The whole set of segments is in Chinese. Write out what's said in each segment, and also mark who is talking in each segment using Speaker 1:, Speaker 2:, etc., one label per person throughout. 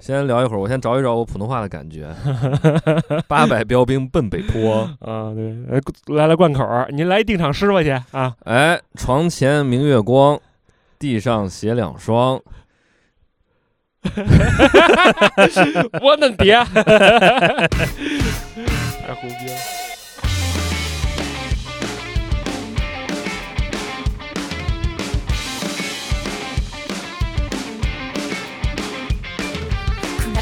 Speaker 1: 先聊一会儿，我先找一找我普通话的感觉。 八百标兵奔北坡，
Speaker 2: 啊，对，呃来了贯口儿，您来定场师傅去啊！
Speaker 1: 哎，床前明月光，地上鞋两双。
Speaker 2: 我嫩 爹，太哎胡逼了。
Speaker 3: 暗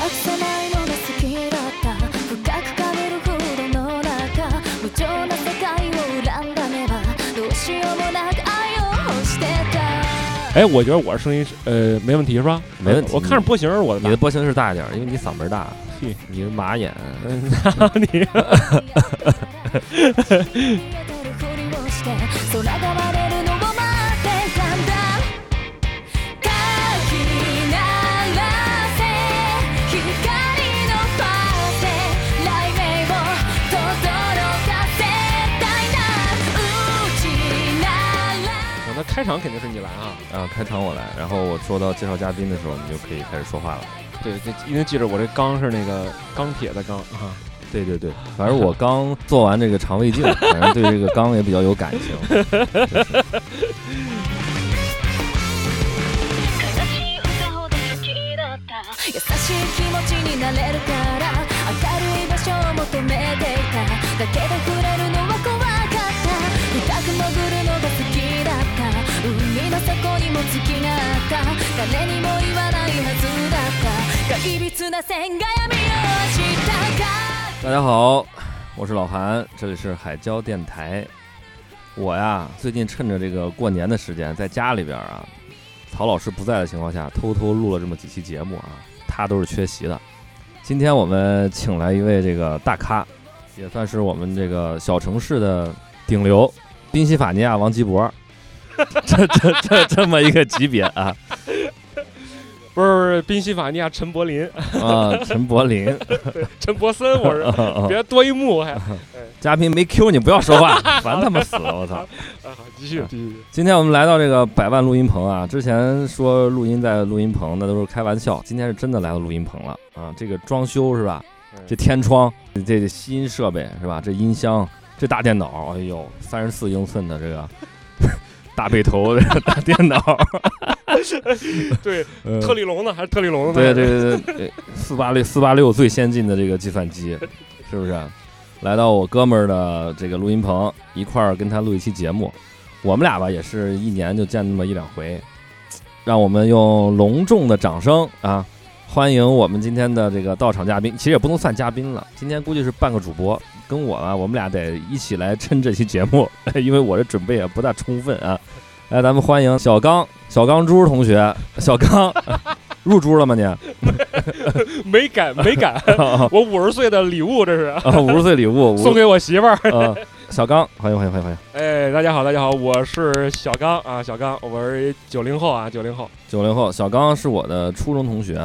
Speaker 3: く狭いのが好きだった深くかぶるほどの中無情な世界を恨んだ目はどうしようもなく愛を欲してた
Speaker 2: 哎，我觉得我声音是呃没问题是吧？
Speaker 1: 没问题
Speaker 2: 我看着波形儿我的
Speaker 1: 你
Speaker 2: 吧
Speaker 1: 的。波形是大一点儿，因为你嗓门大
Speaker 2: 嘿，
Speaker 1: 你是马眼。
Speaker 2: 嗯，然后 你
Speaker 3: 見えてるふりをして空が割れるのを待っていたんだかき鳴らせ光のパーテ雷鳴を轟かせたいな打ち鳴ら
Speaker 2: 那开场肯定是你来啊。
Speaker 1: 啊，开场我来，然后我说到介绍嘉宾的时候，你就可以开始说话了。
Speaker 2: 对，这一定记着我这钢是那个钢铁的钢啊。
Speaker 1: 对对对，反正我刚做完这个肠胃镜，反正对这个缸也比较有感情。
Speaker 3: 優しい歌ほど好きだった優しい気持ちになれるから明るい場所を求めていただけど触れるのは怖かった深く潜るのが好きだった海の底にも月があった誰にも言わないはずだったがいびつな線が闇をしたか
Speaker 1: 大家好，我是老韩，这里是海椒电台。我呀，最近趁着这个过年的时间，在家里边啊，曹老师不在的情况下，偷偷录了这么几期节目啊，他都是缺席的。今天我们请来一位这个大咖，也算是我们这个小城市的顶流，宾夕法尼亚王基博，这这这这么一个级别啊
Speaker 2: 不是不是，宾夕法尼亚陈柏霖、
Speaker 1: 啊，陈柏霖，啊
Speaker 2: 陈柏森，我 是别多一幕 还。啊，
Speaker 1: 嘉宾没 Q 你不要说话，烦他妈死了，我操！
Speaker 2: 好，继续继续。
Speaker 1: 今天我们来到这个百万录音棚啊，之前说录音在录音棚，那都是开玩笑，今天是真的来到录音棚了啊！这个装修是吧？这天窗，这这吸音设备是吧？这音箱，这大电脑，哎呦，三十四英寸的这个 大背头的大电脑，
Speaker 2: 对
Speaker 1: 呃
Speaker 2: 特里龙呢？还是特里龙呢？
Speaker 1: 对对对对对，四八六四八六最先进的这个计算机，是不是？来到我哥们儿的这个录音棚，一块儿跟他录一期节目。我们俩吧，也是一年就见那么一两回。让我们用隆重的掌声啊，欢迎我们今天的这个到场嘉宾。其实也不能算嘉宾了，今天估计是半个主播。跟我啊，我们俩得一起来撑这期节目， 因为我这准备也不大充分啊。来，咱们欢迎小刚，小刚猪同学，小刚入猪了吗你？
Speaker 2: 没敢没敢，
Speaker 1: 啊
Speaker 2: 我五十岁的礼物这是
Speaker 1: 啊，五十岁礼物，
Speaker 2: 送
Speaker 1: 五
Speaker 2: 给我媳妇儿。
Speaker 1: 啊，小刚，欢迎欢迎欢迎欢迎，
Speaker 2: 哎，大家好，大家好，我是小刚啊，小刚，我是九零后啊，九零后。
Speaker 1: 九零后，小刚是我的初中同学，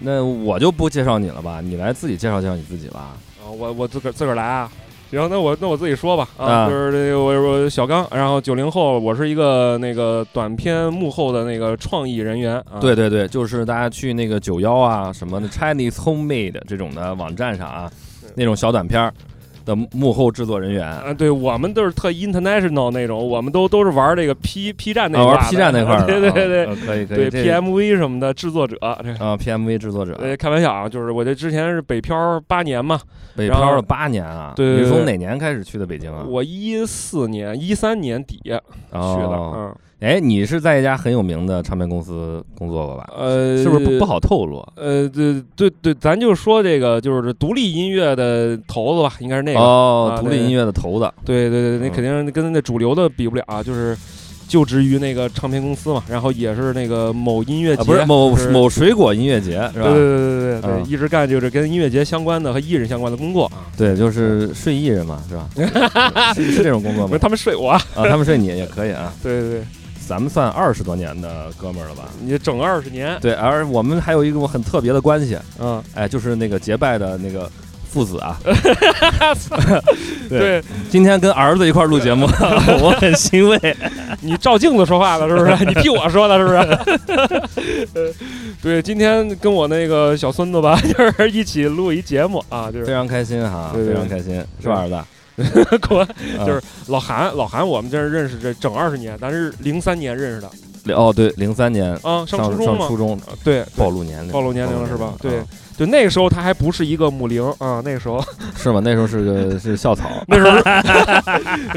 Speaker 1: 那我就不介绍你了吧，你来自己介绍介绍你自己吧。
Speaker 2: 啊，我我自个儿自个儿来啊。行，那我那我自己说吧
Speaker 1: 啊
Speaker 2: 啊，就是这个我我小刚，然后九零后，我是一个那个短片幕后的那个创意人员啊。
Speaker 1: 对对对，就是大家去那个九幺啊什么的 Chinese Homemade 这种的网站上啊，那种小短片儿的幕后制作人员，
Speaker 2: 啊，对我们都是特 international 那种，我们都都是玩这个 P P 站那
Speaker 1: 啊
Speaker 2: 块儿
Speaker 1: 玩
Speaker 2: 的、
Speaker 1: P 站那块儿 的，
Speaker 2: 对对对对
Speaker 1: 啊，可以可以，
Speaker 2: 对
Speaker 1: 这
Speaker 2: PMV 什么的制作者，这
Speaker 1: 啊 PMV 制作者，
Speaker 2: 呃开玩笑啊，就是我这之前是北漂八年嘛，
Speaker 1: 北
Speaker 2: 然后
Speaker 1: 漂了八年啊，
Speaker 2: 对
Speaker 1: 你
Speaker 2: 对对
Speaker 1: 从哪年开始去的北京啊？
Speaker 2: 我一四年一三年底去的，嗯啊
Speaker 1: 哦，哎，你是在一家很有名的唱片公司工作过吧？
Speaker 2: 嗯，呃，
Speaker 1: 是不是不不好透露？啊
Speaker 2: 呃，对对对，咱就说这个就是独立音乐的头子吧，应该是那个。
Speaker 1: 哦，
Speaker 2: 啊
Speaker 1: 独
Speaker 2: 对
Speaker 1: 立音乐的头子，
Speaker 2: 对对对，
Speaker 1: 嗯
Speaker 2: 那肯定跟那主流的比不了啊，就是就职于那个唱片公司嘛，然后也是那个某音乐节，
Speaker 1: 啊不是某
Speaker 2: 就是
Speaker 1: 某水果音乐节是
Speaker 2: 对
Speaker 1: 吧
Speaker 2: 对？对对对对，
Speaker 1: 嗯
Speaker 2: 一直干就是跟音乐节相关的和艺人相关的工作啊。
Speaker 1: 对，就是睡艺人嘛，是吧？ 是是这种工作
Speaker 2: 不
Speaker 1: 吗？
Speaker 2: 是他们睡我啊，
Speaker 1: 啊，他们睡你也可以啊。
Speaker 2: 对对对，
Speaker 1: 咱们算二十多年的哥们儿了吧？
Speaker 2: 你整二十年，
Speaker 1: 对，而我们还有一种很特别的关系，
Speaker 2: 嗯，
Speaker 1: 哎，就是那个结拜的那个父子啊，
Speaker 2: 对
Speaker 1: 今天跟儿子一块儿录节 目，我很欣慰。
Speaker 2: 你照镜子说话的是不是？你 替我说的是不是？呃 对，今天跟我那个小孙子吧， 就是一起录一节目啊，就
Speaker 1: 非
Speaker 2: 是
Speaker 1: 常开心哈，
Speaker 2: 对
Speaker 1: 非
Speaker 2: 对
Speaker 1: 常开心，是吧，儿子？
Speaker 2: 国
Speaker 1: 嗯
Speaker 2: 就是老韩，老韩，我们这是认识这整二十年，咱是零三年认识的
Speaker 1: 哦，对，零三年
Speaker 2: 啊，
Speaker 1: 上
Speaker 2: 初中
Speaker 1: 上
Speaker 2: 嘛，
Speaker 1: 初中
Speaker 2: 啊对，
Speaker 1: 暴露年龄，
Speaker 2: 暴露年龄了是吧？对
Speaker 1: 啊，
Speaker 2: 对，那个时候他还不是一个母零啊，那个时候
Speaker 1: 是吗？那时候是 个是校草，
Speaker 2: 那时候是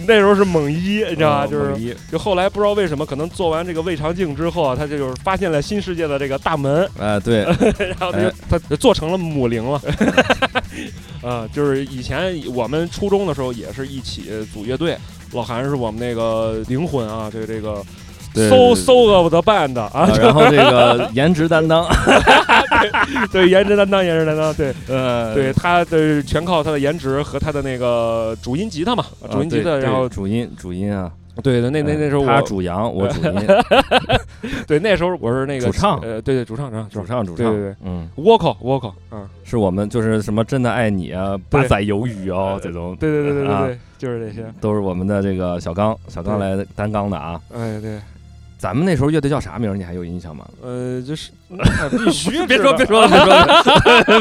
Speaker 2: 那时候是猛一，你知道
Speaker 1: 嗯
Speaker 2: 吧？啊就是
Speaker 1: 猛一
Speaker 2: 就后来不知道为什么，可能做完这个胃肠镜之后啊，他就就是发现了新世界的这个大门，
Speaker 1: 哎，对，
Speaker 2: 然后他就、
Speaker 1: 哎
Speaker 2: 他就做成了母零了。啊，就是以前我们初中的时候也是一起组乐队，老韩是我们那个灵魂啊，这个这个
Speaker 1: 对
Speaker 2: so
Speaker 1: 对
Speaker 2: so of the band 啊
Speaker 1: 啊，然后这个颜值担当，
Speaker 2: 对，颜值担当，颜值担当，对，
Speaker 1: 呃
Speaker 2: 对，他的全靠他的颜值和他的那个主音吉他嘛，主音吉他，然后
Speaker 1: 呃主音主音啊，
Speaker 2: 对的，那那那时候
Speaker 1: 他
Speaker 2: 我
Speaker 1: 主阳，我主 音，
Speaker 2: 对那时候我是那个
Speaker 1: 主唱
Speaker 2: 呃，对对，主唱，主唱，主
Speaker 1: 主
Speaker 2: 唱
Speaker 1: 唱主
Speaker 2: 对
Speaker 1: 唱，
Speaker 2: 对对
Speaker 1: 嗯，
Speaker 2: ，vocal vocal，啊，
Speaker 1: 是我们就是什么真的爱你啊，八
Speaker 2: 对
Speaker 1: 仔鱿鱼哦
Speaker 2: 呃，
Speaker 1: 这种
Speaker 2: 对对对对对
Speaker 1: 啊
Speaker 2: 对，就是这些，
Speaker 1: 都是我们的这个小刚，小刚来担纲的啊。
Speaker 2: 哎对，
Speaker 1: 咱们那时候乐队叫啥名儿？你还有印象吗？
Speaker 2: 呃，就是那必须
Speaker 1: 别
Speaker 2: 知
Speaker 1: 说
Speaker 2: 道
Speaker 1: 别说了，别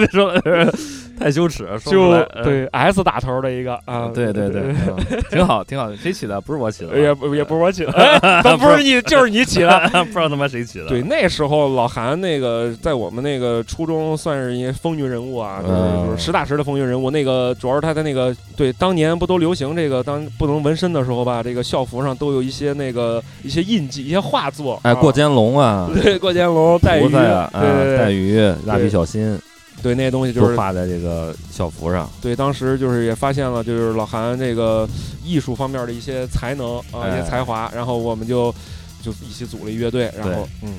Speaker 1: 说 了，别说了，太羞耻了，说不出来
Speaker 2: 就。对 S 打头的一个啊
Speaker 1: 嗯，对对对，嗯挺好挺好，谁起 的？不是我起的吧，
Speaker 2: 也不也不是我起的，都不是你，就是你起 的。
Speaker 1: 不知道他妈谁起的。
Speaker 2: 对，那时候老韩那个在我们那个初中算是一风云人物啊，就是
Speaker 1: 嗯
Speaker 2: 就是实打实的风云人物。那个主要是他的那个对，当年不都流行这个当不能纹身的时候吧，这个校服上都有一些那个一些印记、一些画作。
Speaker 1: 哎，
Speaker 2: 啊
Speaker 1: 过肩龙 啊，
Speaker 2: 对过肩龙、带
Speaker 1: 胡
Speaker 2: 鱼，
Speaker 1: 子啊，
Speaker 2: 对对
Speaker 1: 啊带
Speaker 2: 对
Speaker 1: 鱼、蜡笔小新
Speaker 2: 对，那些东西就
Speaker 1: 都
Speaker 2: 是
Speaker 1: 画在这个校服上。
Speaker 2: 对，当时就是也发现了，就是老韩这个艺术方面的一些才能啊，一
Speaker 1: 哎
Speaker 2: 些才华，然后我们就就一起组了一乐队，然后嗯，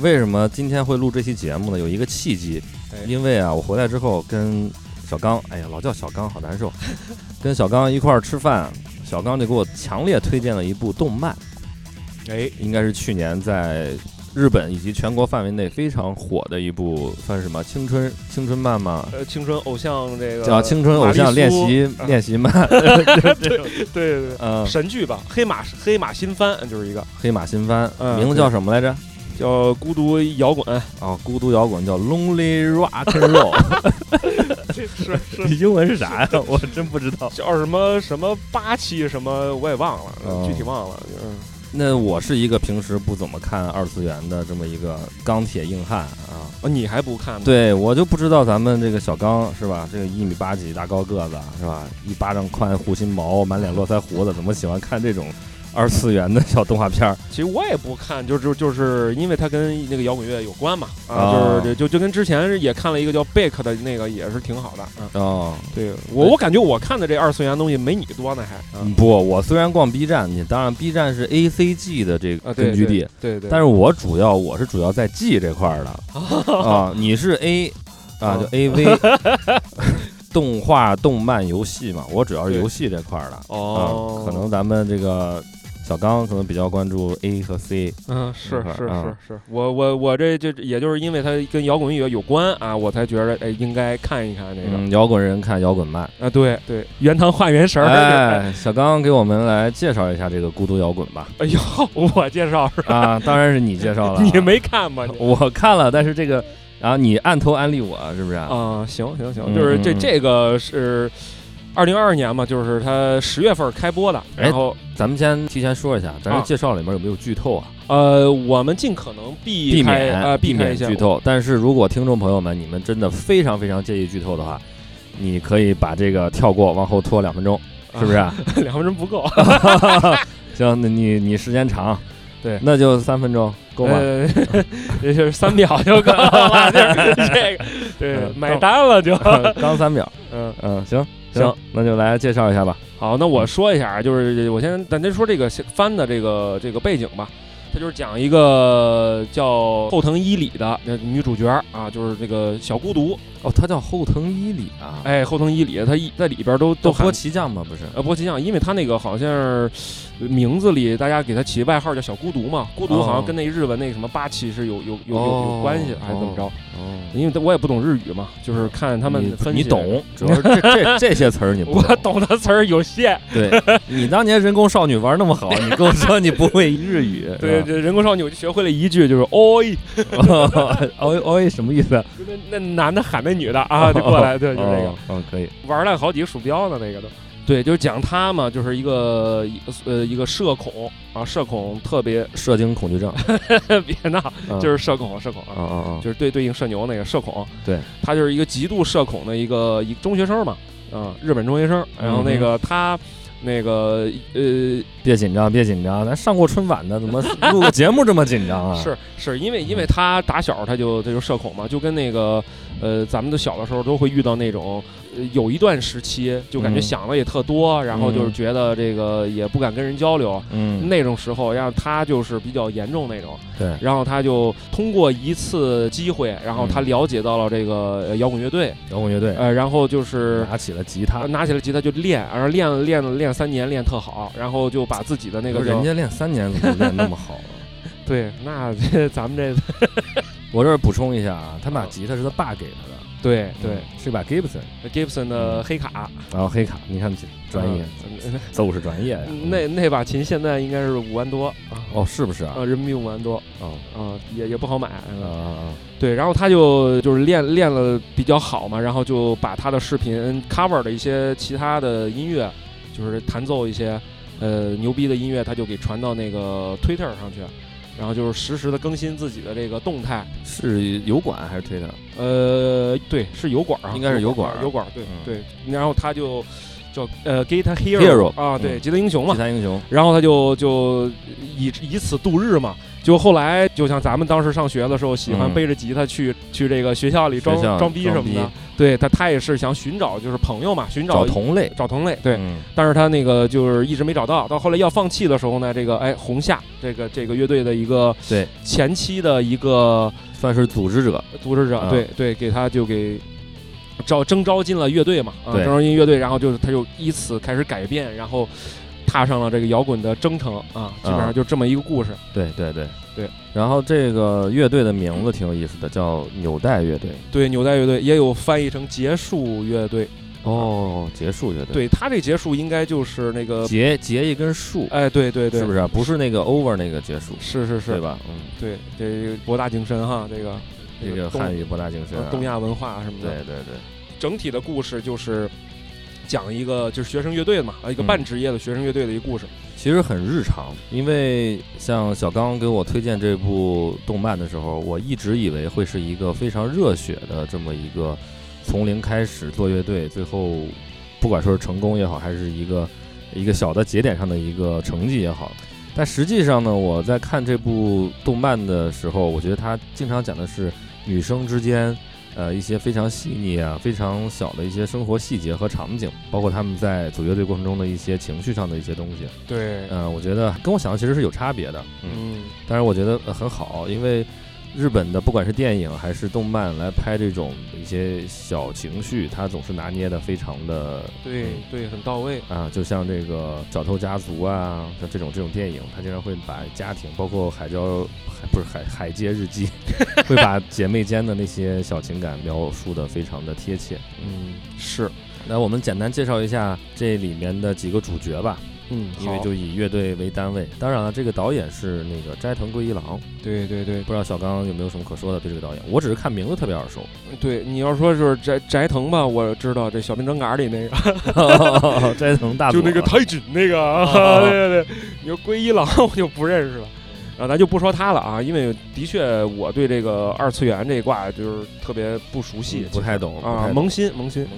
Speaker 1: 为什么今天会录这期节目呢？有一个契机
Speaker 2: 哎，
Speaker 1: 因为啊，我回来之后跟小刚，哎呀，老叫小刚好难受， 跟小刚一块儿吃饭，小刚就给我强烈推荐了一部动漫，
Speaker 2: 哎，
Speaker 1: 应该是去年在日本以及全国范围内非常火的一部，算是什么青春青春漫吗？
Speaker 2: 呃，青春偶像这个
Speaker 1: 叫青春偶像练习
Speaker 2: 玛丽苏
Speaker 1: 练习漫，
Speaker 2: 对对对。
Speaker 1: 嗯，
Speaker 2: 神剧吧，黑马黑马新番就是一个
Speaker 1: 黑马新番，
Speaker 2: 嗯
Speaker 1: 名字叫什么来着？
Speaker 2: 叫孤独摇滚，
Speaker 1: 哦，孤独摇滚叫 Lonely Rock and Roll，
Speaker 2: 是是
Speaker 1: 英文是啥呀？我真不知道。
Speaker 2: 叫什么什么八期什么我也忘了，
Speaker 1: 哦
Speaker 2: 具体忘了。嗯，
Speaker 1: 那我是一个平时不怎么看二次元的这么一个钢铁硬汉啊，
Speaker 2: 哦，你还不看呢？
Speaker 1: 对我就不知道咱们这个小刚是吧？这个一米八几大高个子是吧？一巴掌宽，胡心毛，满脸络腮胡子，怎么喜欢看这种二次元的小动画片儿？
Speaker 2: 其实我也不看，就就就是因为它跟那个摇滚乐有关嘛，
Speaker 1: 哦
Speaker 2: 啊，就是就就跟之前也看了一个叫贝克的那个也是挺好的，嗯，
Speaker 1: 哦，
Speaker 2: 对我我感觉我看的这二次元东西没你多呢还，啊
Speaker 1: 嗯不，我虽然逛 B 站，你当然 B 站是 A C G 的这
Speaker 2: 啊
Speaker 1: 个
Speaker 2: 对
Speaker 1: 根据地，
Speaker 2: 对对，
Speaker 1: 但
Speaker 2: 是
Speaker 1: 是我主要我是主要在 G 这块儿的 啊，你是 A 啊，就
Speaker 2: 啊
Speaker 1: A V 动画、动漫、游戏嘛，我主要是
Speaker 2: 对
Speaker 1: 游戏这块儿的
Speaker 2: 哦
Speaker 1: 啊，，可能咱们这个小刚可能比较关注 A 和 C，
Speaker 2: 嗯，是
Speaker 1: 那块儿
Speaker 2: 是是
Speaker 1: 啊
Speaker 2: 是，我我我这这也就是因为它跟摇滚乐有关啊，我才觉得哎应该看一看这个、
Speaker 1: 嗯，摇滚人看摇滚漫。
Speaker 2: 啊，对对，原汤化原食儿， 哎
Speaker 1: 哎，小刚给我们来介绍一下这个孤独摇滚吧
Speaker 2: 哎呦，我介绍是吧
Speaker 1: 啊，当然是你介绍了啊，
Speaker 2: 你没看吗？你
Speaker 1: 我看了，但是这个啊，你按头安利我是不是啊？
Speaker 2: 啊，行行行，
Speaker 1: 嗯
Speaker 2: 就是这
Speaker 1: 嗯嗯
Speaker 2: 这个是二零二二年嘛，就是它十月份开播的，
Speaker 1: 哎
Speaker 2: 然后
Speaker 1: 咱们先提前说一下，咱
Speaker 2: 啊
Speaker 1: 这介绍里面有没有剧透啊？
Speaker 2: 呃，我们尽可能避
Speaker 1: 避
Speaker 2: 开
Speaker 1: 免
Speaker 2: 啊避开
Speaker 1: 免
Speaker 2: 一下
Speaker 1: 剧透。但是如果听众朋友们你们真的非常非常介意剧透的话，你可以把这个跳过，往后拖两分钟，是不是？
Speaker 2: 两分钟不 够，
Speaker 1: 行，那你你时间长，
Speaker 2: 对
Speaker 1: 那就三分钟够吗？
Speaker 2: 呃， 也就是三秒就够 了，就是这个，对，
Speaker 1: 嗯
Speaker 2: 买单了就，
Speaker 1: 刚 三秒，
Speaker 2: 嗯。
Speaker 1: 呃嗯，行
Speaker 2: 行，
Speaker 1: 那就来介绍一下吧。
Speaker 2: 好，那我说一下啊，就是我先咱先说这个番的这个这个背景吧。它就是讲一个叫后藤伊里的那女主角啊，就是那个小孤独，
Speaker 1: 哦，他叫后藤伊里啊，
Speaker 2: 哎，后藤伊里，她一在里边都都
Speaker 1: 叫
Speaker 2: 喊
Speaker 1: 波奇酱吗？不是，
Speaker 2: 呃，波奇酱，因为他那个好像是呃名字里大家给他起外号叫小孤独嘛，孤独好
Speaker 1: 哦
Speaker 2: 像跟那日文那什么八七是有有有有
Speaker 1: 哦
Speaker 2: 有关系，还是怎么着？
Speaker 1: 哦，
Speaker 2: 因为我也不懂日语嘛，就是看他们
Speaker 1: 你
Speaker 2: 分析
Speaker 1: 你懂，主 要是这这这些词儿你不
Speaker 2: 我懂的词儿有限。
Speaker 1: 对 你当年人工少女玩那么好，你跟我说你不会日 语，
Speaker 2: 对，
Speaker 1: 是吧
Speaker 2: 这人工少女我就学会了一句，就是 哦，
Speaker 1: 哦哦哦，什么 意思啊？
Speaker 2: 就那那男的喊那女的啊，就过来，对，就那个
Speaker 1: 哦，哦，可以，
Speaker 2: 玩了好几个鼠标呢，那个都。对，就是讲他嘛，就是一个一个呃一个社恐啊，社恐特别
Speaker 1: 射精恐 惧症，
Speaker 2: 别闹，
Speaker 1: 嗯
Speaker 2: 就是社恐社恐啊
Speaker 1: 啊，啊啊，
Speaker 2: 就是对对应社牛那个社恐，
Speaker 1: 对，
Speaker 2: 他就是一个极度社恐的一个一中学生嘛，啊、日本中学生，然后
Speaker 1: 嗯
Speaker 2: 那个、他。那个呃，
Speaker 1: 别紧张，别紧张，咱上过春晚的，怎 么录个节目这么紧张啊？嗯
Speaker 2: 是是因为因为他打小他就他就社恐嘛，就跟那个呃，咱们都小的时候都会遇到那种，呃有一段时期就感觉
Speaker 1: 嗯
Speaker 2: 想的也特多，然后就是
Speaker 1: 嗯
Speaker 2: 觉得这个也不敢跟人交流，
Speaker 1: 嗯，
Speaker 2: 那种时候，然后他就是比较严重那种，
Speaker 1: 对
Speaker 2: 然后他就通过一次机会，然后他
Speaker 1: 嗯
Speaker 2: 了解到了这个呃摇滚乐队，
Speaker 1: 摇滚乐队
Speaker 2: 呃，然后就是
Speaker 1: 拿起了吉他，
Speaker 2: 拿起了吉他就练，然后练了练了练三年，练特好，然后就把自己的那个
Speaker 1: 不是人
Speaker 2: 叫
Speaker 1: 家练三年 怎么练那么好啊？
Speaker 2: 对，那 这咱们这
Speaker 1: 我这儿补充一下啊，他把
Speaker 2: 啊
Speaker 1: 吉他是他爸给他的，
Speaker 2: 对对
Speaker 1: 嗯，是一把 Gibson，
Speaker 2: Gibson 的黑卡
Speaker 1: 然后黑卡，你看专业，
Speaker 2: 嗯
Speaker 1: 奏是专业呀，嗯
Speaker 2: 那那把琴现在应该是五万多啊，
Speaker 1: 哦是不是啊？
Speaker 2: 呃，人民币五万多
Speaker 1: 哦
Speaker 2: 啊，也也不好买
Speaker 1: 啊啊啊！
Speaker 2: 对，然后他就就是练练了比较好嘛，然后就把他的视频 cover 的一些其他的音乐，就是弹奏一些呃牛逼的音乐，他就给传到那个 Twitter 上去，然后就是实时的更新自己的这个动态。
Speaker 1: 是油管还是推特？
Speaker 2: 呃，对，是油管啊，
Speaker 1: 应该是油管
Speaker 2: 管儿，油管儿，对、
Speaker 1: 嗯
Speaker 2: 对。然后他就叫呃 Get Hero,
Speaker 1: Hero，
Speaker 2: 啊，
Speaker 1: 嗯
Speaker 2: 对，吉他英雄嘛
Speaker 1: 吉。他英雄，
Speaker 2: 然后他就就以以此度日嘛。就后来就像咱们当时上学的时候，喜欢
Speaker 1: 嗯
Speaker 2: 背着吉他去、去这个学校里装
Speaker 1: 学校
Speaker 2: 装逼什
Speaker 1: 装
Speaker 2: 么的
Speaker 1: 逼。
Speaker 2: 对他，他也是想寻找就是朋友嘛，寻
Speaker 1: 找
Speaker 2: 找
Speaker 1: 同类，
Speaker 2: 找同类。对，
Speaker 1: 嗯
Speaker 2: 但是他那个就是一直没找到，到后来要放弃的时候呢，这个哎红夏这个这个乐队的一个
Speaker 1: 对
Speaker 2: 前期的一个
Speaker 1: 算是组织者，
Speaker 2: 组织者，
Speaker 1: 啊
Speaker 2: 对对，给他就给。招征召进了乐队嘛，啊，
Speaker 1: 对
Speaker 2: 征召进乐队，然后就是他就依此开始改变，然后踏上了这个摇滚的征程啊，基本上就这么一个故事。
Speaker 1: 对对对
Speaker 2: 对。
Speaker 1: 然后这个乐队的名字挺有意思的，叫纽带乐队。
Speaker 2: 对，纽带乐队也有翻译成结束乐队，
Speaker 1: 哦，结束乐队。
Speaker 2: 对他这结束应该就是那个，
Speaker 1: 结结一根树，
Speaker 2: 哎，对对对，
Speaker 1: 是不
Speaker 2: 是？
Speaker 1: 是啊？不是那个 over 那个结束，
Speaker 2: 是是
Speaker 1: 对
Speaker 2: 是，
Speaker 1: 吧？嗯，
Speaker 2: 对，这个博大精深哈，这个
Speaker 1: 这个
Speaker 2: 东
Speaker 1: 汉语博大精深啊。
Speaker 2: 东亚文化什么的，
Speaker 1: 对对对，
Speaker 2: 整体的故事就是讲一个就是学生乐队嘛，啊，一个
Speaker 1: 嗯
Speaker 2: 半职业的学生乐队的一个故事。
Speaker 1: 其实很日常，因为像小刚给我推荐这部动漫的时候，我一直以为会是一个非常热血的这么一个从零开始做乐队，最后不管说是成功也好，还是一个一个小的节点上的一个成绩也好，但实际上呢，我在看这部动漫的时候，我觉得它经常讲的是女生之间。呃，一些非常细腻啊、非常小的一些生活细节和场景，包括他们在组乐队过程中的一些情绪上的一些东西，
Speaker 2: 对，
Speaker 1: 嗯，我觉得跟我想的其实是有差别的，嗯，
Speaker 2: 嗯，
Speaker 1: 但是我觉得、呃很好，因为日本的不管是电影还是动漫来拍这种一些小情绪，它总是拿捏的非常的
Speaker 2: 对
Speaker 1: 嗯
Speaker 2: 对，很到位。
Speaker 1: 啊，就像这个《小偷家族》啊，像这种这种电影，它经常会把家庭，包括海角海不是海海街日记，会把姐妹间的那些小情感描述的非常的贴切。
Speaker 2: 嗯，是，
Speaker 1: 那我们简单介绍一下这里面的几个主角吧。
Speaker 2: 嗯，
Speaker 1: 因为
Speaker 2: 好
Speaker 1: 就以乐队为单位。当然了，这个导演是那个斋藤圭一郎，
Speaker 2: 对对对
Speaker 1: 不知道小刚有没有什么可说的对这个导演？我只是看名字特别耳熟。
Speaker 2: 对，你要说就是斋斋藤吧，我知道这《小兵张嘎》里那个，
Speaker 1: 斋藤大佐
Speaker 2: 就那个太君那个，啊对对对，你说龟一郎我就不认识了。啊，咱就不说他了啊，因为的确我对这个二次元这一挂就是特别不熟悉，
Speaker 1: 嗯不太懂
Speaker 2: 啊，萌
Speaker 1: 萌
Speaker 2: 新萌新，
Speaker 1: 萌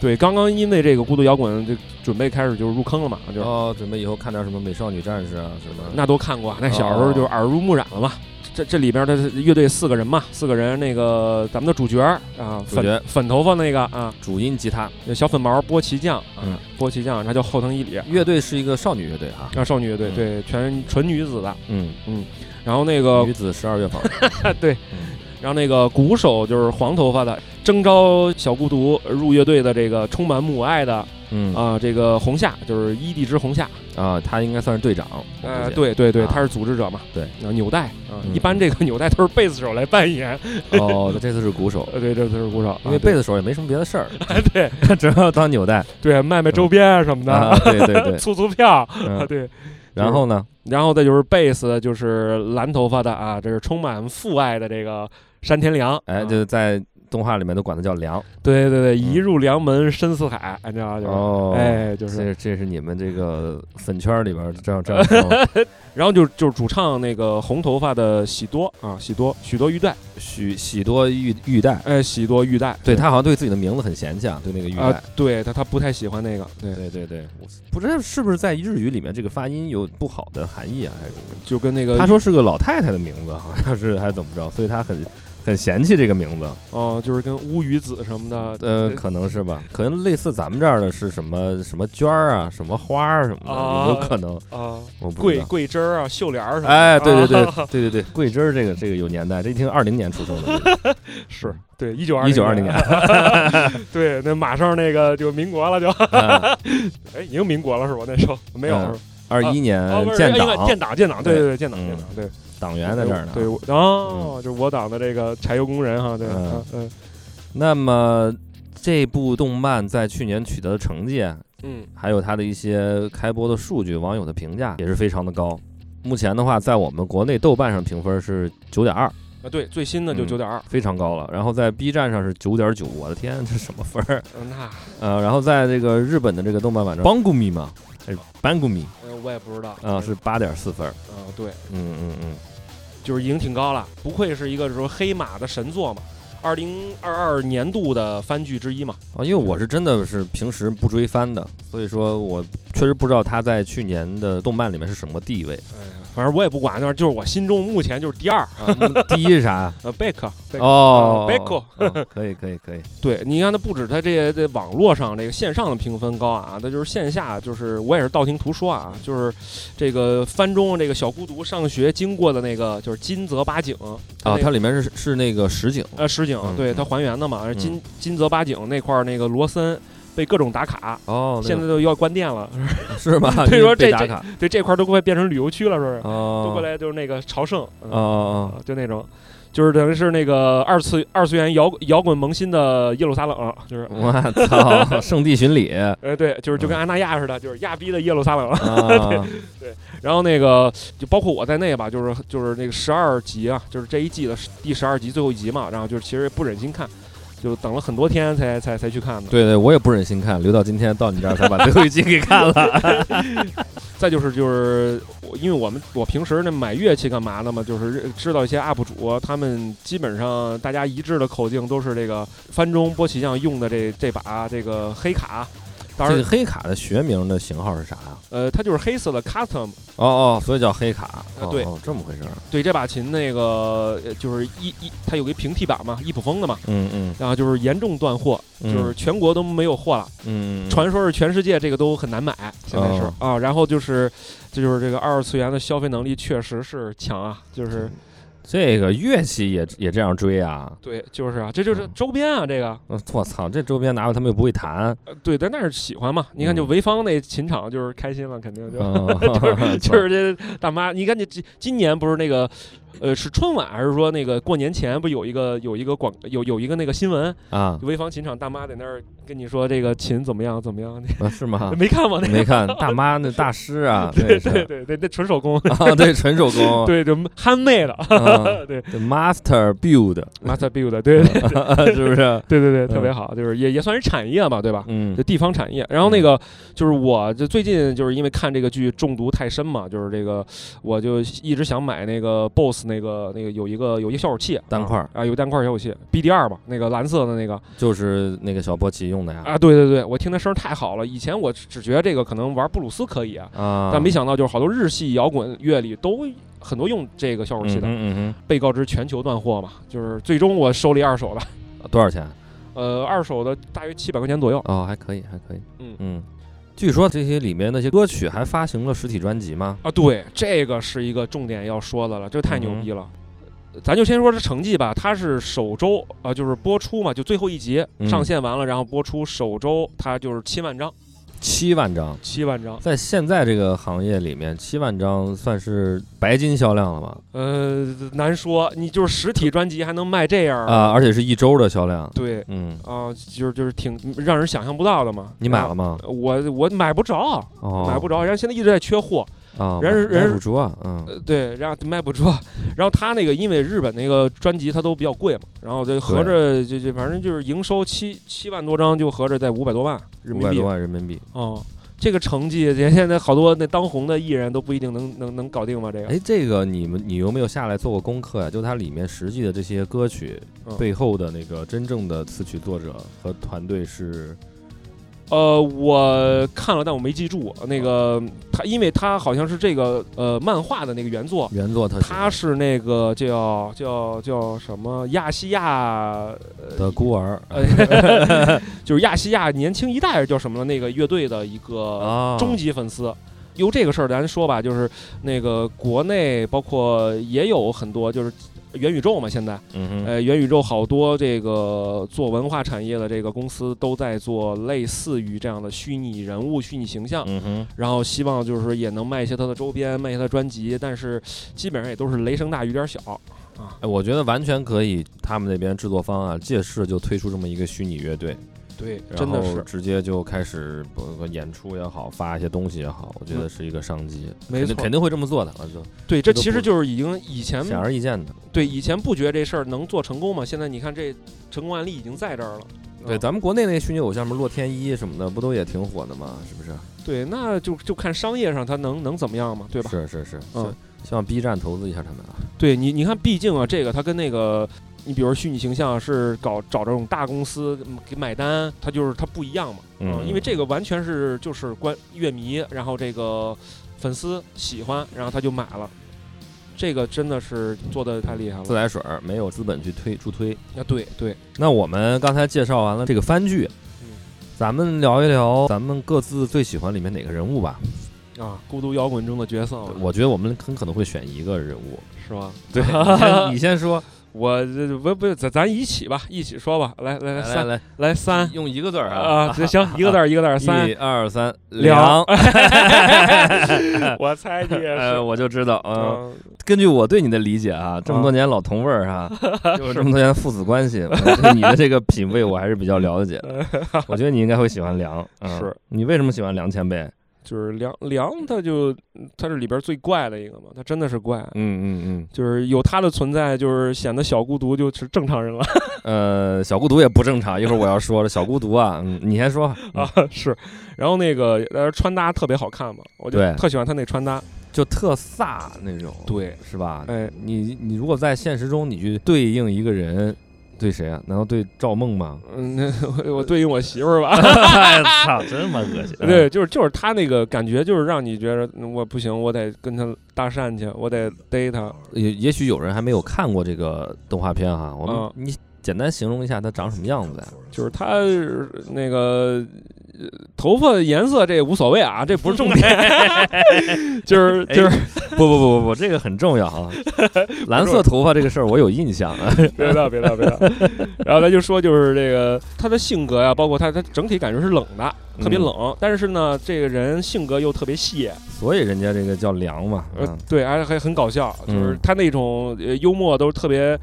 Speaker 2: 对，刚刚因为这个孤独摇滚就准备开始就是入坑了嘛，就是、
Speaker 1: 哦，准备以后看点什么美少女战士啊什么。
Speaker 2: 那都看过，那小时候就是耳濡目染了嘛。这这里边的乐队四个人嘛，四个人那个咱们的主角啊，
Speaker 1: 主
Speaker 2: 粉
Speaker 1: 角
Speaker 2: 粉头发那个啊，
Speaker 1: 主音吉他
Speaker 2: 小粉毛波奇酱啊，
Speaker 1: 嗯
Speaker 2: 波奇酱，他叫后藤一里，
Speaker 1: 乐队是一个少女乐队哈，
Speaker 2: 啊，少女乐队，
Speaker 1: 嗯
Speaker 2: 对，全纯女子的。
Speaker 1: 嗯，
Speaker 2: 然后那个
Speaker 1: 女子十二乐 坊，
Speaker 2: 对，然后那个鼓手就是黄头发的，征召小孤独入乐队的这个充满母爱的
Speaker 1: 嗯
Speaker 2: 啊、这个红夏就是伊地之红夏，
Speaker 1: 啊，他应该算是队长，我
Speaker 2: 呃，
Speaker 1: 估计，
Speaker 2: 对对对，
Speaker 1: 啊
Speaker 2: 他是组织者嘛，
Speaker 1: 对，
Speaker 2: 然后纽带啊，
Speaker 1: 嗯
Speaker 2: 一般这个纽带都是贝斯手来扮演，
Speaker 1: 哦，那这次是鼓手，
Speaker 2: 呃，对，这都是鼓手，
Speaker 1: 因为
Speaker 2: 啊对哎
Speaker 1: 贝斯手也没什么别的 事儿，
Speaker 2: 对
Speaker 1: 只要当纽带
Speaker 2: 对卖卖周边啊什么
Speaker 1: 啊
Speaker 2: 的，，
Speaker 1: 对对对，
Speaker 2: 促促票啊，
Speaker 1: 嗯，
Speaker 2: 对，
Speaker 1: 然后呢，
Speaker 2: 然后再就是贝斯，就是蓝头发的啊，这是充满父爱的这个山田凉，
Speaker 1: 哎，
Speaker 2: 啊
Speaker 1: 就在动画里面都管他叫梁，
Speaker 2: 对对对，一入梁门深似海，你知道吗就是。
Speaker 1: 哦，
Speaker 2: 哎，就
Speaker 1: 这
Speaker 2: 是，
Speaker 1: 是这是你们这个粉圈里边儿这样这样 说，
Speaker 2: 然后就就是主唱那个红头发的喜多啊，喜多，许多玉带，
Speaker 1: 许许多玉玉带，
Speaker 2: 哎，喜多玉带，
Speaker 1: 对他好像对自己的名字很嫌弃啊，对那个玉
Speaker 2: 啊
Speaker 1: 带。，
Speaker 2: 对他他不太喜欢那个，对，
Speaker 1: 对对对，我不知道是不是在日语里面这个发音有不好的含义啊，还是怎么着
Speaker 2: 就跟那个
Speaker 1: 他说是个老太太的名字，好像是还是怎么着，所以他很很嫌弃这个名字，
Speaker 2: 哦，就是跟乌鱼子什么的，
Speaker 1: 呃，
Speaker 2: 对
Speaker 1: 可能是吧，可能类似咱们这儿的是什么什么娟儿啊，什么花儿什么的，
Speaker 2: 啊
Speaker 1: 有没有可能？
Speaker 2: 啊，
Speaker 1: 我不知
Speaker 2: 桂
Speaker 1: 道。
Speaker 2: 桂枝儿啊，秀莲儿什么的，
Speaker 1: 哎，对对对
Speaker 2: 啊
Speaker 1: 对对对，桂枝儿这个这个有年代，这一听二零年出生 的，
Speaker 2: 是对，一九二
Speaker 1: 一九二零年，
Speaker 2: 对，那马上那个就民国了，就 哎，已经民国了是吧？那时候没有，
Speaker 1: 嗯
Speaker 2: 是吧
Speaker 1: 二一
Speaker 2: 哦，
Speaker 1: 年
Speaker 2: 不是，
Speaker 1: 建
Speaker 2: 哎应该
Speaker 1: 党
Speaker 2: 建党，建党，对
Speaker 1: 对
Speaker 2: 对对，建党，
Speaker 1: 嗯
Speaker 2: 建党，对，
Speaker 1: 党员在这儿呢。
Speaker 2: 对，我哦，就我党的这个柴油工人哈，对，
Speaker 1: 嗯
Speaker 2: 嗯嗯
Speaker 1: 那么这部动漫在去年取得的成绩，
Speaker 2: 嗯，
Speaker 1: 还有它的一些开播的数据，网友的评价也是非常的高。目前的话，在我们国内豆瓣上评分是九点二，
Speaker 2: 啊，对，最新的就
Speaker 1: 嗯
Speaker 2: 九点二，
Speaker 1: 非常高了。然后在 B 站上是九点九，我的天，这什么分儿？
Speaker 2: 嗯那
Speaker 1: 呃，然后在这个日本的这个动漫网站 Bangumi 嘛，还是 Bangumi
Speaker 2: 呃我也不知道
Speaker 1: 啊、是八点四分儿。
Speaker 2: 啊，对，
Speaker 1: 嗯嗯嗯，
Speaker 2: 就是已经挺高了，不愧是一个说黑马的神作嘛，二零二二年度的番剧之一嘛。
Speaker 1: 啊，因为我是真的是平时不追番的，所以说我确实不知道它在去年的动漫里面是什么地位。
Speaker 2: 哎呀，反正我也不管，那就是我心中目前就是第二，
Speaker 1: 啊、第一是啥？
Speaker 2: 呃，贝克，贝克。
Speaker 1: 哦
Speaker 2: 啊，Beko
Speaker 1: 哦可以可以可以，
Speaker 2: 对，你看他不止他这些这网络上这个线上的评分高啊，他就是线下就是我也是道听途说啊，就是这个番中这个小孤独上学经过的那个就是金泽八景
Speaker 1: 啊，
Speaker 2: 那
Speaker 1: 它里面是是那个实景，
Speaker 2: 呃实景，
Speaker 1: 嗯
Speaker 2: 对
Speaker 1: 嗯
Speaker 2: 他还原的嘛，金金泽八景那块儿那个罗森。被各种打卡，
Speaker 1: 哦，那
Speaker 2: 现
Speaker 1: 个
Speaker 2: 在都要关店了。
Speaker 1: 是吧？ 因为
Speaker 2: 对说
Speaker 1: 被
Speaker 2: 这
Speaker 1: 打
Speaker 2: 这
Speaker 1: 卡
Speaker 2: 对，这块儿都快变成旅游区了，是不是？
Speaker 1: 哦，
Speaker 2: 都过来就是那个朝圣，嗯
Speaker 1: 哦哦
Speaker 2: 啊，就那种，就是等于是那个二次二次元摇摇滚萌新的耶路撒冷，就是！
Speaker 1: 哦，，我操，圣地巡礼啊
Speaker 2: 呃，对，就是就跟
Speaker 1: 嗯
Speaker 2: 安那亚似的，就是亚逼的耶路撒冷。
Speaker 1: 对
Speaker 2: 然后那个就包括我在内吧，就是就是那个十二集啊，就是这一季的第十二集最后一集嘛，然后就是其实不忍心看，就等了很多天才 才才去看的。
Speaker 1: 对对，我也不忍心看，留到今天到你这儿才把最后一集给看了。
Speaker 2: 再就是就是我因为我们我平时那买乐器干嘛的嘛，就是知道一些 UP 主，啊他们基本上大家一致的口径都是这个番中波奇酱用的这这把这个黑卡，当
Speaker 1: 这
Speaker 2: 然
Speaker 1: 个黑卡的学名的型号是啥呀？
Speaker 2: 呃它就是黑色的 custom，
Speaker 1: 哦哦，所以叫黑卡。哦
Speaker 2: 啊对
Speaker 1: 哦这么回事儿。
Speaker 2: 对这把琴那个呃就是一一它有个平替版嘛，一普风的嘛，
Speaker 1: 嗯嗯
Speaker 2: 然后就是严重断货，
Speaker 1: 嗯，
Speaker 2: 就是全国都没有货了。
Speaker 1: 嗯，嗯
Speaker 2: 传说是全世界这个都很难买，现在是
Speaker 1: 哦
Speaker 2: 啊、然后就是，这就是这个二次元的消费能力确实是强啊，
Speaker 1: 嗯
Speaker 2: 就是
Speaker 1: 这个乐器也也这样追啊。
Speaker 2: 对，就是啊，这就是
Speaker 1: 嗯
Speaker 2: 周边啊，这个
Speaker 1: 呃我操，这周边拿过他们又不会弹，
Speaker 2: 呃对，但那是喜欢嘛。你看，就
Speaker 1: 嗯
Speaker 2: 潍坊那琴场就是开心了，肯 定 就、
Speaker 1: 嗯
Speaker 2: 就是这大妈。你看这今今年不是那个，呃，是春晚还是说那个过年前不有一个有一个广有有一个那个新闻，
Speaker 1: 啊，
Speaker 2: 潍坊琴场大妈在那儿跟你说这个琴怎么样怎么样，你？
Speaker 1: 啊是吗
Speaker 2: 没看吗？那
Speaker 1: 没
Speaker 2: 个
Speaker 1: 看大妈那大师 啊，对
Speaker 2: 对对对，那纯手工，
Speaker 1: 啊， 对纯手工，
Speaker 2: 对，就憨妹的，
Speaker 1: 啊
Speaker 2: 对
Speaker 1: ，The Master Build 啊
Speaker 2: ，Master Build，对对
Speaker 1: 是不 是？
Speaker 2: 对对对，特别好，就是也也算是产业嘛，对吧？
Speaker 1: 嗯
Speaker 2: 就，地方产业，然后那个就是我，就最近就是因为看这个剧中毒太深嘛，就是这个我就一直想买那个 BOSS 那个那个有一个有一个小手器
Speaker 1: 单块儿
Speaker 2: 啊，有单块小手器 BD 二吧，那个蓝色的那个
Speaker 1: 就是那个小波奇用的呀
Speaker 2: 啊，对对对，我听那声儿太好了，以前我只只觉得这个可能玩布鲁斯可以啊，
Speaker 1: 啊，
Speaker 2: 但没想到就是好多日系摇滚乐里都很多用这个小手器的，
Speaker 1: 嗯嗯
Speaker 2: 被告知全球断货嘛，就是最终我收了一二手的。
Speaker 1: 嗯，多少钱？
Speaker 2: 呃，二手的大约七百块钱左右。
Speaker 1: 哦，还可以，还可以，
Speaker 2: 嗯
Speaker 1: 嗯，据说这些里面那些歌曲还发行了实体专辑吗？
Speaker 2: 啊，对，这个是一个重点要说的了，这太牛逼了。咱就先说这成绩吧，它是首周啊、就是播出嘛，就最后一集
Speaker 1: 嗯
Speaker 2: 上线完了，然后播出首周，它就是七万张，
Speaker 1: 七万张，
Speaker 2: 七万张。
Speaker 1: 在现在这个行业里面，七万张算是白金销量了吧？
Speaker 2: 呃，难说，你就是实体专辑还能卖这样儿？
Speaker 1: 啊，而且是一周的销量。
Speaker 2: 对
Speaker 1: 嗯，
Speaker 2: 啊、就是就是挺让人想象不到的嘛。
Speaker 1: 你买了吗？
Speaker 2: 呃？我我买不着，
Speaker 1: 哦，
Speaker 2: 买不着，然后现在一直在缺货，
Speaker 1: 啊，
Speaker 2: 人
Speaker 1: 买
Speaker 2: 人
Speaker 1: 买不着啊，嗯，
Speaker 2: 呃，对，然后卖不出。 然后他那个因为日本那个专辑它都比较贵嘛，然后就合着就就反正就是营收七七万多张，就合着在五百多万人
Speaker 1: 五
Speaker 2: 民
Speaker 1: 百
Speaker 2: 币
Speaker 1: 多。万人民币。
Speaker 2: 哦，这个成绩，人现在好多那当红的艺人都不一定能能能搞定吧？这个
Speaker 1: 哎，这个你们你有没有下来做过功课呀、就它里面实际的这些歌曲、
Speaker 2: 嗯
Speaker 1: 背后的那个真正的词曲作者和团队是
Speaker 2: 呃，我看了，但我没记住那个他，因为他好像是这个呃漫画的那个原作。
Speaker 1: 原作他
Speaker 2: 他是那个叫叫叫什么亚细 亚
Speaker 1: 的孤儿
Speaker 2: 呃，就是亚细亚年轻一代叫什么了那个乐队的一个
Speaker 1: 啊
Speaker 2: 终极粉丝。由这个事儿咱说吧，就是那个国内包括也有很多就是。元宇宙嘛，现在，
Speaker 1: 嗯哼，
Speaker 2: 呃，元宇宙好多这个做文化产业的这个公司都在做类似于这样的虚拟人物、虚拟形象，
Speaker 1: 嗯哼，
Speaker 2: 然后希望就是也能卖一些他的周边，卖一些他的专辑，但是基本上也都是雷声大雨点小，
Speaker 1: 哎，我觉得完全可以，他们那边制作方啊，借势就推出这么一个虚拟乐队，
Speaker 2: 对，
Speaker 1: 然
Speaker 2: 真的
Speaker 1: 后
Speaker 2: 是
Speaker 1: 直接就开始呃演出也好，发一些东西也好，我觉得是一个商机，
Speaker 2: 没
Speaker 1: 肯定
Speaker 2: 错
Speaker 1: 肯定会这么做的，啊就
Speaker 2: 对，
Speaker 1: 这
Speaker 2: 这
Speaker 1: 都
Speaker 2: 其
Speaker 1: 不
Speaker 2: 实就是已经以前
Speaker 1: 显而易见的。
Speaker 2: 对，以前不觉得这事儿能做成功嘛，现在你看这成功案例已经在这儿了。
Speaker 1: 对，
Speaker 2: 啊
Speaker 1: 咱们国内那虚拟偶像什么洛天依什么的，不都也挺火的吗？是不是？
Speaker 2: 对，那就就看商业上它能能怎么样嘛，对吧？
Speaker 1: 是是是，
Speaker 2: 嗯
Speaker 1: 希，希望 B 站投资一下他们啊。
Speaker 2: 对你，你看，毕竟啊，这个它跟那个，你比如说虚拟形象是搞找这种大公司嗯给买单，它就是它不一样嘛，
Speaker 1: 嗯
Speaker 2: 哦因为这个完全是就是观乐迷，然后这个粉丝喜欢，然后他就买了。这个真的是做的太厉害
Speaker 1: 自
Speaker 2: 了，
Speaker 1: 来水儿没有资本去推助推。
Speaker 2: 啊，对对，
Speaker 1: 那我们刚才介绍完了这个番剧
Speaker 2: 嗯，
Speaker 1: 咱们聊一聊咱们各自最喜欢里面哪个人物吧。
Speaker 2: 啊，孤独摇滚中的角色，
Speaker 1: 我觉得我们很可能会选一个人 物。
Speaker 2: 是吧？
Speaker 1: 对，你先你先说，
Speaker 2: 我这不不，咱咱一起吧，一起说吧，来 来来，
Speaker 1: 来
Speaker 2: 三
Speaker 1: 来
Speaker 2: 来三
Speaker 1: 用一个字儿啊，
Speaker 2: 啊，这行，一个字儿一个字儿，三
Speaker 1: 一。二三，
Speaker 2: 两
Speaker 1: 梁。
Speaker 2: 嗯我猜你也
Speaker 1: 呃，我就知道，嗯。
Speaker 2: 嗯，
Speaker 1: 根据我对你的理解啊，这么多年老同味儿 啊，就是这么多年父子关 系，我对你的这个品味我还是比较了解 的。我觉得你应该会喜欢梁，嗯、
Speaker 2: 是
Speaker 1: 你为什么喜欢梁前辈？
Speaker 2: 就是梁梁，他就他是里边最怪的一个嘛，他真的是怪，啊
Speaker 1: 嗯嗯
Speaker 2: 就是有他的存在，就是显得小孤独就是正常人了
Speaker 1: 嗯，呃，小孤独也不正常，一会儿我要说了， 小孤独啊，嗯，你先说吧，嗯
Speaker 2: 啊， 是。然后那个呃穿搭特别好看嘛，我就
Speaker 1: 对
Speaker 2: 特喜欢他那穿搭，
Speaker 1: 就特飒那种，
Speaker 2: 对，
Speaker 1: 是吧？
Speaker 2: 哎，
Speaker 1: 你你如果在现实中你去对应一个人，对谁啊？难道对赵梦吗？
Speaker 2: 嗯，那 我对应我媳妇 儿吧，
Speaker 1: 操，真他妈恶心！
Speaker 2: 对，，就是就是他那个感觉，就是让你觉得嗯我不行，我得跟他搭讪去，我得逮他，
Speaker 1: 也也许有人还没有看过这个动画片哈、我们、
Speaker 2: 嗯
Speaker 1: 你简单形容一下它长什么样子呀、
Speaker 2: 就是他呃那个呃头发颜色这无所谓啊，这不是重点， 呃就是就是
Speaker 1: 不不不不不，这个很重要 啊！蓝色头发这个事儿我有印象啊。
Speaker 2: 别闹别闹别闹。 然后他就说就是这个他的性格呀、包括他他整体感觉是冷的，特别冷，但是呢这个人性格又特别细，
Speaker 1: 所以人家这个叫凉嘛。
Speaker 2: 呃、
Speaker 1: 嗯
Speaker 2: 对，还还很搞笑，就是
Speaker 1: 嗯
Speaker 2: 他那种呃幽默都是特别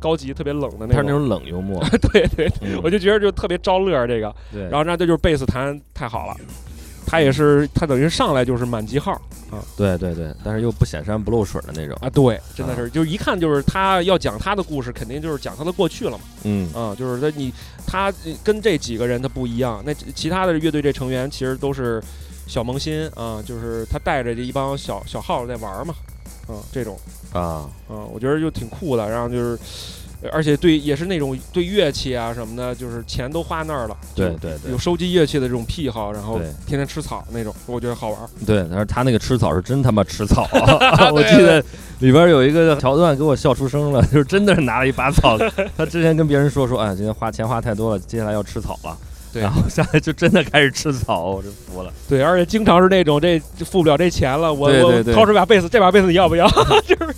Speaker 2: 高级、特别冷的
Speaker 1: 他是
Speaker 2: 那
Speaker 1: 那
Speaker 2: 种。
Speaker 1: 种冷幽默，
Speaker 2: 对对，对
Speaker 1: 嗯
Speaker 2: 我就觉得就特别招乐儿这个。
Speaker 1: 对，
Speaker 2: 然后那这就是贝斯弹太好了，他也是他等于上来就是满级号。
Speaker 1: 对对对，但是又不显山不漏水的那种。
Speaker 2: 啊，对，真
Speaker 1: 啊
Speaker 2: 的是，就是一看就是他要讲他的故事，肯定就是讲他的过去了嘛。
Speaker 1: 嗯，
Speaker 2: 啊，就是他你他呃跟这几个人他不一样，那其其他的乐队这成员其实都是小萌新啊，就是他带着这一帮小小号在玩嘛，啊，这种
Speaker 1: 啊，
Speaker 2: 啊，我觉得就挺酷的。然后就是，呃而且对也是那种对乐器啊什么的，就是钱都花那儿了，
Speaker 1: 对
Speaker 2: 就
Speaker 1: 对对
Speaker 2: 有收集乐器的这种癖好，然后
Speaker 1: 对
Speaker 2: 天天吃草那种，我觉得好玩儿。
Speaker 1: 对，但是他那个吃草是真他妈吃 草啊！我记得里边有一个桥段给我笑出声了， 就是真的是拿了一把草。他之前跟别人说说，哎，今天花钱花太多了，接下来要吃草了。
Speaker 2: 对
Speaker 1: 然后下来就真的开始吃草，我真服了。
Speaker 2: 对，而且经常是那种这付不了这钱了，我
Speaker 1: 对对对
Speaker 2: 我掏出把贝斯，这把贝斯你要不要？啊，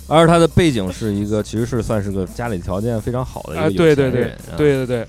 Speaker 1: 而且他的背景是一个，其实是算是个家里条件非常好的一个有
Speaker 2: 对
Speaker 1: 钱
Speaker 2: 对对
Speaker 1: 人啊
Speaker 2: 对对对，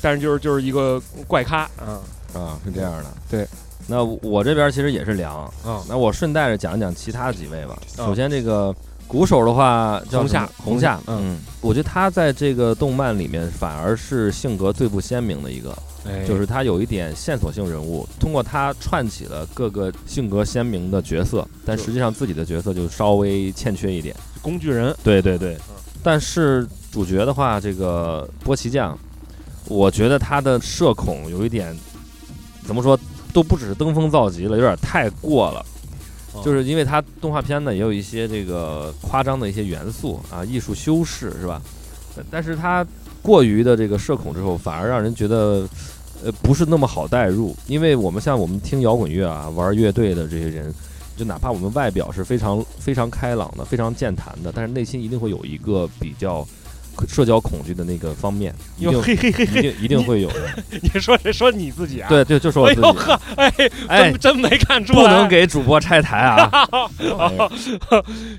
Speaker 2: 但是就是就是一个怪咖，嗯
Speaker 1: 啊，是这样的。
Speaker 2: 对，
Speaker 1: 那我这边其实也是凉。
Speaker 2: 嗯，
Speaker 1: 那我顺带着讲一讲其他几位吧。
Speaker 2: 嗯
Speaker 1: 首先，这个鼓手的话叫
Speaker 2: 红
Speaker 1: 什么
Speaker 2: 夏
Speaker 1: 红夏
Speaker 2: 红，夏
Speaker 1: 嗯，我觉得他在这个动漫里面反而是性格最不鲜明的一个，
Speaker 2: 哎
Speaker 1: 就是他有一点线索性人物，通过他串起了各个性格鲜明的角色，但
Speaker 2: 就
Speaker 1: 实际上自己的角色就稍微欠缺一点。
Speaker 2: 工具人，
Speaker 1: 对对对
Speaker 2: 嗯，
Speaker 1: 但是主角的话，这个波奇酱，我觉得他的社恐有一点，怎么说，都不只是登峰造极了，有点太过了。
Speaker 2: 哦
Speaker 1: 就是因为他动画片呢也有一些这个夸张的一些元素啊，艺术修饰是吧？但但是他过于的这个社恐之后，反而让人觉得，呃，不是那么好带入。因为我们像我们听摇滚乐啊，玩乐队的这些人，就哪怕我们外表是非常非常开朗的、非常健谈的，但是内心一定会有一个比较社交恐惧的那个方面，一
Speaker 2: 哟
Speaker 1: 定
Speaker 2: 嘿嘿嘿
Speaker 1: 一
Speaker 2: 嘿，
Speaker 1: 定一定会有的。
Speaker 2: 你说谁说你自己啊？，
Speaker 1: 嗯对对，就说我
Speaker 2: 哎
Speaker 1: 自
Speaker 2: 呦
Speaker 1: 己，
Speaker 2: 呵，哎，
Speaker 1: 哎
Speaker 2: 真，真没看出来，
Speaker 1: 不能给主播拆台 啊！什么玩意儿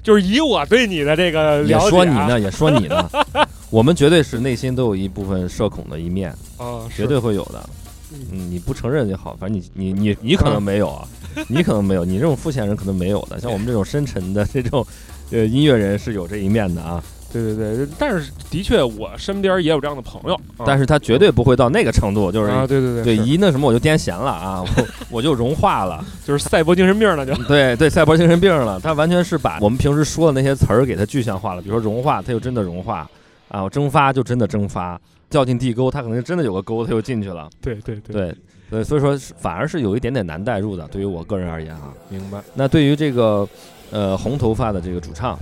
Speaker 2: 就是以我对你的这个
Speaker 1: 也
Speaker 2: 了解、啊，
Speaker 1: 说你呢，也说你呢， 我们绝对是内心都有一部分社恐的一面，
Speaker 2: 啊，
Speaker 1: 绝对会有的。
Speaker 2: 嗯
Speaker 1: 嗯，你不承认也好，反正你你你你可能没有 啊，你可能没有，你这种肤浅人可能没有的。像我们这种深沉的 这种，呃，音乐人是有这一面的啊，
Speaker 2: 对对对，但是的确，我身边也有这样的朋友，啊
Speaker 1: 但是他绝对不会到那个程度，就是
Speaker 2: 啊，对对
Speaker 1: 对
Speaker 2: 对，是
Speaker 1: 一那什么我就癫痫了啊，我我 就融化了，
Speaker 2: 就是赛博精神病 了就，
Speaker 1: 对对，赛博精神病了，他完全是把我们平时说的那些词儿给它具象化了，比如说融化，它就真的融化啊，蒸发就真的蒸发，掉进地沟，它可能就真的有个沟，它就进去了，
Speaker 2: 对对对，
Speaker 1: 对对，所以说是反而是有一点点难代入的，对于我个人而言啊。
Speaker 2: 明白。
Speaker 1: 那对于这个呃红头发的这个主唱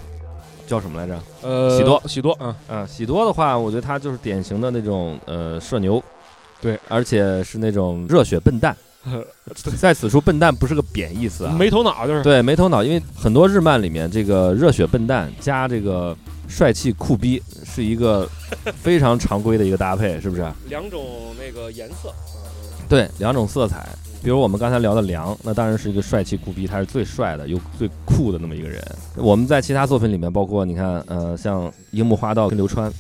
Speaker 1: 叫什么来着？
Speaker 2: 呃，
Speaker 1: 喜多
Speaker 2: 喜多啊，
Speaker 1: 嗯、喜多的话，我觉得他就是典型的那种呃社牛，
Speaker 2: 对，
Speaker 1: 而且是那种热血笨 蛋，在此处笨蛋不是个贬义词啊，
Speaker 2: 没头脑就是，
Speaker 1: 对，没头脑，因为很多日漫里面这个热血笨蛋加这个帅气酷逼是一个非常常规的一个搭配，是不是？
Speaker 2: 两种那个颜色，
Speaker 1: 对，两种色彩，比如我们刚才聊的梁，那当然是一个帅气酷逼，他是最帅的，又最酷的那么一个人。我们在其他作品里面，包括你看，呃，像樱木花道跟流川，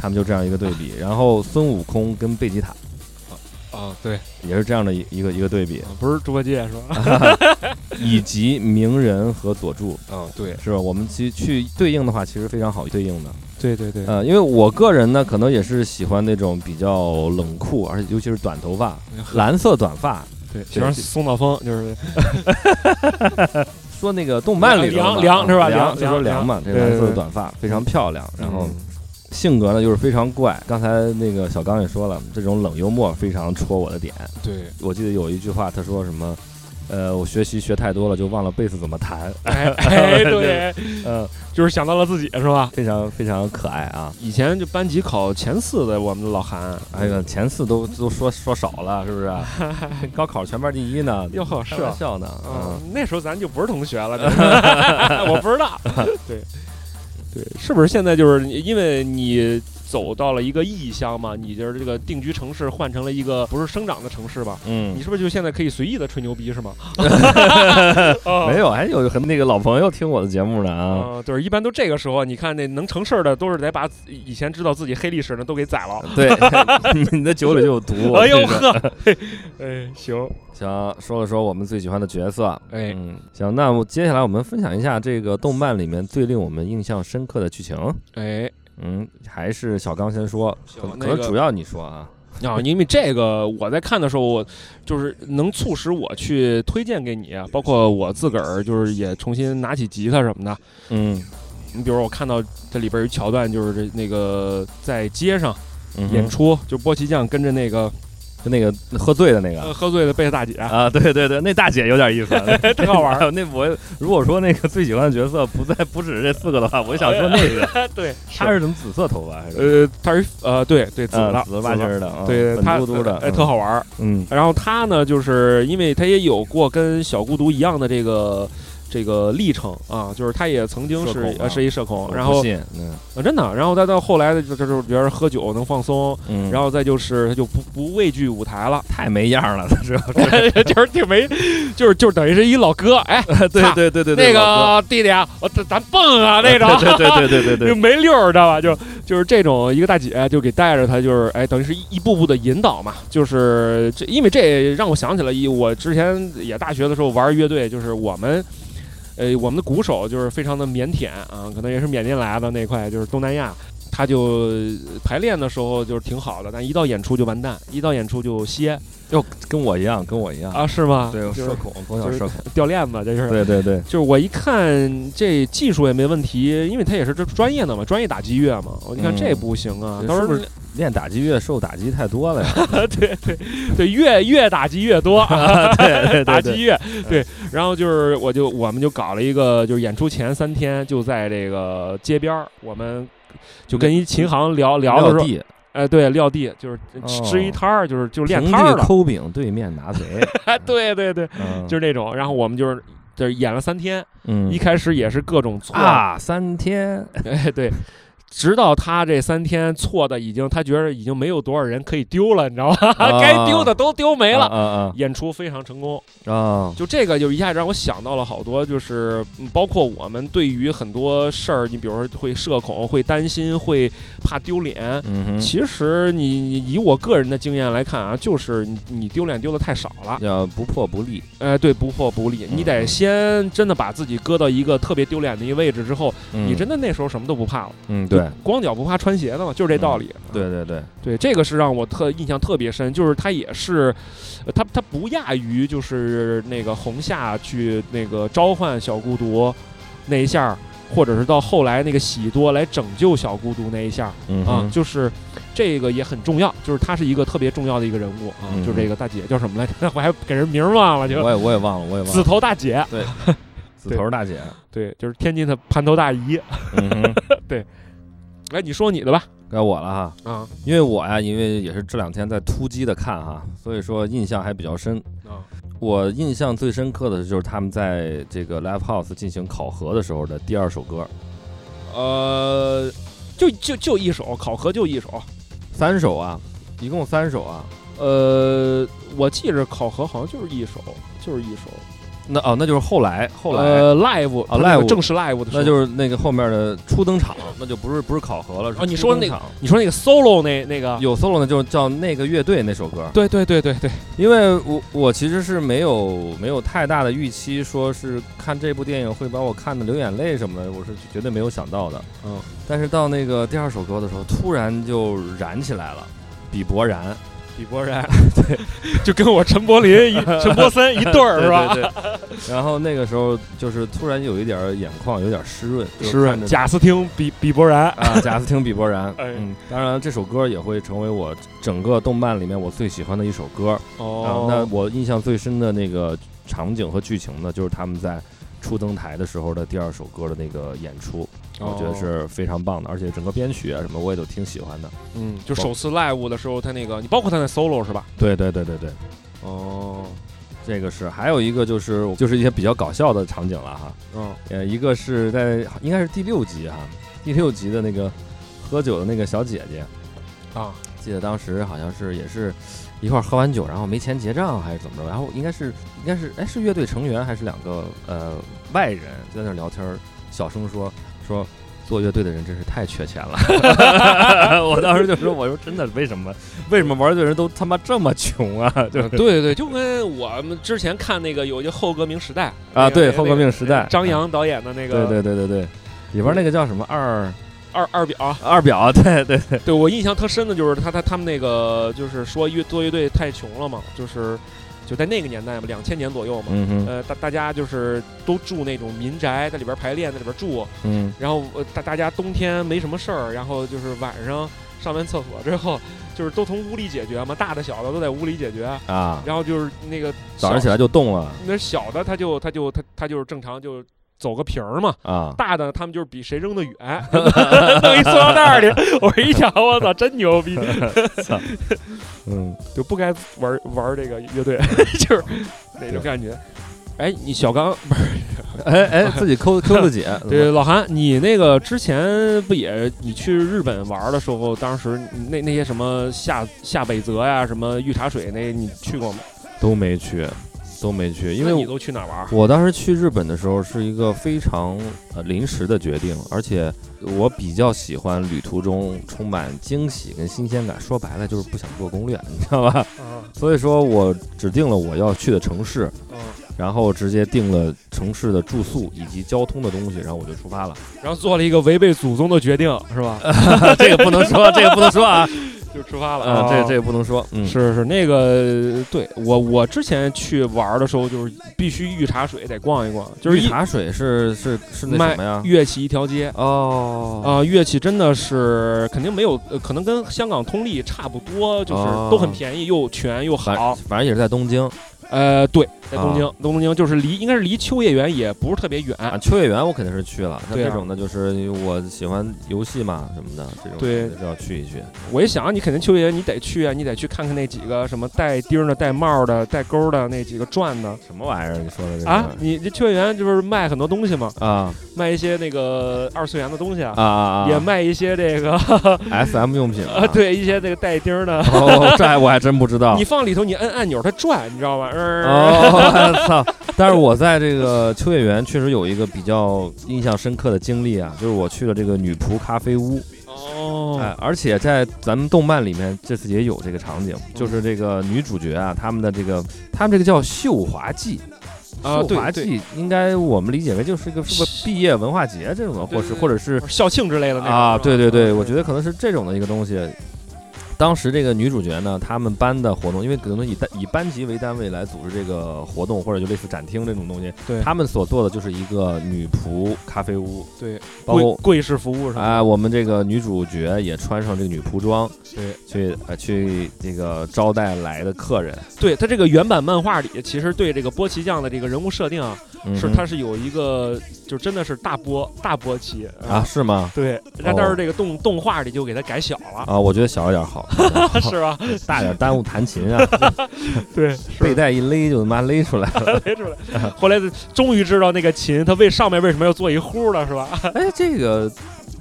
Speaker 1: 他们就这样一个对比，然后孙悟空跟贝吉塔
Speaker 2: 啊，对，
Speaker 1: 也是这样的一一个一个对比，
Speaker 2: 不是猪八戒是吧？
Speaker 1: 以及鸣人和佐助，
Speaker 2: 啊，对
Speaker 1: 是吧？我们其实去对应的话，其实非常好对应的。
Speaker 2: 对对对，
Speaker 1: 呃，因为我个人呢，可能也是喜欢那种比较冷酷，而且尤其是短头 发，蓝色短发。
Speaker 2: 对，喜 欢松岛枫就是，
Speaker 1: 说那个动漫里头嘛啊
Speaker 2: 凉凉是吧
Speaker 1: 凉
Speaker 2: 凉
Speaker 1: 就说凉嘛，这
Speaker 2: 凉
Speaker 1: 个蓝色的
Speaker 2: 对
Speaker 1: 短发非常漂亮，然后
Speaker 2: 嗯
Speaker 1: 性格呢又是非常怪。刚才那个小刚也说了，这种冷幽默非常戳我的点。
Speaker 2: 对，
Speaker 1: 我记得有一句话，他说什么？呃，我学习学太多了，就忘了贝斯怎么弹。
Speaker 2: 哎 哎，对，
Speaker 1: 呃，
Speaker 2: 就是想到了自己是吧？
Speaker 1: 非常非常可爱啊！
Speaker 2: 以前就班级考前四的，我们老韩，
Speaker 1: 哎呀，前四都都说说少了，是不 是？高考全班第一呢，
Speaker 2: 哟呵，是
Speaker 1: 开玩
Speaker 2: 啊，
Speaker 1: 笑呢。 嗯
Speaker 2: 嗯，那时候咱就不是同学了，这 我不知道。对，对，是不是现在就是你因为你走到了一个异乡嘛，你就是这个定居城市换成了一个不是生长的城市吧？
Speaker 1: 嗯
Speaker 2: 你，是不是就现在可以随意的吹牛逼是吗？
Speaker 1: 没
Speaker 2: 没。
Speaker 1: 有，还有很那个老朋友听我的节目呢啊。
Speaker 2: 嗯，对，一般都这个时候，你看那能成事儿的，都是得把自以前知道自己黑历史的都给宰了。
Speaker 1: 对，你 的酒里就有毒。我
Speaker 2: 嗯哎
Speaker 1: 跟
Speaker 2: 呦
Speaker 1: 你说，
Speaker 2: 呵， 嘿哎，行，
Speaker 1: 行，说了说我们最喜欢的角色。
Speaker 2: 哎，
Speaker 1: 嗯，行，那我接下来我们分享一下这个动漫里面最令我们印象深刻的剧情。
Speaker 2: 哎，
Speaker 1: 嗯，还是小刚先说，可
Speaker 2: 行
Speaker 1: 可
Speaker 2: 那
Speaker 1: 能
Speaker 2: 个
Speaker 1: 主要你说啊。
Speaker 2: 啊，因为这个我在看的时候，我就是能促使我去推荐给你，啊包括我自个儿就是也重新拿起吉他什么的。
Speaker 1: 嗯，
Speaker 2: 你比如我看到这里边有一桥段，就是这那个在街上
Speaker 1: 嗯哼
Speaker 2: 演出，就波奇酱跟着那个
Speaker 1: 就那个喝醉的那
Speaker 2: 呃
Speaker 1: 个。
Speaker 2: 喝醉的贝斯大姐，
Speaker 1: 啊，对对对，那大姐有点意思，
Speaker 2: 挺好玩儿。
Speaker 1: 儿。 那我如果说那个最喜欢的角色不在不止这四个的 话，我想说那个，
Speaker 2: 对，
Speaker 1: 她是什么紫色头发还是？
Speaker 2: 呃，他是呃，对对，紫
Speaker 1: 啊
Speaker 2: 了，
Speaker 1: 紫了吧唧儿的，啊
Speaker 2: 对
Speaker 1: 粉
Speaker 2: 他
Speaker 1: 嘟嘟的，
Speaker 2: 哎，
Speaker 1: 嗯
Speaker 2: 特好玩儿。
Speaker 1: 嗯
Speaker 2: 然后他呢，就是因为他也有过跟小孤独一样的这个这个历程啊，就是他也曾经
Speaker 1: 社
Speaker 2: 是
Speaker 1: 恐
Speaker 2: 呃
Speaker 1: 啊
Speaker 2: 是一社恐，
Speaker 1: 我
Speaker 2: 然
Speaker 1: 不
Speaker 2: 后
Speaker 1: 信嗯
Speaker 2: 呃真的，然后他到后来的就就是觉得喝酒能放松，
Speaker 1: 嗯，，
Speaker 2: 然后再就是他就不不畏惧舞台了
Speaker 1: 太没样儿了，主要 是
Speaker 2: 就是挺没，就是就是等于是一老哥，哎，
Speaker 1: 对
Speaker 2: 操
Speaker 1: 对对 对
Speaker 2: 那
Speaker 1: 对，老哥
Speaker 2: 个弟弟啊，我咱咱蹦啊 那种，
Speaker 1: 对对对对对 对
Speaker 2: 就没溜儿，知道吧？就就是这种一个大姐就给带着他，就是哎，等于是一一步步的引导嘛。就是这，因为这也让我想起来，一我之前也大学的时候玩乐队，就是我们。呃，我们的鼓手就是非常的腼腆啊，可能也是缅甸来的那块，就是东南亚，他就呃排练的时候就是挺好的，但一到演出就完蛋，一到演出就歇
Speaker 1: 就跟我一样，跟我一样，
Speaker 2: 啊，是吗？
Speaker 1: 对，我
Speaker 2: 就是
Speaker 1: 社恐，从小
Speaker 2: 就是
Speaker 1: 社恐，
Speaker 2: 掉链子，这是。
Speaker 1: 对对对，
Speaker 2: 就是我一看这技术也没问题，因为他也是这专业的嘛，专业打击乐嘛。我一
Speaker 1: 嗯
Speaker 2: 看这不行啊，
Speaker 1: 是
Speaker 2: 到时
Speaker 1: 不
Speaker 2: 候
Speaker 1: 是练打击乐受打击太多了呀，
Speaker 2: 对对对，越越打击越 多，
Speaker 1: 对对
Speaker 2: 打
Speaker 1: 对嗯对，
Speaker 2: 击乐对。然后就是我就我们就搞了一个，就是演出前三天就在这个街边儿，我们就跟一琴行聊聊的时候，
Speaker 1: 嗯地
Speaker 2: 哎，对，撂地就是
Speaker 1: 哦
Speaker 2: 支一摊儿，就是就是练
Speaker 1: 平
Speaker 2: 摊儿
Speaker 1: 地
Speaker 2: 了，
Speaker 1: 抠饼，对面拿 贼，
Speaker 2: 哎，对对对，
Speaker 1: 嗯
Speaker 2: 就是那种。然后我们就是就是演了三天，
Speaker 1: 嗯
Speaker 2: 一开始也是各种错
Speaker 1: 啊三 天，
Speaker 2: 哎，对，直到他这三天错的已经，他觉得已经没有多少人可以丢了，你知道吗？
Speaker 1: 啊
Speaker 2: 该丢的都丢没了。
Speaker 1: 啊
Speaker 2: 演出非常成功，
Speaker 1: 啊啊，
Speaker 2: 就这个就一下让我想到了好多，就是嗯包括我们对于很多事儿，你比如说会社恐、会担心、会怕丢脸。
Speaker 1: 嗯哼，
Speaker 2: 其实你你以我个人的经验来看啊，就是你你丢脸丢的太少了，
Speaker 1: 要不破不立，
Speaker 2: 哎，对，不破不立，你得
Speaker 1: 嗯
Speaker 2: 先真的把自己搁到一个特别丢脸的一个位置之后，你
Speaker 1: 嗯
Speaker 2: 真的那时候什么都不怕了。
Speaker 1: 嗯对，
Speaker 2: 光脚不怕穿鞋的嘛，就是这道理。啊
Speaker 1: 对对对，
Speaker 2: 对，这个是让我特印象特别深，就是他也是，呃他他不亚于就是那个红夏去那个召唤小孤独那一下儿，或者是到后来那个喜多来拯救小孤独那一下儿
Speaker 1: 嗯
Speaker 2: 啊，
Speaker 1: 哼
Speaker 2: 就是这个也很重要，就是他是一个特别重要的一个人物啊，
Speaker 1: 嗯
Speaker 2: 就是这个大姐叫什么来着？ 我还给人名儿忘了，就
Speaker 1: 我也我也忘了，我也忘
Speaker 2: 紫
Speaker 1: 了，
Speaker 2: 头大姐，
Speaker 1: 紫头大姐，
Speaker 2: 对，就是天津的盘头大姨。
Speaker 1: 嗯哼，
Speaker 2: 来，你说你的吧，
Speaker 1: 该我了哈。
Speaker 2: 啊
Speaker 1: 因为我呀，因为也是这两天在突击的看哈，所以说印象还比较深。
Speaker 2: 啊，
Speaker 1: 我印象最深刻的就是他们在这个 live house 进行考核的时候的第二首歌，
Speaker 2: 呃，就就就一首考核，就一首。
Speaker 1: 三首啊，一共三首啊。
Speaker 2: 呃，我记着考核好像就是一首，就是一首。
Speaker 1: 那哦，那就是后来后来，
Speaker 2: 呃，live
Speaker 1: 啊
Speaker 2: 它那个
Speaker 1: live
Speaker 2: 正式 live 的时候，
Speaker 1: 那就是那个后面的初登场，那就不是不是考核了。是
Speaker 2: 哦你说那个
Speaker 1: 初登场
Speaker 2: 你说那个 solo 那那个，
Speaker 1: 有 solo 呢，就是叫那个乐队那首歌。
Speaker 2: 对对对对对，
Speaker 1: 因为我我其实是没有没有太大的预期，说是看这部电影会把我看的流眼泪什么的，我是绝对没有想到的。
Speaker 2: 嗯，
Speaker 1: 但是到那个第二首歌的时候，突然就燃起来了，比伯燃，
Speaker 2: 李伯然，对，就跟我陈柏 霖一陈柏森一对儿 是吧？
Speaker 1: 对对对。然后那个时候就是突然有一点儿眼眶有点儿湿润，就是看着
Speaker 2: 贾斯汀比比伯然，
Speaker 1: 啊，贾斯汀比伯燃。
Speaker 2: 哎
Speaker 1: 嗯，当然这首歌也会成为我整个动漫里面我最喜欢的一首歌。啊，那
Speaker 2: 哦，
Speaker 1: 我印象最深的那个场景和剧情呢，就是他们在初登台的时候的第二首歌的那个演出，哦我
Speaker 2: 哦
Speaker 1: 觉得是非常棒的，而且整个编曲啊什么我也都挺喜欢的。
Speaker 2: 嗯，就首次 live 的时候，他那个你包括他那 solo 是吧？
Speaker 1: 对对对对对，
Speaker 2: 哦，
Speaker 1: 这个是还有一个就是就是一些比较搞笑的场景了哈，
Speaker 2: 嗯，
Speaker 1: 呃，一个是在应该是第六集哈，第六集的那个喝酒的那个小姐姐，
Speaker 2: 啊，
Speaker 1: 记得当时好像是也是一块儿喝完酒，然后没钱结账还是怎么着，然后应该是应该是哎是乐队成员还是两个呃外人就在那儿聊天儿，小声说说做乐队的人真是太缺钱了。 我当时就说我说真的为什么为什么玩乐队人都他妈这么穷啊？ 就是
Speaker 2: 对对，就跟我们之前看那个有一个后革命时代
Speaker 1: 啊
Speaker 2: 那个
Speaker 1: 对
Speaker 2: 那个
Speaker 1: 后革命时代啊
Speaker 2: 张扬导演的那个
Speaker 1: 对对对对对，里边那个叫什么二
Speaker 2: 二二 表，啊
Speaker 1: 二表啊对对对
Speaker 2: 对我印象特深的就是他他他们那个就是说乐做乐队太穷了嘛，就是就在那个年代嘛，两千年左右嘛。
Speaker 1: 嗯哼
Speaker 2: 呃，大大家就是都住那种民宅，在里边排练，在里边住，
Speaker 1: 嗯
Speaker 2: 然后呃大大家冬天没什么事儿，然后就是晚上上完厕所之后，就是都从屋里解决嘛，大的小的都在屋里解决，
Speaker 1: 啊
Speaker 2: 然后就是那个
Speaker 1: 早上起来就动了
Speaker 2: 小，那小的他就他就他他就是正常就走个平儿嘛，
Speaker 1: 啊
Speaker 2: 大的他们就是比谁扔 的远，弄一塑料袋儿里。 我一想，我操，真牛逼，
Speaker 1: 嗯
Speaker 2: 就不该玩玩这个乐队，就是那种感觉。哎，你小刚不是
Speaker 1: 哎哎，自己抠抠自己，
Speaker 2: 对，老韩，你那个之前不也你去日本玩的时候，当时那那些什么下下北泽呀、什么御茶水那，你去过吗？
Speaker 1: 都没去，都没去，因为
Speaker 2: 那你
Speaker 1: 我
Speaker 2: 都去哪儿玩？
Speaker 1: 我当时去日本的时候是一个非常呃临时的决定，而且我比较喜欢旅途中充满惊喜跟新鲜感。说白了就是不想做攻略，你知道吧？
Speaker 2: 啊，
Speaker 1: 所以说我指定了我要去的城市，
Speaker 2: 嗯，
Speaker 1: 然后直接定了城市的住宿以及交通的东西，然后我就出发了。
Speaker 2: 然后做了一个违背祖宗的决定，是吧？
Speaker 1: 嗯
Speaker 2: 呃
Speaker 1: 这个不能说，这个不能说啊，
Speaker 2: 就出发了
Speaker 1: 啊，这这个不能说，嗯，
Speaker 2: 是是那个，对我我之前去玩的时候，就是必须御茶水得逛一逛，就是
Speaker 1: 御
Speaker 2: 一
Speaker 1: 茶水是是是那
Speaker 2: 卖
Speaker 1: 什么呀？
Speaker 2: 乐器一条街
Speaker 1: 哦
Speaker 2: 啊、乐器真的是肯定没有，呃可能跟香港通力差不多，就是
Speaker 1: 哦
Speaker 2: 都很便宜，又全又
Speaker 1: 反
Speaker 2: 好。
Speaker 1: 反正也是在东京
Speaker 2: 呃，对，在东京，
Speaker 1: 啊
Speaker 2: 东京就是离应该是离秋叶原也不是特别远。
Speaker 1: 啊，秋叶原我肯定是去了。像
Speaker 2: 对啊
Speaker 1: 这种的，就是我喜欢游戏嘛什么的，这种
Speaker 2: 对
Speaker 1: 肯定是要去一去。
Speaker 2: 我一想，你肯定秋叶原你得去啊，你得去看看那几个什么带钉儿的、带帽儿的、带钩儿的那几个转的
Speaker 1: 什么玩意儿？你说的这
Speaker 2: 啊。你这秋叶原就是卖很多东西嘛，
Speaker 1: 啊
Speaker 2: 卖一些那个二次元的东西啊
Speaker 1: 啊啊！
Speaker 2: 也卖一些这个
Speaker 1: S M 用品
Speaker 2: 啊，。 对一些这个带钉儿的。
Speaker 1: 哦，这还我还真不知道
Speaker 2: 你。放里头，你摁按钮，它转，你知道吗？嗯，
Speaker 1: 哦，我操！ 但是我在这个秋叶原确实有一个比较印象深刻的经历啊，就是我去了这个女仆咖啡屋，哎
Speaker 2: 哦，，
Speaker 1: 而且在咱们动漫里面这次也有这个场
Speaker 2: 嗯
Speaker 1: 景，就是这个女主角啊，他们的这个他们这个叫绣华季。
Speaker 2: 啊
Speaker 1: 绣
Speaker 2: 对
Speaker 1: 华
Speaker 2: 对
Speaker 1: 季应该我们理解为就是一个是不是毕业文化节这种的，
Speaker 2: 对
Speaker 1: 或是
Speaker 2: 对
Speaker 1: 或者是
Speaker 2: 校庆之类的那种
Speaker 1: 啊，对对对，我觉
Speaker 2: 得
Speaker 1: 得可能是这种的一个东西。当时这个女主角呢，他们班的活动，因为可能以单以班级为单位来组织这个活动，或者就类似展厅这种东西，
Speaker 2: 对
Speaker 1: 他们所做的就是一个女仆咖啡屋，
Speaker 2: 对
Speaker 1: 包括
Speaker 2: 贵贵式服务是吧？
Speaker 1: 啊，我们这个女主角也穿上这个女仆装，
Speaker 2: 对，
Speaker 1: 去呃去这个招待来的客人，
Speaker 2: 对它这个原版漫画里，其实对这个波奇酱的这个人物设定啊，
Speaker 1: 嗯
Speaker 2: 是
Speaker 1: 哼
Speaker 2: 它是有一个，就真的是大波大波奇
Speaker 1: 啊，。是吗？
Speaker 2: 对，但
Speaker 1: 哦
Speaker 2: 但是这个动动画里就给它改小了，
Speaker 1: 啊，我觉得小一点 好，
Speaker 2: 是吧？
Speaker 1: 大点耽误弹琴 啊，
Speaker 2: 对，是
Speaker 1: 背带一勒就他妈勒出来了。
Speaker 2: 勒出来。后来终于知道那个琴，它为上面为什么要做一呼了， 是吧？
Speaker 1: 哎，这个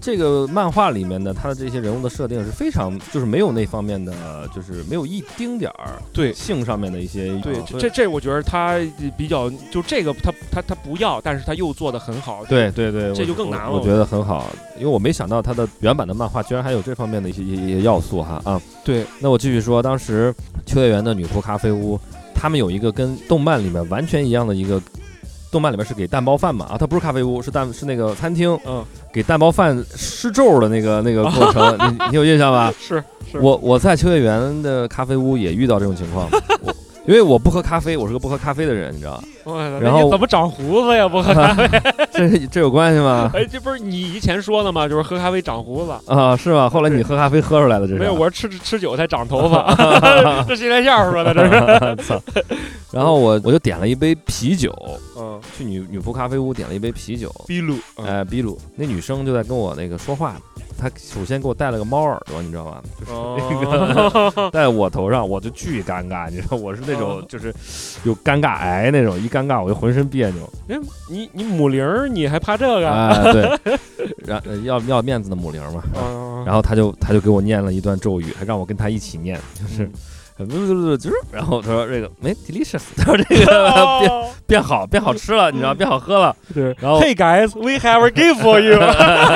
Speaker 1: 这个漫画里面的他的这些人物的设定是非常，就是没有那方面的，就是没有一丁点儿
Speaker 2: 对
Speaker 1: 性上面的一些
Speaker 2: 对，
Speaker 1: 啊
Speaker 2: 这这这我觉得他比较就这个他他他不要，但是他又做的很好。
Speaker 1: 对对对，
Speaker 2: 这
Speaker 1: 我
Speaker 2: 就更
Speaker 1: 我
Speaker 2: 难了
Speaker 1: 我
Speaker 2: 我
Speaker 1: 觉得很好，因为我没想到它的原版的漫画居然还有这方面的一些一些一些要素哈啊。
Speaker 2: 对，
Speaker 1: 那我继续说，当时秋叶原的女仆咖啡屋，他们有一个跟动漫里面完全一样的一个。动漫里面是给蛋包饭嘛？啊，它不是咖啡屋，是蛋是那个餐厅
Speaker 2: 嗯，
Speaker 1: 给蛋包饭施咒的那个那个过 程，你你有印象吧？
Speaker 2: 是是
Speaker 1: 我我在秋叶原的咖啡屋也遇到这种情况，我因为我不喝咖啡，我是个不喝咖啡的人，你知 道？
Speaker 2: 哇哎那
Speaker 1: 然后
Speaker 2: 你怎么长胡子呀？ 不喝咖啡？
Speaker 1: 这这有关系吗？
Speaker 2: 哎，这不是你以前说的吗？就是喝咖啡长胡子。
Speaker 1: 啊，是吧？后来你喝咖啡喝出来的，这是
Speaker 2: 没有，我是吃吃酒才长头 发，这是连笑说的，这是。
Speaker 1: 操！然后我我就点了一杯啤酒，
Speaker 2: 嗯，
Speaker 1: 去女女仆咖啡屋点了一杯啤酒。
Speaker 2: 秘鲁，嗯
Speaker 1: 哎，比鲁那女生就在跟我那个说话，她首先给我戴了个猫耳朵，你知道吗？就是那个、 戴我头上，我就巨尴尬，你知道，我是那种
Speaker 2: 哦
Speaker 1: 就是有尴尬癌那种，一尴尬我就浑身别扭。
Speaker 2: 哎你你母零儿你还怕这个？
Speaker 1: 啊， 对，然呃要要面子的母灵嘛。
Speaker 2: 嗯，
Speaker 1: 然后他就他就给我念了一段咒语，还让我跟他一起念，就是
Speaker 2: 嗯。
Speaker 1: 呃不不不，就是，然后他说这个没 delicious，他说这个变
Speaker 2: 哦
Speaker 1: 变好变好吃了，你知
Speaker 2: 嗯
Speaker 1: 道变好喝了。
Speaker 2: 对
Speaker 1: 然后
Speaker 2: ，Hey guys, we have a gift for you。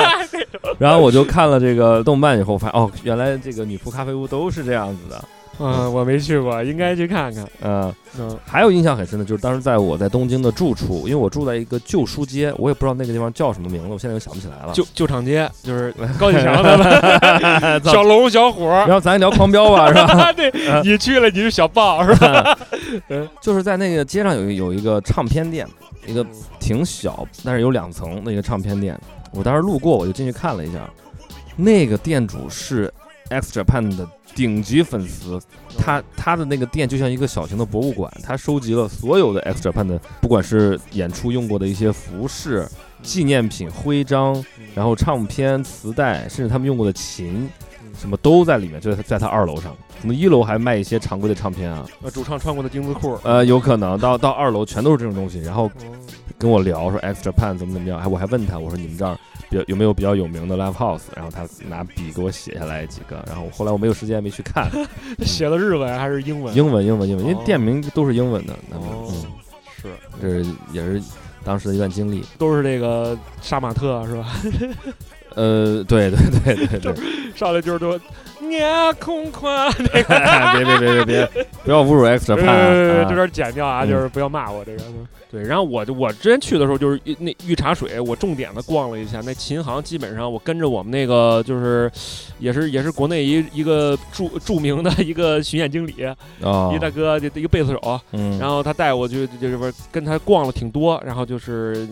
Speaker 1: 然后我就看了这个动漫以后，发现哦，原来这个女仆咖啡屋都是这样子的。
Speaker 2: 嗯，我没去过，应该去看看。
Speaker 1: 嗯，
Speaker 2: 嗯，
Speaker 1: 还有印象很深的就是当时在我在东京的住处，因为我住在一个旧书街，我也不知道那个地方叫什么名字，我现在又想不起来了。
Speaker 2: 旧旧厂街就是高启强他们， 小龙小虎儿。
Speaker 1: 然后咱聊狂飙吧，是吧？
Speaker 2: 啊对，
Speaker 1: 啊
Speaker 2: 你去了你是小豹是吧？
Speaker 1: 就是在那个街上有一有一个唱片店，一个
Speaker 2: 嗯
Speaker 1: 挺小，但是有两层的一个唱片店。我当时路过，我就进去看了一下，那个店主是 X Japan 的顶级粉丝，他他的那个店就像一个小型的博物馆，他收集了所有的 X Japan 的，不管是演出用过的一些服饰、纪念品、徽章，然后唱片、磁带，甚至他们用过的琴，什么都在里面，就在在他二楼上。可能一楼还卖一些常规的唱片啊，
Speaker 2: 呃主唱穿过的钉子裤。
Speaker 1: 呃，有可能到到二楼全都是这种东西，然后跟我聊说 X Japan 怎么怎么样，还我还问他我说你们这儿比较有没有比较有名的 live house，然后他拿笔给我写下来几个，然后后来我没有时间没去看，
Speaker 2: 写的日文还是英文？
Speaker 1: 英文英文英文，因
Speaker 2: 哦
Speaker 1: 为店名都是英文的，那
Speaker 2: 哦
Speaker 1: 么嗯，
Speaker 2: 是
Speaker 1: 这是也是当时的一段经历，
Speaker 2: 都是这个杀马特是吧？
Speaker 1: 呃，对对对对对，
Speaker 2: 上来就是说娘空宽，
Speaker 1: 别别别别别，不要侮辱 X
Speaker 2: 对
Speaker 1: Japan 啊
Speaker 2: 这
Speaker 1: 啊！
Speaker 2: 边剪掉啊，
Speaker 1: 嗯
Speaker 2: 就是不要骂我这个。对，然后我就我之前去的时候，就是一那御茶水，我重点的逛了一下。那琴行基本上我跟着我们那个就是，也是也是国内一一个著著名的一个巡演经理，
Speaker 1: 哦
Speaker 2: 一大哥，就一个贝斯手，
Speaker 1: 嗯，
Speaker 2: 然后他带我去，就是不是跟他逛了挺多，然后就是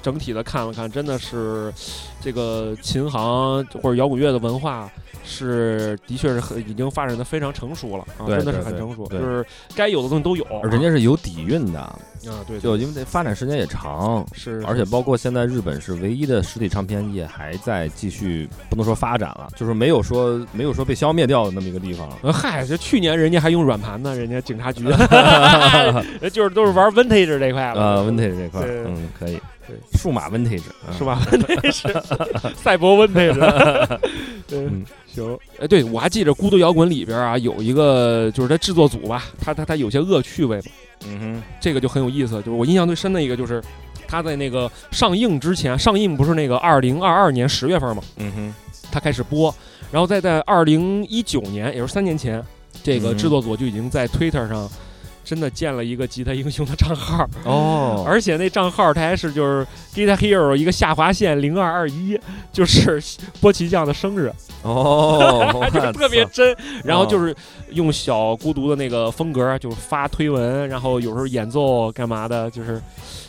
Speaker 2: 整体的看了看，真的是这个琴行或者摇滚乐的文化是的确是很已经发展的非常成熟了啊，
Speaker 1: 对
Speaker 2: 真的是
Speaker 1: 对
Speaker 2: 很
Speaker 1: 对
Speaker 2: 成熟，就
Speaker 1: 对
Speaker 2: 是该有的东西都有。
Speaker 1: 而人家是有底蕴的，
Speaker 2: 啊，对，
Speaker 1: 就因为这发展时间也长，
Speaker 2: 是
Speaker 1: 而且包括现在日本是唯一的实体唱片业还在继续，不能说发展了，就是没有说没有说被消灭掉的那么一个地方。
Speaker 2: 呃嗨，就去年人家还用软盘呢，人家警 察局，人就是都是玩啊 vintage 这块了，
Speaker 1: 呃，vintage 这块儿，
Speaker 2: 对
Speaker 1: 嗯，可以
Speaker 2: 对，
Speaker 1: 数码 vintage 啊
Speaker 2: 是？吧？vintage，赛博 vintage，对
Speaker 1: 嗯，
Speaker 2: 行。哎，对，我还记着《孤独摇滚》里边啊，有一个就是它制作组吧，它它它有些恶趣味吧，
Speaker 1: 嗯
Speaker 2: 这个就很有意思。就是我印象最深的一个就是，它在那个上映之前，上映不是那个二零二二年十月份嘛，
Speaker 1: 哼，嗯哼，
Speaker 2: 它开始播，然后再在二零一九年，也就是三年前，这个
Speaker 1: 嗯
Speaker 2: 制作组就已经在 Twitter 上真的建了一个吉他英雄的账号，
Speaker 1: 哦，
Speaker 2: 而且那账号它还是就是 Guitar Hero 一个下划线零二二一， 就是波奇酱的 生日，，
Speaker 1: 哦
Speaker 2: 就是特别
Speaker 1: 我操
Speaker 2: 真。然后就是用小孤独的那个风格，就是发推文，然后有时候演奏干嘛的，就是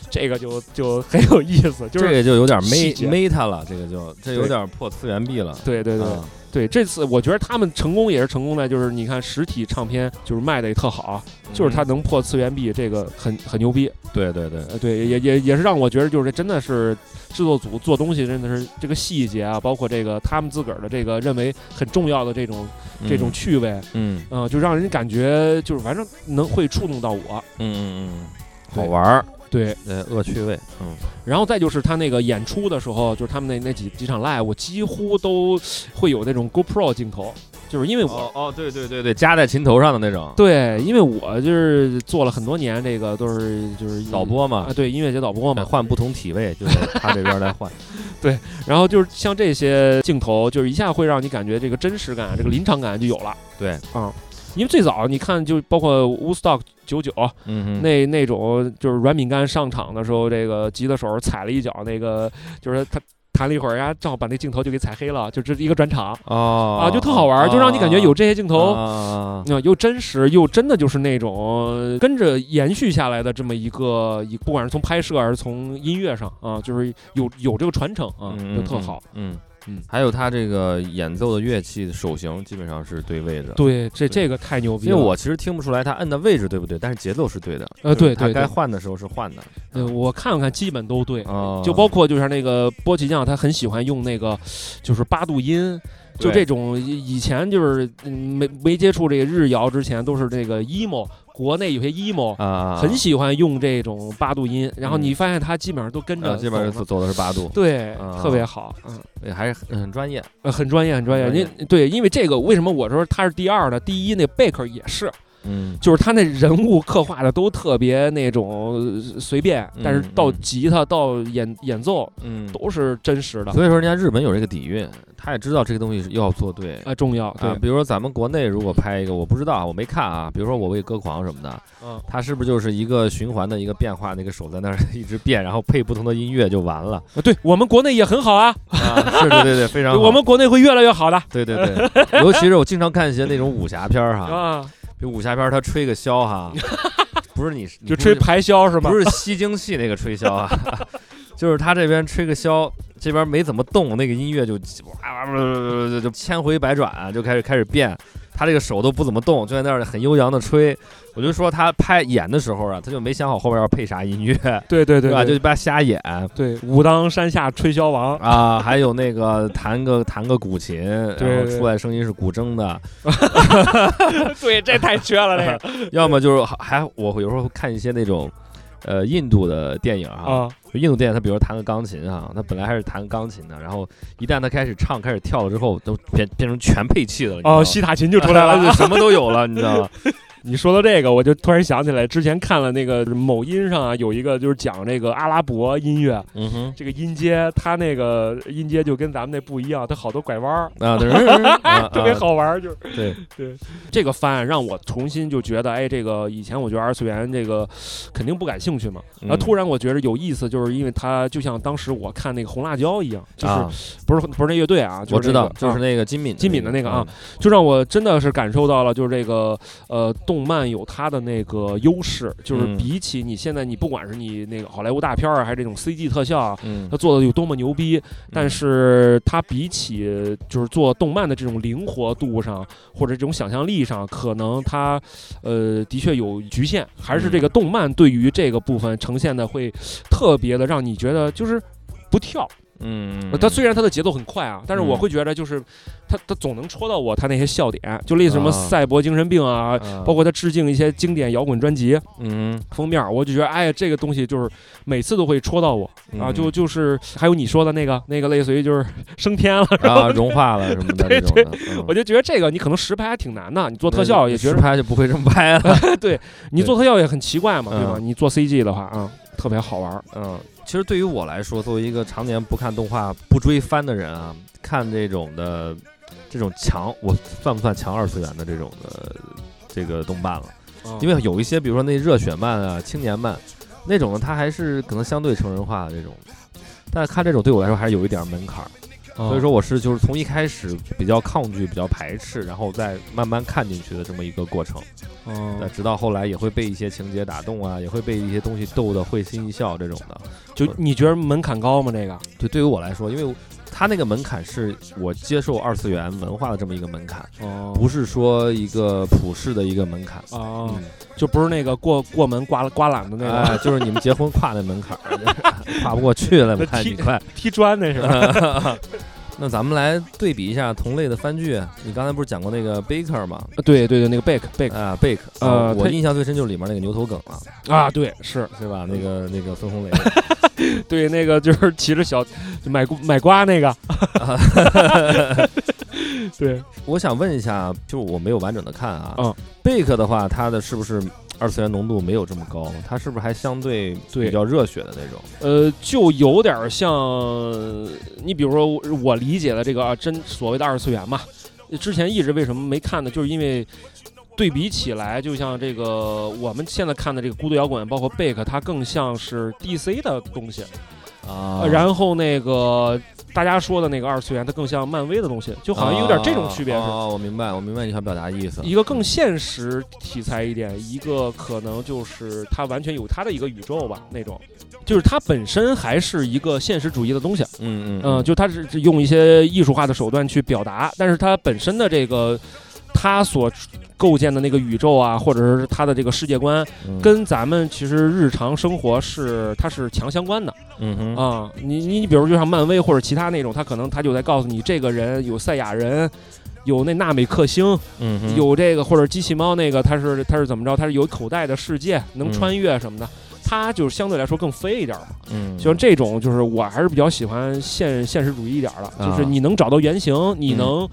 Speaker 2: 这个就就很有意 思，就
Speaker 1: 这
Speaker 2: 是。
Speaker 1: 个就有点
Speaker 2: 细
Speaker 1: me-
Speaker 2: 节
Speaker 1: meta 了，这个就这有
Speaker 2: 对
Speaker 1: 点破次元壁了。
Speaker 2: 对对对、
Speaker 1: 啊
Speaker 2: 对，这次我觉得他们成功也是成功在，就是你看实体唱片就是卖的也特好，就是它
Speaker 1: 嗯
Speaker 2: 能破次元壁，这个很很牛逼。
Speaker 1: 对对对，
Speaker 2: 呃，对，也也也是让我觉得，就是真的是制作组做东西，真的是这个细节啊，包括这个他们自个儿的这个认为很重要的这种这种趣味，
Speaker 1: 嗯
Speaker 2: 嗯、就让人感觉就是反正能会触动到我。
Speaker 1: 嗯嗯嗯，好
Speaker 2: 对
Speaker 1: 玩儿，
Speaker 2: 对，
Speaker 1: 呃，恶趣味，嗯，
Speaker 2: 然后再就是他那个演出的时候，就是他们那那几几场 live，我几乎都会有那种 GoPro 镜头，就是因为我。
Speaker 1: 哦，对对对对，夹在琴头上的那种
Speaker 2: 对，因为我就是做了很多年，这个都是就是
Speaker 1: 导播嘛
Speaker 2: 啊，，对音乐节导播嘛
Speaker 1: 得，换不同体位，就是他这边来 换。
Speaker 2: 然后就是像这些镜头，就是一下会让你感觉这个真实感、这个临场感就有了。
Speaker 1: 对，
Speaker 2: 嗯，因为最早你看，就包括 Woodstock 九九
Speaker 1: 嗯哼，
Speaker 2: 那那种，就是软饼干上场的时候，这个吉他手踩了一脚，那个就是他弹了一会儿，人家正好把那镜头就给踩黑了，就这一个转场
Speaker 1: 哦啊
Speaker 2: 啊，就特好玩，就让你感觉有这些镜
Speaker 1: 头
Speaker 2: 头。嗯，又真实又真的就是那种跟着延续下来的这么一个，一不管是从拍摄还是从音乐上啊，就是有有这个传承啊，就特好。，
Speaker 1: 嗯
Speaker 2: 嗯
Speaker 1: 还有他这个演奏的乐器手型基本上是对位的。
Speaker 2: 对，
Speaker 1: 对
Speaker 2: 这这个太牛逼
Speaker 1: 因
Speaker 2: 了。
Speaker 1: 为我其实听不出来他摁的位置对不对，但是节奏是对的。
Speaker 2: 呃
Speaker 1: 就
Speaker 2: 对
Speaker 1: 是他
Speaker 2: 对对
Speaker 1: 该换的时候是换的。
Speaker 2: 呃，我看了看，基本都对，
Speaker 1: 啊，
Speaker 2: 就包括就是那个波奇酱，他很喜欢用那个就是八度音，就
Speaker 1: 对
Speaker 2: 这种以以前就是嗯没没接触这个日谣之前，都是这个 emo，国内有些 emo。
Speaker 1: 啊，
Speaker 2: 很喜欢用这种八度音，然后
Speaker 1: 嗯
Speaker 2: 你发现他基本上都跟
Speaker 1: 啊，
Speaker 2: 着
Speaker 1: 这边走
Speaker 2: 走呢
Speaker 1: 走的是八度，
Speaker 2: 对，
Speaker 1: 啊
Speaker 2: 特别好，嗯，
Speaker 1: 对，还是很很专业。
Speaker 2: 呃很专业，很专业。
Speaker 1: 很专业
Speaker 2: 您对，因为这个为什么我说他是第二呢？第一那贝克也是，
Speaker 1: 嗯，
Speaker 2: 就是他那人物刻画的都特别那种呃随便，
Speaker 1: 嗯
Speaker 2: 但是到
Speaker 1: 嗯
Speaker 2: 吉他到演演奏
Speaker 1: 嗯，
Speaker 2: 都是真实的，
Speaker 1: 所以说人家日本有这个底蕴，他也知道这个东西是要做对
Speaker 2: 啊重要对
Speaker 1: 啊。，比如说咱们国内如果拍一个，我不知道啊，我没看啊。比如说我为歌狂什么的，
Speaker 2: 嗯，
Speaker 1: 它是不是就是一个循环的一个变化？那个手在那儿一直变，然后配不同的音乐就完了。
Speaker 2: 啊对我们国内也很好啊，
Speaker 1: 啊， 是，对对对，非常好。
Speaker 2: 对我们国内会越来越好的
Speaker 1: 对对 对，尤其是我经常看一些那种武侠片儿哈，
Speaker 2: 啊，
Speaker 1: 比如武侠片儿他吹个箫 哈，不是你你
Speaker 2: 就
Speaker 1: 不
Speaker 2: 吹
Speaker 1: 是
Speaker 2: 排箫是吗
Speaker 1: 不？是吸精器那个吹箫啊， 就是他这边吹个箫，这边没怎么动，那个音乐就哇哇哇哇哇就千回百转、啊就开始开始变。他这个手都不怎么动，就在那儿很悠扬的吹。我就说他拍演的时候啊，他就没想好后边要配啥音乐，
Speaker 2: 对对对
Speaker 1: 吧？就
Speaker 2: 对
Speaker 1: 一般瞎演
Speaker 2: 对，武当山下吹箫王，
Speaker 1: 啊。还有那个弹个弹个古琴，
Speaker 2: 对
Speaker 1: 然后出来声音是古筝的，
Speaker 2: 对，这太缺了，这个
Speaker 1: 要么就是还还我有时候会看一些那种呃印度的电影啊，
Speaker 2: 啊
Speaker 1: 就印度电影，他比如弹个钢琴啊，他本来还是弹钢琴的，然后一旦他开始唱、开始跳了之后，都变变成全配器的了。你知道吗
Speaker 2: 哦，西塔琴就出来 了。
Speaker 1: 就什么都有了，你知道吗？
Speaker 2: 你说到这个，我就突然想起来，之前看了那个某音上啊，有一个就是讲这个阿拉伯音乐，
Speaker 1: 嗯哼，
Speaker 2: 这个音阶，它那个音阶就跟咱们那不一样，它 好多拐弯儿，
Speaker 1: 啊，对，啊
Speaker 2: 特别， 好玩儿。就是
Speaker 1: 啊对，
Speaker 2: 这个番让我重新就觉得，哎，这个以前我觉得二次元这个肯定不感兴趣嘛，
Speaker 1: 嗯
Speaker 2: 然后啊突然我觉得有意思，就是因为它就像当时我看那个红辣椒一样，就是、
Speaker 1: 啊
Speaker 2: 不是不是那乐队啊，就是那个、
Speaker 1: 我知道，就
Speaker 2: 啊
Speaker 1: 是那个金敏嗯
Speaker 2: 金敏的那个啊，就让我真的是感受到了，就是这个呃，动漫有它的那个优势，就是
Speaker 1: 嗯
Speaker 2: 比起你现在你不管是你那个好莱坞大片儿啊，还是这种 CG 特效啊，
Speaker 1: 嗯，
Speaker 2: 它做的有多么牛逼，但
Speaker 1: 嗯
Speaker 2: 是它比起就是做动漫的这种灵活度上，或者这种想象力上，可能它呃的确有局限，还是
Speaker 1: 嗯
Speaker 2: 这个动漫对于这个部分呈现的会特别的让你觉得就是不跳。
Speaker 1: 嗯，
Speaker 2: 呃它虽然它的节奏很快啊，但是我
Speaker 1: 嗯
Speaker 2: 会觉得就是它它总能戳到我，它那些笑点，就类似什么
Speaker 1: 啊
Speaker 2: 赛博精神病啊，
Speaker 1: 然
Speaker 2: 包括它致敬一些经典摇滚专辑
Speaker 1: 嗯
Speaker 2: 封面儿，我就觉得哎呀，这个东西就是每次都会戳到我啊，
Speaker 1: 嗯
Speaker 2: 就就是还有你说的那个那个类似于就是 升天了，
Speaker 1: 啊融化了什么的
Speaker 2: 对
Speaker 1: 这种的，嗯
Speaker 2: 我就觉得这个你可能实拍还挺难的，你做特效也觉
Speaker 1: 实
Speaker 2: 得
Speaker 1: 拍就不会这么拍了。
Speaker 2: 你做特效也很奇怪嘛，
Speaker 1: 嗯
Speaker 2: 对吧？你做 CG 的话啊，特别好玩儿，
Speaker 1: 嗯，其实对于我来说，作为一个常年不看动画、不追番的人啊，看这种的这种强，我算不算强二次元的这种的这个动漫了？因
Speaker 2: 为
Speaker 1: 为有一些，比如说那热血漫啊、青年漫那种的，它还是可能相对成人化的这种。但是看这种对我来说还是有一点门槛儿，所
Speaker 2: 所
Speaker 1: 以说我是就是从一开始比较抗拒、比较排斥，然后再慢慢看进去的这么一个过程。
Speaker 2: 啊
Speaker 1: 那直到后来也会被一些情节打动啊，也会被一些东西逗得会心一笑这种的。
Speaker 2: 就你觉得门槛高吗？这个
Speaker 1: 对，对于我来说，因为我它那个门槛是我接受二次元文化的这么一个门槛，
Speaker 2: 哦
Speaker 1: 不是说一个普世的一个门槛。
Speaker 2: 哦。啊
Speaker 1: 嗯
Speaker 2: 就不是那个过过门刮刮懒的那个、
Speaker 1: 哎，就是你们结婚跨那门槛儿， 跨不过去了，我看你快。
Speaker 2: 踢砖那是吧？
Speaker 1: 那咱们来对比一下同类的番剧，你刚才不是讲过那个 Baker 吗？
Speaker 2: 对对对，那个 bake bake
Speaker 1: 啊，Bake，
Speaker 2: 呃
Speaker 1: 我
Speaker 2: 它
Speaker 1: 印象最深就是里面那个牛头梗啊，
Speaker 2: 啊，对是
Speaker 1: 是吧？那个
Speaker 2: 嗯
Speaker 1: 那个孙红雷，
Speaker 2: 对那个就是骑着小就买瓜买瓜那个，对，
Speaker 1: 我想问一下，就是我没有完整的看啊，
Speaker 2: 嗯
Speaker 1: 贝克的话，它的是不是二次元浓度没有这么高？它是不是还相对
Speaker 2: 对
Speaker 1: 比较热血的那种？
Speaker 2: 呃，就有点像你比如说我我理解的这个啊，真所谓的二次元嘛，之前一直为什么没看呢？就是因为。对比起来，就像这个我们现在看的这个孤独摇滚，包括 Bake，它更像是 DC 的东西，
Speaker 1: 啊
Speaker 2: 呃然后那个大家说的那个二次元，它更像漫威的东西，就好像有点这种区别
Speaker 1: 哦
Speaker 2: 是。
Speaker 1: 哦，我明白，我明白你想表达的意思。
Speaker 2: 一个更现实题材一点，一个可能就是它完全有它的一个宇宙吧，那种，就是它本身还是一个现实主义的东西，
Speaker 1: 嗯嗯
Speaker 2: 嗯，就它是是用一些艺术化的手段去表达，但是它本身的这个啊它所构建的那个宇宙啊，或者是它的这个世界观，
Speaker 1: 嗯
Speaker 2: 跟咱们其实日常生活是它是强相关的。
Speaker 1: 嗯哼
Speaker 2: 啊、你你你比如就像漫威或者其他那种，他可能他就在告诉你，这个人有赛亚人，有那纳美克星，
Speaker 1: 嗯哼
Speaker 2: 有这个或者机器猫那个，他是他是怎么着？他是有口袋的世界，能
Speaker 1: 嗯
Speaker 2: 穿越什么的。它就是相对来说更飞一点儿嘛，
Speaker 1: 嗯
Speaker 2: 像这种就是我还是比较喜欢现现实主义一点儿的，就是
Speaker 1: 啊
Speaker 2: 你能找到原型，你
Speaker 1: 嗯
Speaker 2: 能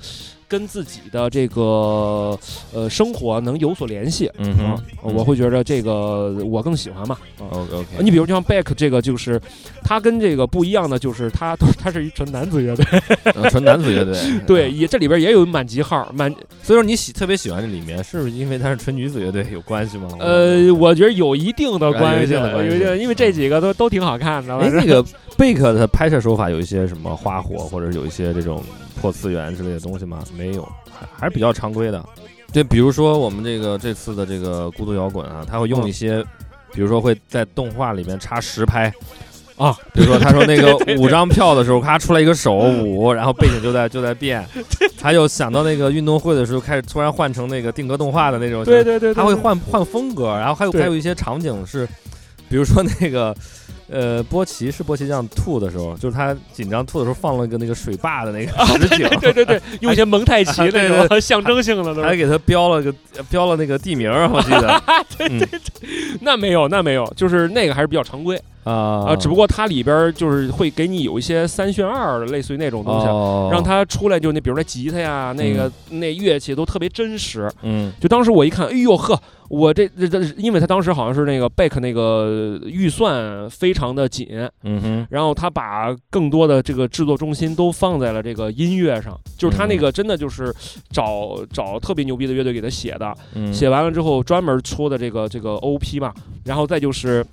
Speaker 2: 跟自己的这个呃生活能有所联系，
Speaker 1: 嗯
Speaker 2: 啊
Speaker 1: 哼，哦
Speaker 2: 我会觉得这个我更喜欢嘛，啊，
Speaker 1: OK OK，
Speaker 2: 你比如就像 Beck 这个，就是他跟这个不一样的，就是他都他是一纯男子 乐队，
Speaker 1: 呃纯男子乐队 嗯
Speaker 2: 对，。也这里边也有满级号，满
Speaker 1: 所以说你喜特别喜欢这里面，是不是因为它是纯女子乐队有关系吗？
Speaker 2: 呃，我觉得有一定的
Speaker 1: 啊有
Speaker 2: 关
Speaker 1: 一
Speaker 2: 系，
Speaker 1: 定的关系嗯
Speaker 2: 有一定，因为这几个都都挺好看的，
Speaker 1: 哎，
Speaker 2: 反
Speaker 1: 那
Speaker 2: 正
Speaker 1: 个贝克的拍摄手法有一些什么花火，或者有一些这种破次元之类的东西吗？没有，还还是比较常规的。对，比如说我们这个这次的这个孤独摇滚啊，他会用一些，比如说会在动画里面插实拍，
Speaker 2: 啊，
Speaker 1: 比如说他说那 个五张票的时候，咔出来一个手舞，然后背景就在就在 变。他又想到那个运动会的时候，开始突然换成那个定格动画的那种，
Speaker 2: 对对对，对
Speaker 1: 他会，换换风格，然后还有
Speaker 2: 对
Speaker 1: 还有一些场景是，比如说那个呃，波奇是波奇酱吐的时候，就是他紧张吐的时候放了一个那个水坝的那个
Speaker 2: 啊，
Speaker 1: 实
Speaker 2: 对
Speaker 1: 景，
Speaker 2: 对对对 对，用一些蒙太奇
Speaker 1: 啊对哎
Speaker 2: 那种 象征性的都
Speaker 1: 还
Speaker 2: 是。
Speaker 1: 给他标了个标了那个地名儿，我记 得嗯
Speaker 2: 那没有，那没有，就是那个还是比较常规
Speaker 1: 啊
Speaker 2: 啊，只不过它里边儿就是会给你有一些三选二的类似于那种东西，
Speaker 1: 哦
Speaker 2: 让它出来就那比如说吉他呀，那个那乐器都特别真实。
Speaker 1: 嗯
Speaker 2: 就当时我一看，哎呦呵，我这这这，因为他当时好像是那个贝克那个预算非常的紧，
Speaker 1: 嗯哼
Speaker 2: 然后他把更多的这个制作中心都放在了这个音乐上，就是他那个真的就是找找特别牛逼的乐队给他写的，
Speaker 1: 嗯
Speaker 2: 写完了之后专门出的这个这个 OP 嘛，然后再就是。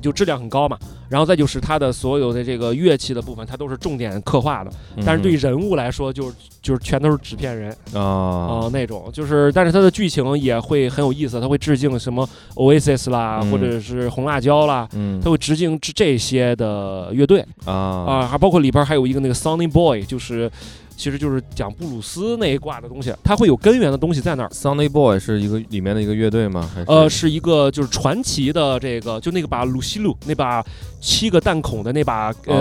Speaker 2: 就质量很高嘛，然后再就是它的所有的这个乐器的部分，它都是重点刻画的。
Speaker 1: 嗯
Speaker 2: 但是对人物来说，就是就是全都是纸片人
Speaker 1: 啊
Speaker 2: 啊、那种，就是但是它的剧情也会很有意思，它会致敬什么 Oasis 啦，
Speaker 1: 嗯
Speaker 2: 或者是红辣椒啦，
Speaker 1: 嗯
Speaker 2: 它会致敬这这些的乐队。
Speaker 1: 啊
Speaker 2: 啊，还包括里边儿还有一个那个 Sonny Boy，就是其实就是讲布鲁斯那一挂的东西，它会有根源的东西在那儿。
Speaker 1: Sunny Boy 是一个里面的一个乐队吗？还是
Speaker 2: 呃，是一个就是传奇的这个，就那个把鲁西鲁那把七个弹孔的那把呃、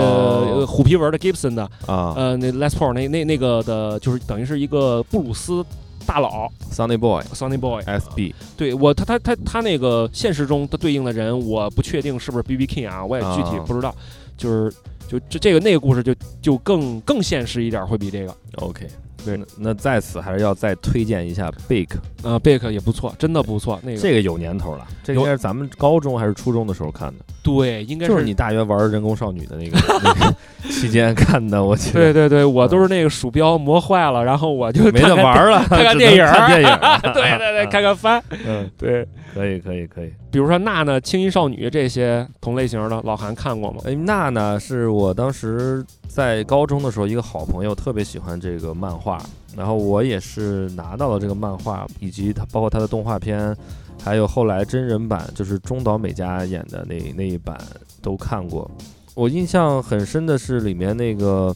Speaker 1: 哦
Speaker 2: 虎皮纹的 Gibson 的
Speaker 1: 啊
Speaker 2: 呃那 Les Paul 那那那个的，就是等于是一个布鲁斯大佬
Speaker 1: ，Sunny Boy
Speaker 2: Sonny Boy。
Speaker 1: SB
Speaker 2: 对我他他他他那个现实中他对应的人，我不确定是不是 B B King 啊，我也具体
Speaker 1: 啊
Speaker 2: 不知道，就是。就这这个那个故事就就更更现实一点，会比这个
Speaker 1: OK。
Speaker 2: 对
Speaker 1: 那，那在此还是要再推荐一下 Bake，
Speaker 2: 呃贝克也不错，真的不错。那个
Speaker 1: 这个有年头了，这个应
Speaker 2: 有
Speaker 1: 该是咱们高中还是初中的时候看的，
Speaker 2: 对应该
Speaker 1: 就是你大学玩人工少女的那个 那个期间看的，我记
Speaker 2: 对
Speaker 1: 得
Speaker 2: 对对，我都是那个鼠标磨坏了，然后我就
Speaker 1: 嗯没
Speaker 2: 看
Speaker 1: 得
Speaker 2: 看
Speaker 1: 玩了，
Speaker 2: 看看
Speaker 1: 只能
Speaker 2: 电影儿
Speaker 1: 看电影儿，
Speaker 2: 对对对，看看番。
Speaker 1: 嗯，
Speaker 2: 对，
Speaker 1: 可以可以可以。
Speaker 2: 比如说娜娜、青衣少女这些同类型的，老韩看过吗？
Speaker 1: 哎，娜娜是我当时在高中的时候一个好朋友特别喜欢这个漫画，然后我也是拿到了这个漫画，以及它包括它的动画片，还有后来真人版，就是中岛美嘉演的那那一版都看过。我印象很深的是里面那个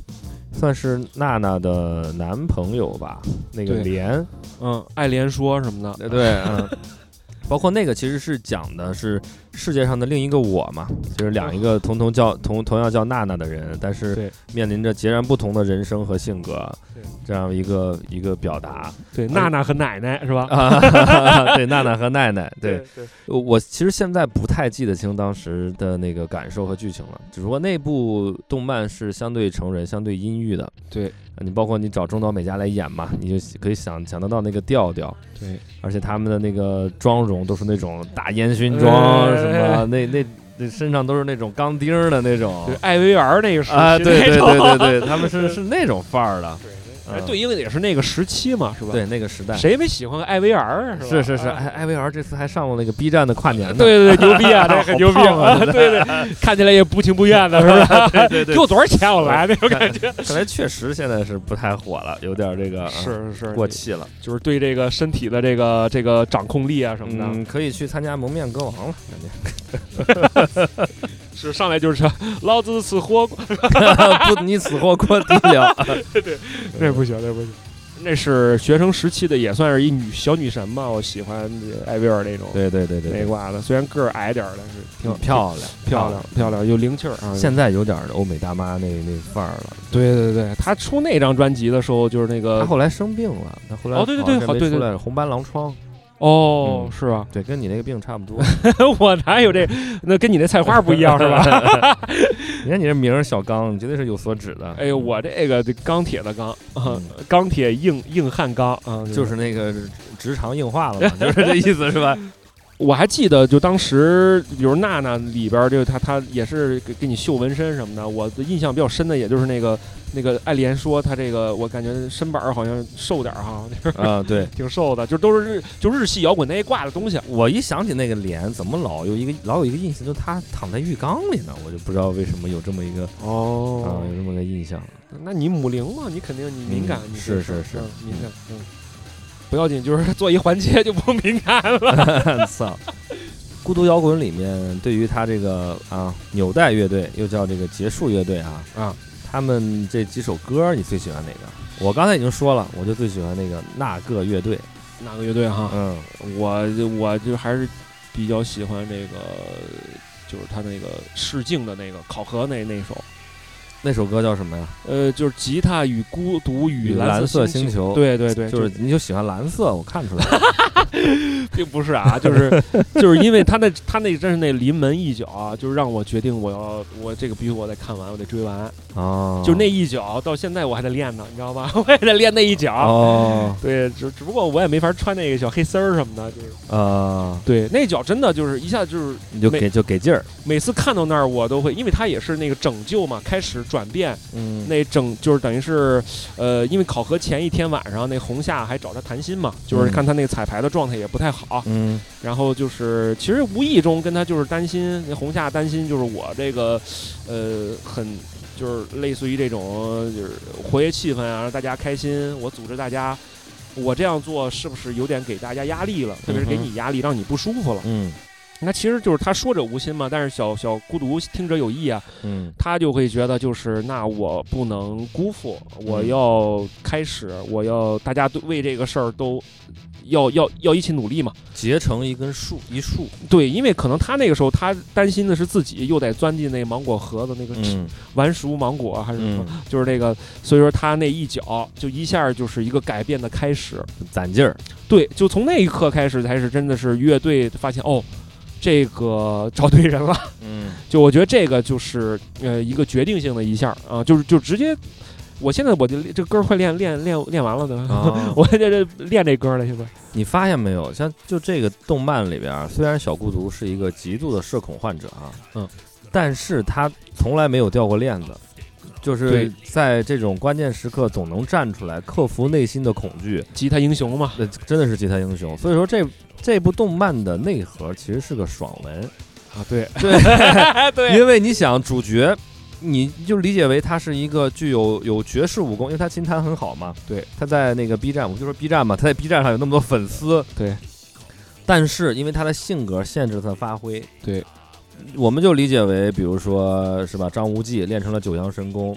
Speaker 1: 算是娜娜的男朋友吧，那个
Speaker 2: 对
Speaker 1: 莲，
Speaker 2: 嗯，爱莲说什么的，
Speaker 1: 呃， 对，嗯，包括那个其实是讲的是世界上的另一个我嘛，就是两一个同同叫同同样叫娜娜的人，但是
Speaker 2: 嗯对
Speaker 1: 面临着截然不同的人生和性格
Speaker 2: 对，
Speaker 1: 这样一个一个表 达
Speaker 2: 对，娜娜和奶奶是吧？
Speaker 1: 啊，对娜娜和奈奈，对
Speaker 2: 对，
Speaker 1: 我我其实现在不太记得清当时的那个感受和剧情了，只不过那部动漫是相对成人、相对阴郁的，
Speaker 2: 对
Speaker 1: 呃你包括你找中岛美嘉来演嘛，你就可以想想得到那个调调。
Speaker 2: 对，
Speaker 1: 而且他们的那个妆容都是那种大烟熏妆，
Speaker 2: 哎
Speaker 1: 什么那那那身上都是那种钢钉儿的那种
Speaker 2: 对，艾薇儿那个时期
Speaker 1: 啊，对对
Speaker 2: 那种
Speaker 1: 对对对，他们是是那种范儿的，
Speaker 2: 哎
Speaker 1: 嗯
Speaker 2: 对，应该也是那个时期嘛，是吧？，
Speaker 1: 对那个时代，
Speaker 2: 谁没喜欢艾薇儿啊？
Speaker 1: 是
Speaker 2: 吧
Speaker 1: 是是，
Speaker 2: 啊
Speaker 1: 艾艾薇儿这次还上过那个 B 站的跨年呢，
Speaker 2: 对对对，牛逼 啊，这很牛逼
Speaker 1: 好胖啊
Speaker 2: 对对，看起来也不情不 愿的，是吧？对对对，给我多少钱我来那种感觉。
Speaker 1: 看来确实现在是不太火了，有点这个嗯
Speaker 2: 是是 是，
Speaker 1: 过气了，
Speaker 2: 就是对这个身体的这个这个掌控力啊什么的，
Speaker 1: 嗯，可以去参加蒙面歌王了，感
Speaker 2: 是上来就是老子吃火锅，
Speaker 1: 觉 不，你死活过地了，
Speaker 2: 那不行，那不行。那是学生时期的，也算是一女小女神吧。我喜欢艾薇儿那种
Speaker 1: 对对对对
Speaker 2: 那
Speaker 1: 对，
Speaker 2: 挂的，虽然个儿矮点儿，但是挺好
Speaker 1: 漂亮
Speaker 2: 嗯漂亮。漂亮，有灵气儿啊。
Speaker 1: 现在有点欧美大妈那那范儿了，
Speaker 2: 对对对，她出那张专辑的时候就是那
Speaker 1: 他
Speaker 2: 个
Speaker 1: 后来生病了，他后来
Speaker 2: 呃哦对对对
Speaker 1: 好像
Speaker 2: 好
Speaker 1: 没
Speaker 2: 对
Speaker 1: 出
Speaker 2: 对
Speaker 1: 来红斑狼疮，
Speaker 2: 哦
Speaker 1: 嗯，
Speaker 2: 是吧？
Speaker 1: 对，跟你那个病差不多。
Speaker 2: 我哪有这？那跟你那菜 花不一样 是吧？
Speaker 1: 你看你这名儿小刚，你绝对是有所指的，
Speaker 2: 哎呦，我这个钢铁的钢，啊
Speaker 1: 嗯
Speaker 2: 钢铁硬硬汉钢啊，
Speaker 1: 就是那个职场硬化了 嘛，就是这意思是吧？
Speaker 2: 我还记得，就当时，比如娜娜里边儿，就是她，她也是给给你绣纹身什么的。我的印象比较深的，也就是那个那个爱莲说她这个，我感觉身板儿好像瘦点儿哈， 就 是
Speaker 1: 啊，对
Speaker 2: 挺瘦的，就都是日就日系摇滚那一挂的东西。
Speaker 1: 我一想起那个脸，怎么老有一个老有一个印象，就他躺在浴缸里呢，我就不知道为什么有这么一个啊
Speaker 2: 哦，
Speaker 1: 有这么个印象。
Speaker 2: 那你母灵嘛，你肯定你敏感，
Speaker 1: 嗯
Speaker 2: 你
Speaker 1: 是
Speaker 2: 是
Speaker 1: 是是
Speaker 2: 嗯敏感，嗯，不要紧，就是做一环节就不敏感了。
Speaker 1: 操！孤独摇滚里面，对于他这个啊纽带乐队，又叫这个结束乐队啊
Speaker 2: 啊，
Speaker 1: 他们这几首歌你最喜欢哪个？我刚才已经说了，我就最喜欢那个那个乐队。啊
Speaker 2: 哪个乐队哈？
Speaker 1: 嗯，
Speaker 2: 我我就还是比较喜欢这个就是他那个试镜的那个考核那那首，
Speaker 1: 那首歌叫什么呀？
Speaker 2: 呃，就是吉他与孤独与蓝
Speaker 1: 色
Speaker 2: 星
Speaker 1: 星球
Speaker 2: 对对对，
Speaker 1: 就是你就喜欢蓝色，我看出来 了。
Speaker 2: 并不是啊， 就是就是因为他那他那真是那临门一脚啊，就是让我决定我要我这个必须我得看完，我得追完。
Speaker 1: 哦，
Speaker 2: 就是那一脚到现在我还得练呢，你知道吧？ 我也得练那一脚。
Speaker 1: 哦，
Speaker 2: 对，只只不过我也没法穿那个小黑丝儿什么的，就是
Speaker 1: 呃，
Speaker 2: 对那脚真的就是一下就是
Speaker 1: 你就
Speaker 2: 没
Speaker 1: 给就给劲儿，
Speaker 2: 每次看到那儿我都会，因为他也是那个拯救嘛，开始转变
Speaker 1: 嗯，
Speaker 2: 那整就是等于是，呃，因为考核前一天晚上那红夏还找他谈心嘛，就是
Speaker 1: 嗯
Speaker 2: 看他那个彩排的状态也不太好，
Speaker 1: 嗯
Speaker 2: 然后就是其实无意中跟他就是担心，那红夏担心就是我这个，呃，很就是类似于这种就是活跃气氛啊，让大家开心，我组织大家，我这样做是不是有点给大家压力了？特别是给
Speaker 1: 嗯哼
Speaker 2: 你压力，让你不舒服了。
Speaker 1: 嗯
Speaker 2: 那其实就是他说者无心嘛，但是小小孤独听者有意啊，
Speaker 1: 嗯
Speaker 2: 他就会觉得就是那我不能辜负，我
Speaker 1: 嗯
Speaker 2: 要开始，我要大家都为这个事儿都要要要一起努力嘛。
Speaker 1: 结成一根树一束，
Speaker 2: 对，因为可能他那个时候他担心的是自己又得钻进那芒果盒子那个
Speaker 1: 嗯
Speaker 2: 完熟芒果啊还是什么，
Speaker 1: 嗯，
Speaker 2: 就是那个，所以说他那一脚就一下就是一个改变的开始。
Speaker 1: 攒劲儿，
Speaker 2: 对，就从那一刻开始才是真的是乐队发现哦，这个找对人了。
Speaker 1: 嗯
Speaker 2: 就我觉得这个就是呃一个决定性的一下啊，就是就直接，我现在我就这歌儿快练练练练完了呢，
Speaker 1: 啊
Speaker 2: 我这这练这歌儿了现在。
Speaker 1: 你发现没有？像就这个动漫里边儿，虽然小孤独是一个极度的社恐患者啊，
Speaker 2: 嗯，
Speaker 1: 但是他从来没有掉过链子，就是
Speaker 2: 对
Speaker 1: 在这种关键时刻总能站出来，克服内心的恐惧，
Speaker 2: 吉他英雄嘛，
Speaker 1: 那真的是吉他英雄。所以说这这部动漫的内核其实是个爽文，
Speaker 2: 啊对 对
Speaker 1: 因为你想主角。你就理解为他是一个具有有绝世武功，因为他琴弹很好嘛。
Speaker 2: 对，
Speaker 1: 他在那个 B 站，我们就说 B 站嘛，他在 B 站上有那么多粉丝，
Speaker 2: 对
Speaker 1: 但是因为他的性格限制他的发挥，
Speaker 2: 对，
Speaker 1: 我们就理解为，比如说是吧，张无忌练成了九阳神功，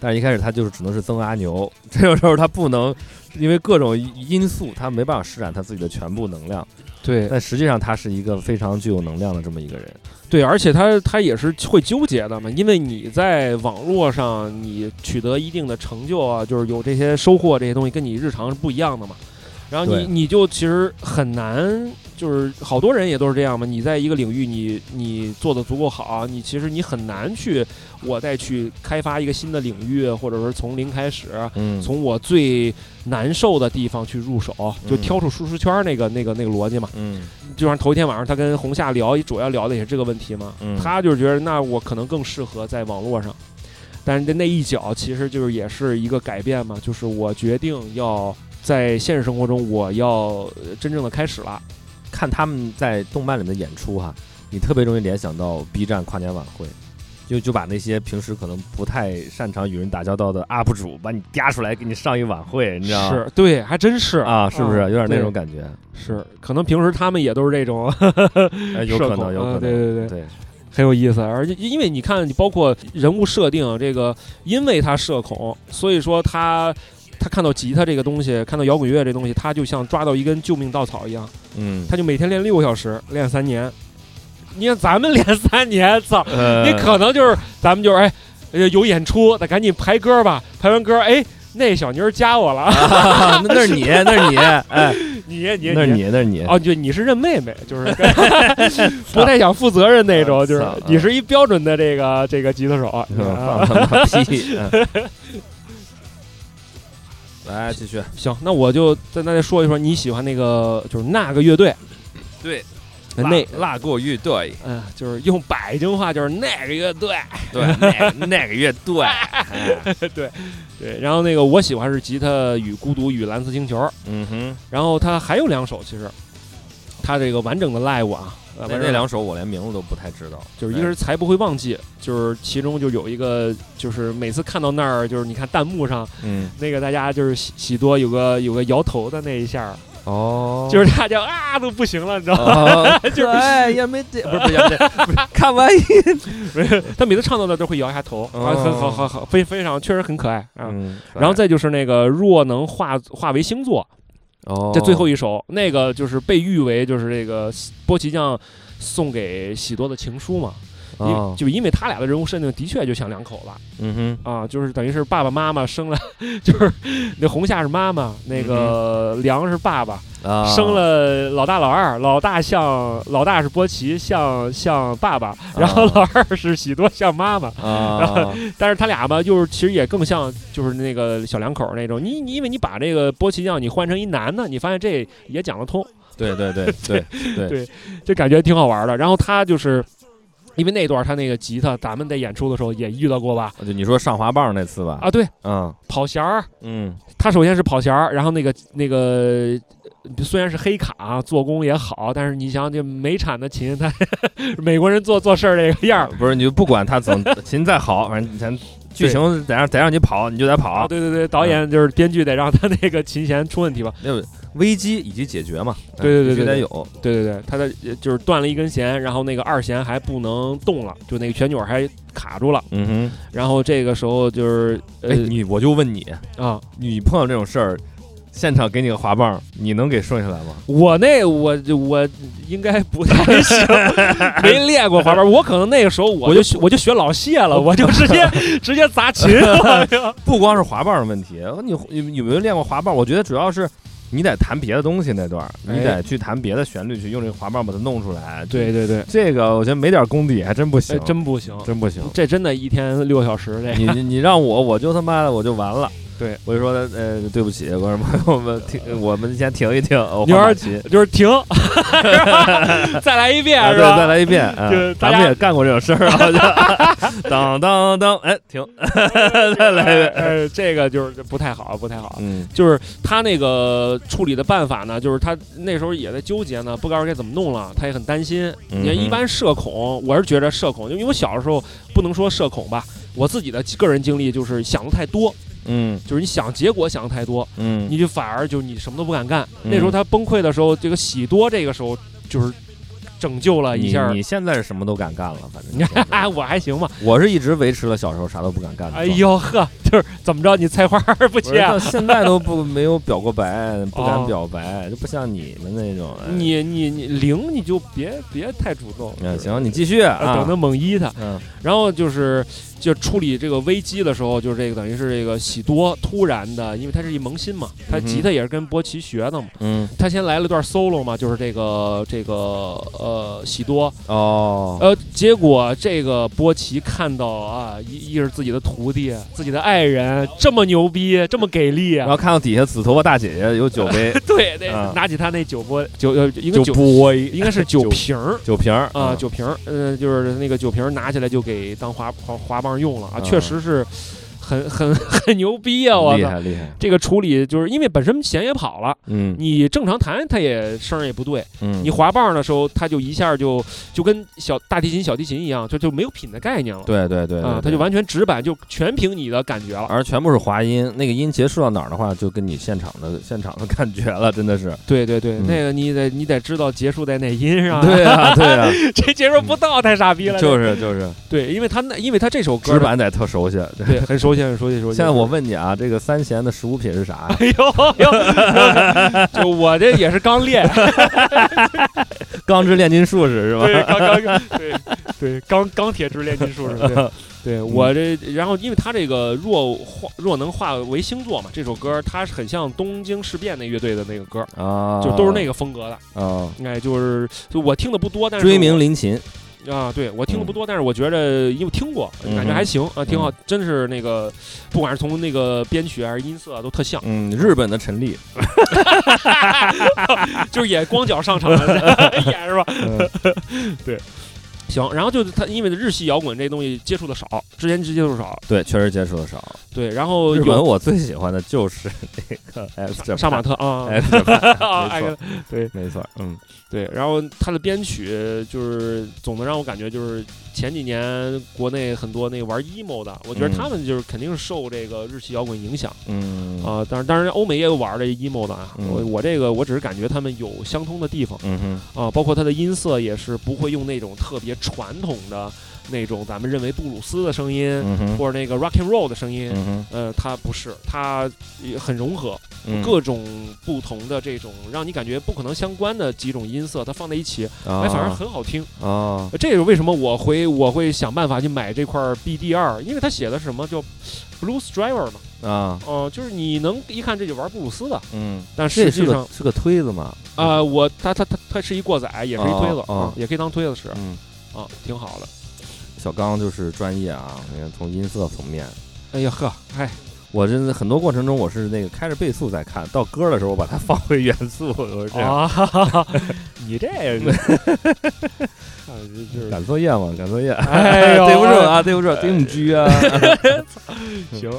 Speaker 1: 但是一开始他就是只能是曾阿牛， 这个时候他不能，因为各种因素，他没办法施展他自己的全部能量。
Speaker 2: 对
Speaker 1: 但实际上他是一个非常具有能量的这么一个人。
Speaker 2: 对，而且他他也是会纠结的嘛，因为你在网络上你取得一定的成就啊，就是有这些收获这些东西，跟你日常是不一样的嘛。然后
Speaker 1: 对
Speaker 2: 你你就其实很难，就是好多人也都是这样嘛。你在一个领域你，你做的足够好，啊你其实你很难去，我再去开发一个新的领域，或者说从零开始，
Speaker 1: 嗯
Speaker 2: 从我最难受的地方去入手，就
Speaker 1: 嗯
Speaker 2: 挑出舒适圈儿那个那个那个逻辑嘛。
Speaker 1: 嗯
Speaker 2: 就像头一天晚上他跟红夏聊，主要聊的也是这个问题嘛。
Speaker 1: 嗯
Speaker 2: 他就是觉得，那我可能更适合在网络上，但是那一脚其实就是也是一个改变嘛，就是我决定要在现实生活中我要呃真正的开始了。
Speaker 1: 看他们在动漫里的演出哈、你特别容易联想到 B 站跨年晚会，就就把那些平时可能不太擅长与人打交道的 UP 主，把你嗲出来，给你上一晚会，你知道吗？
Speaker 2: 是对，还真是哦
Speaker 1: 啊，是不是有点那种
Speaker 2: 感？
Speaker 1: 感觉？
Speaker 2: 是，可能平时他们也都是这种，
Speaker 1: 哎，有
Speaker 2: 社
Speaker 1: 可
Speaker 2: 恐
Speaker 1: 能，有可
Speaker 2: 啊
Speaker 1: 能，
Speaker 2: 对对对
Speaker 1: 对，
Speaker 2: 很有意思，而且因为你看，你包括人物设定，啊这个因为他社恐，所以说他他看到吉他这个东西，看到摇滚乐这东西，他就像抓到一根救命稻草一样，
Speaker 1: 嗯，
Speaker 2: 他就每天练六个小时，练三年。你看咱们 练三年，操，
Speaker 1: 呃
Speaker 2: 你可能就是咱们就是哎，呃有演出，那赶紧排歌吧，排完歌，哎，那小妮儿加我了，
Speaker 1: 啊， 那那是你，那 是你，哎，
Speaker 2: 你你
Speaker 1: 那是你，那是你，
Speaker 2: 哦，就你是认妹妹，就是 不太想负责任那种，就 是
Speaker 1: 操
Speaker 2: 你是一标准的这个这个吉他手啊。
Speaker 1: 是吧放放放屁。嗯来继续，
Speaker 2: 行，那我就再再说一说你喜欢那个就是那个乐队，呃
Speaker 1: 对，
Speaker 2: 那
Speaker 1: 辣过乐队，
Speaker 2: 嗯、就是用北京话就是那个乐队，
Speaker 1: 对，那个那个乐 队，
Speaker 2: 对。然后那个我喜欢是吉他与孤独与蓝色星球，
Speaker 1: 嗯哼，
Speaker 2: 然后他还有两首其实，他这个完整的 live 啊，
Speaker 1: 那
Speaker 2: 呃完整
Speaker 1: 那
Speaker 2: 的
Speaker 1: 两首我连名字都不太知道，
Speaker 2: 就是一个是才不会忘记，就是其中就有一个就是每次看到那儿就是你看弹幕上。
Speaker 1: 对，嗯，
Speaker 2: 那个大家就是喜喜多有个有个摇头的那一下儿，
Speaker 1: 哦，
Speaker 2: 就是大家啊都不行了，你知道吗？
Speaker 1: 哦，可爱也没得，不是不是也没得，不是看完一，
Speaker 2: 他每次唱到那儿都会摇一下头，啊，
Speaker 1: 哦
Speaker 2: 很好好好，非非常确实很可爱啊。
Speaker 1: 嗯，
Speaker 2: 然后再就是那个若能化化为星座，
Speaker 1: 哦，
Speaker 2: 这最后一首，那个就是被誉为就是这个波奇酱送给喜多的情书嘛，因
Speaker 1: 哦
Speaker 2: 为，就因为他俩的人物设定的确就像两口子
Speaker 1: 嗯哼，
Speaker 2: 啊，就是等于是爸爸妈妈生了， 就是那红夏是妈妈，那
Speaker 1: 嗯
Speaker 2: 个梁是爸爸，
Speaker 1: 啊，
Speaker 2: 生了老大老二，老大像老大是波奇像像爸爸，然后
Speaker 1: 啊
Speaker 2: 老二是喜多像妈妈，
Speaker 1: 啊，
Speaker 2: 但是他俩吧，就是其实也更像就是那个小两口儿那种。你你因为你把这个波奇酱你换成一男的，你发现这也讲得通，
Speaker 1: 对对对对对，
Speaker 2: 这感觉挺好玩儿的。然后他就是因为那段儿他那个吉他，咱们在演出的时候也遇到过吧？
Speaker 1: 就你说上滑棒那次吧，
Speaker 2: 啊，对，
Speaker 1: 嗯
Speaker 2: 跑弦儿，
Speaker 1: 嗯
Speaker 2: 他首先是跑弦儿，然后那个那个。呃虽然是黑卡、做工也好，但是你想，这美产的琴，他 美国人做做事儿这个样儿
Speaker 1: 不是，你就不管他怎 么琴再好，反正咱剧情得让得让你跑，你就得跑。
Speaker 2: 对对对，导演就是编剧得让他那个琴弦出问题吧。
Speaker 1: 那危机以及解决嘛，嗯
Speaker 2: 对对
Speaker 1: 必
Speaker 2: 对
Speaker 1: 须
Speaker 2: 对
Speaker 1: 得
Speaker 2: 对
Speaker 1: 有。
Speaker 2: 对对对，他的呃就是断了一根弦，然后那个二弦还不能动了，就那个旋钮还卡住了。
Speaker 1: 嗯
Speaker 2: 然后这个时候就是
Speaker 1: 哼，
Speaker 2: 呃
Speaker 1: 哎，你我就问你，
Speaker 2: 啊，
Speaker 1: 你碰到这种事儿，现场给你个滑棒，你能给顺下来吗？
Speaker 2: 我那我我应该不太 行，没练过滑板，我可能那个时候我就学我就学老谢了，我就直 接直接砸琴 了。
Speaker 1: 不光是滑棒的问题，你你有没有练过滑棒？我觉得主要是你得弹别的东西那段儿，
Speaker 2: 哎
Speaker 1: 你得去弹别的旋律，去用这个滑棒把它弄出来。
Speaker 2: 对，对对，
Speaker 1: 这个我觉得没点功底还真不
Speaker 2: 哎
Speaker 1: 行，
Speaker 2: 真不行，
Speaker 1: 真不行。
Speaker 2: 这真的一天六小时这。
Speaker 1: 你你你让我，我就他妈的我就完了。
Speaker 2: 对，
Speaker 1: 我就说呃，对不起，观众朋友们，停，我们先停一 停。我
Speaker 2: 你
Speaker 1: 换
Speaker 2: 要
Speaker 1: 马
Speaker 2: 是
Speaker 1: 骑，
Speaker 2: 就是停，是吧 再来一遍
Speaker 1: 啊，
Speaker 2: 是
Speaker 1: 对，
Speaker 2: 吧？
Speaker 1: 再来一 遍。啊
Speaker 2: 就是大
Speaker 1: 咱
Speaker 2: 家
Speaker 1: 们也干过这种事儿啊我 就。当当当，哎，停， 再来一遍。
Speaker 2: 呃，这个就是不太好，不太好。
Speaker 1: 嗯
Speaker 2: 就是他那个处理的办法呢，就是他那时候也在纠结呢，不知道该怎么弄了，他也很担心。
Speaker 1: 嗯
Speaker 2: 你看，一般社恐，我是觉得社恐，因为我小的时候不能说社恐吧，我自己的个人经历就是想的太多，
Speaker 1: 嗯
Speaker 2: 就是你想结果想的太多，
Speaker 1: 嗯，
Speaker 2: 你就反而就你什么都不敢干。
Speaker 1: 嗯
Speaker 2: 那时候他崩溃的时候，这个喜多这个时候就是拯救了啊一下
Speaker 1: 你。你嗯现在是什么都敢干了，反正
Speaker 2: 你
Speaker 1: 现在。
Speaker 2: 看， 我还行吧。
Speaker 1: 我是一直维持了小时候啥都不敢干的。
Speaker 2: 哎，呦呵，就是怎么着，你菜花儿不
Speaker 1: 我是
Speaker 2: 切啊？
Speaker 1: 到现在都不 没有表过白，不敢
Speaker 2: 哦
Speaker 1: 表白，就不像你们那种。哎
Speaker 2: 你你你零，你就别别太主动。
Speaker 1: 嗯，行，你继续
Speaker 2: 呃，
Speaker 1: 啊
Speaker 2: 等。他猛一他，
Speaker 1: 嗯
Speaker 2: 然后就是就处理这个危机的时候，就是这个等于是这个喜多突然的，因为他是一萌新嘛，他
Speaker 1: 嗯哼
Speaker 2: 吉他也是跟波奇学的嘛，
Speaker 1: 嗯
Speaker 2: 他先来了段 solo 嘛，就是这个这个呃喜多，
Speaker 1: 哦，
Speaker 2: 呃，结果这个波奇看到啊，一一是自己的徒弟，自己的爱人这么牛逼，这么给力啊
Speaker 1: 然，后看到底下紫头发大姐姐有酒杯
Speaker 2: 对对
Speaker 1: 啊，
Speaker 2: 拿起他那酒波酒呃应该
Speaker 1: 酒
Speaker 2: 酒
Speaker 1: 不威，
Speaker 2: 应该是酒
Speaker 1: 酒
Speaker 2: 瓶儿。
Speaker 1: 酒瓶儿
Speaker 2: 啊，酒瓶儿，呃，就是那个酒瓶儿拿起来就给当滑滑滑棒用了啊，
Speaker 1: 啊
Speaker 2: 确实是很很很牛逼啊！我
Speaker 1: 厉
Speaker 2: 操，
Speaker 1: 害厉害，
Speaker 2: 这个处理就是因为本身弦也跑了，
Speaker 1: 嗯
Speaker 2: 你正常弹它也声儿也不对，
Speaker 1: 嗯
Speaker 2: 你滑棒的时候它就一下就就跟小大提琴、小提琴一样，就就没有品的概念了。
Speaker 1: 对对对
Speaker 2: 啊，它
Speaker 1: 对啊
Speaker 2: 就完全直板，就全凭你的感觉了。
Speaker 1: 而全部是滑音，那个音结束到哪儿的话，就跟你现场的现场的感觉了，真的是。
Speaker 2: 对对对，
Speaker 1: 嗯
Speaker 2: 那个你得你得知道结束在哪音上。
Speaker 1: 对，啊对啊，
Speaker 2: 这结束不到太傻逼了。
Speaker 1: 就是是 就是，
Speaker 2: 对，因为他那因为他这首歌
Speaker 1: 直板得特熟悉。对
Speaker 2: 对很熟悉很熟悉很熟悉。
Speaker 1: 现在我问你啊，这个三弦的食物品是 啥呀？
Speaker 2: 哎呦，就我这也是刚练，
Speaker 1: 钢之炼金术士是吧？
Speaker 2: 对，刚刚对对钢钢铁之炼金术士，对， 嗯对我这，然后因为他这个若化若能化为星座嘛，这首歌它是很像东京事变那乐队的那个歌，
Speaker 1: 啊，
Speaker 2: 就都是那个风格的，
Speaker 1: 个啊，
Speaker 2: 哎，就是就我听的不多，但是
Speaker 1: 追名林琴，
Speaker 2: 我啊，对我听的不多，但是我觉着因为听过，
Speaker 1: 嗯
Speaker 2: 感觉还行啊，挺好
Speaker 1: 嗯，
Speaker 2: 真是那个不管是从那个编曲还是音色啊都特像，
Speaker 1: 嗯，日本的陈粒，
Speaker 2: 就是也光脚上场 了演是吧？
Speaker 1: 嗯
Speaker 2: 行，然后就是他，因为日系摇滚这东西接触的少，之前接触得少，
Speaker 1: 对，确实接触的少。
Speaker 2: 对，然后
Speaker 1: 日本
Speaker 2: 有
Speaker 1: 我最喜欢的就是那个 X 战
Speaker 2: 杀马
Speaker 1: 特，
Speaker 2: 特啊，
Speaker 1: X 战派
Speaker 2: 啊
Speaker 1: 哎没错
Speaker 2: 哎对
Speaker 1: 没错，嗯
Speaker 2: 对，然后他的编曲就是总能让我感觉就是前几年国内很多那玩 emo 的，我觉得
Speaker 1: 嗯
Speaker 2: 他们就是肯定是受这个日系摇滚影响
Speaker 1: 嗯
Speaker 2: 啊，当然当然欧美也有玩这 emo 的啊，
Speaker 1: 嗯
Speaker 2: 我我这个我只是感觉他们有相通的地方
Speaker 1: 嗯哼
Speaker 2: 啊，包括他的音色也是不会用那种特别传统的那种咱们认为布鲁斯的声音，
Speaker 1: 嗯哼，
Speaker 2: 或者那个 rock and roll 的声音，
Speaker 1: 嗯哼，
Speaker 2: 呃，它不是，它也很融合，
Speaker 1: 嗯
Speaker 2: 各种不同的这种让你感觉不可能相关的几种音色，它放在一起，哎，反而很好听。
Speaker 1: 嗯啊啊
Speaker 2: 呃这也是为什么我会我会想办法去买这块 BD 二，因为它写的是什么叫 Blues Driver 嘛，
Speaker 1: 啊，
Speaker 2: 嗯、就是你能一看这就玩布鲁斯的，
Speaker 1: 嗯，
Speaker 2: 但
Speaker 1: 这
Speaker 2: 实
Speaker 1: 也是
Speaker 2: 际上
Speaker 1: 个是个推子嘛，
Speaker 2: 啊、我它它它它是一过载，也是一推子
Speaker 1: 哦，哦
Speaker 2: 嗯也可以当推子使，
Speaker 1: 嗯，
Speaker 2: 啊，挺好的。
Speaker 1: 小刚就是专业啊，你看从音色层面，
Speaker 2: 哎呀呵，哎，
Speaker 1: 我真的很多过程中我是那个开着倍速在看，到歌的时候我把它放回原速，我是这样。
Speaker 2: 啊，哈哈哈你这 个，啊这就是
Speaker 1: 赶作业嘛，赶作业。
Speaker 2: 哎呦哎
Speaker 1: 对不住啊，对不住，对不住啊。
Speaker 2: 行，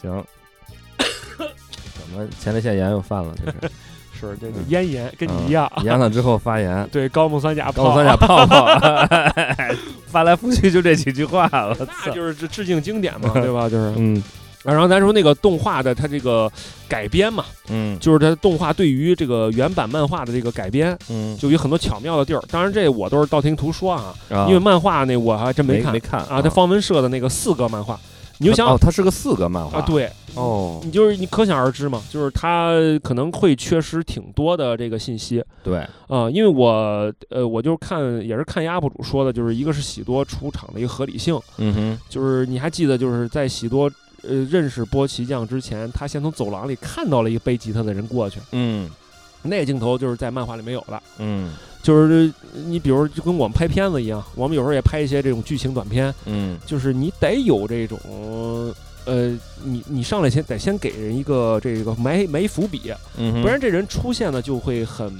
Speaker 1: 行，怎么前列腺炎又犯了？这 是
Speaker 2: 是这
Speaker 1: 嗯
Speaker 2: 咽炎，跟
Speaker 1: 嗯
Speaker 2: 你一样，
Speaker 1: 炎了之后发炎，
Speaker 2: 对高锰酸钾
Speaker 1: 高
Speaker 2: 泡，
Speaker 1: 三甲泡泡， 翻来覆去就这几句话，我
Speaker 2: 那
Speaker 1: 操。
Speaker 2: 就是致致敬经 典嘛，对吧？就是，
Speaker 1: 嗯
Speaker 2: 啊然后咱说那个动画的它这个改编嘛，
Speaker 1: 嗯
Speaker 2: 就是它动画对于这个原版漫画的这个改编，
Speaker 1: 嗯，
Speaker 2: 就有很多巧妙的地儿。当然，这我都是道听途说啊，
Speaker 1: 啊
Speaker 2: 因为漫画那我还真
Speaker 1: 没
Speaker 2: 看
Speaker 1: 没看
Speaker 2: 啊。它方文社的那个四格漫画，你就想
Speaker 1: 哦，它是个四格漫画
Speaker 2: 啊，对，
Speaker 1: 哦，
Speaker 2: 你就是你可想而知嘛，就是它可能会缺失挺多的这个信息
Speaker 1: 对，
Speaker 2: 啊、因为我呃，我就是看也是看 UP 主说的，就是一个是喜多出场的一个合理性，
Speaker 1: 嗯哼，
Speaker 2: 就是你还记得就是在喜多。呃，认识波奇酱之前，他先从走廊里看到了一个背吉他的人过去，
Speaker 1: 嗯
Speaker 2: 那个镜头就是在漫画里没有了。
Speaker 1: 嗯
Speaker 2: 就是你比如就跟我们拍片子一样，我们有时候也拍一些这种剧情短片，
Speaker 1: 嗯
Speaker 2: 就是你得有这种，呃，你你上来先得先给人一个这个埋埋伏笔，
Speaker 1: 嗯哼，
Speaker 2: 不然这人出现呢就会很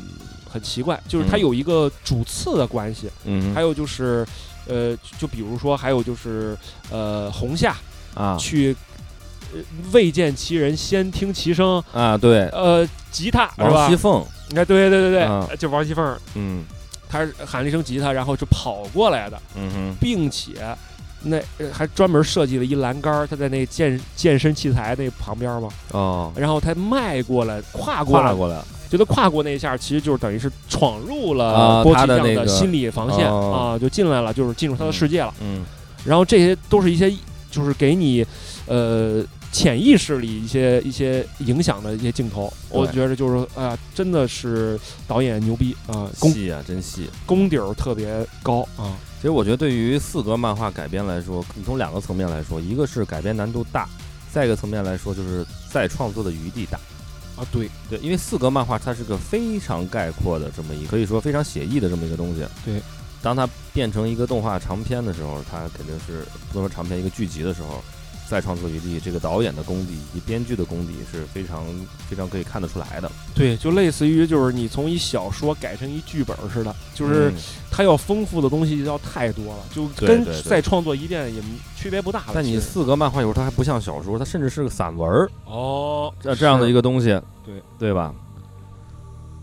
Speaker 2: 很奇怪，就是他
Speaker 1: 嗯
Speaker 2: 有一个主次的关系，
Speaker 1: 嗯
Speaker 2: 还
Speaker 1: 哼
Speaker 2: 有就是，呃，就比如说还有就是，呃，红夏
Speaker 1: 啊
Speaker 2: 去。呃未见其人，先听其声。
Speaker 1: 啊对，
Speaker 2: 呃，吉他是
Speaker 1: 王
Speaker 2: 吧
Speaker 1: 熙？凤，
Speaker 2: 哎，对对对对，
Speaker 1: 啊
Speaker 2: 就王熙凤，
Speaker 1: 嗯
Speaker 2: 他是喊了一声吉他，然后就跑过来的，
Speaker 1: 嗯哼，
Speaker 2: 并且那呃还专门设计了一栏杆儿，他在那健健身器材那旁边嘛，
Speaker 1: 哦，
Speaker 2: 然后他迈过来，跨过来，
Speaker 1: 跨过来，
Speaker 2: 觉得跨过那一下，其实就是等于是闯入
Speaker 1: 啊
Speaker 2: 了波
Speaker 1: 他
Speaker 2: 奇
Speaker 1: 的
Speaker 2: 酱
Speaker 1: 那
Speaker 2: 的
Speaker 1: 个
Speaker 2: 心理防线、
Speaker 1: 哦
Speaker 2: 啊，就进来了，就是进入他的世界了。
Speaker 1: 嗯
Speaker 2: 然后这些都是一些就是给你呃潜意识里一些一些影响的一些镜头，
Speaker 1: 对
Speaker 2: 我觉得就是啊、真的是导演牛逼啊、功
Speaker 1: 细啊，真细。
Speaker 2: 功底儿特别高啊。
Speaker 1: 其实我觉得，对于四格漫画改编来说，你从两个层面来说，一个是改编难度大，再一个层面来说就是再创作的余地大。
Speaker 2: 啊，对
Speaker 1: 对，因为四格漫画它是个非常概括的这么一，可以说非常写意的这么一个东西。
Speaker 2: 对，
Speaker 1: 当它变成一个动画长篇的时候，它肯定是不能说长篇一个剧集的时候，再创作余地，这个导演的功底以及编剧的功底是非常非常可以看得出来的。
Speaker 2: 对，就类似于就是你从一小说改成一剧本儿似的，就是
Speaker 1: 嗯
Speaker 2: 它要丰富的东西要太多了，就
Speaker 1: 对
Speaker 2: 跟
Speaker 1: 对对
Speaker 2: 再创作一遍也区别不大了。
Speaker 1: 但你
Speaker 2: 其实
Speaker 1: 四格漫画有时候它还不像小说，它甚至是个散文儿
Speaker 2: 哦，
Speaker 1: 呃这这样的一
Speaker 2: 个
Speaker 1: 个东西，
Speaker 2: 对
Speaker 1: 对吧？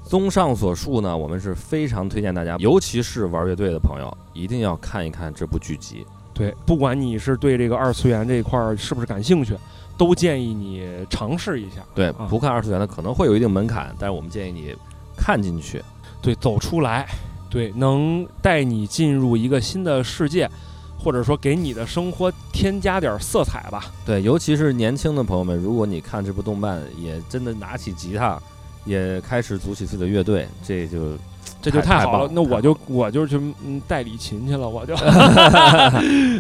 Speaker 1: 综上所述呢，我们是非常推荐大家，尤其是玩乐队的朋友，一定要看一看这部剧集。
Speaker 2: 对，不管你是对这个二次元这一块儿是不是感兴趣，都建议你尝试一下，
Speaker 1: 对，
Speaker 2: 啊
Speaker 1: 不看二次元的可能会有一定门槛，但是我们建议你看进去。
Speaker 2: 对，走出来，对，能带你进入一个新的世界，或者说给你的生活添加点儿色彩吧。
Speaker 1: 对，尤其是年轻的朋友们，如果你看这部动漫，也真的拿起吉他，也开始组起自己的乐队，这就
Speaker 2: 这就
Speaker 1: 太
Speaker 2: 太
Speaker 1: 太
Speaker 2: 好
Speaker 1: 棒
Speaker 2: 了
Speaker 1: 了。
Speaker 2: 那
Speaker 1: 太
Speaker 2: 我
Speaker 1: 好
Speaker 2: 就我就去嗯代理琴去了，我 就，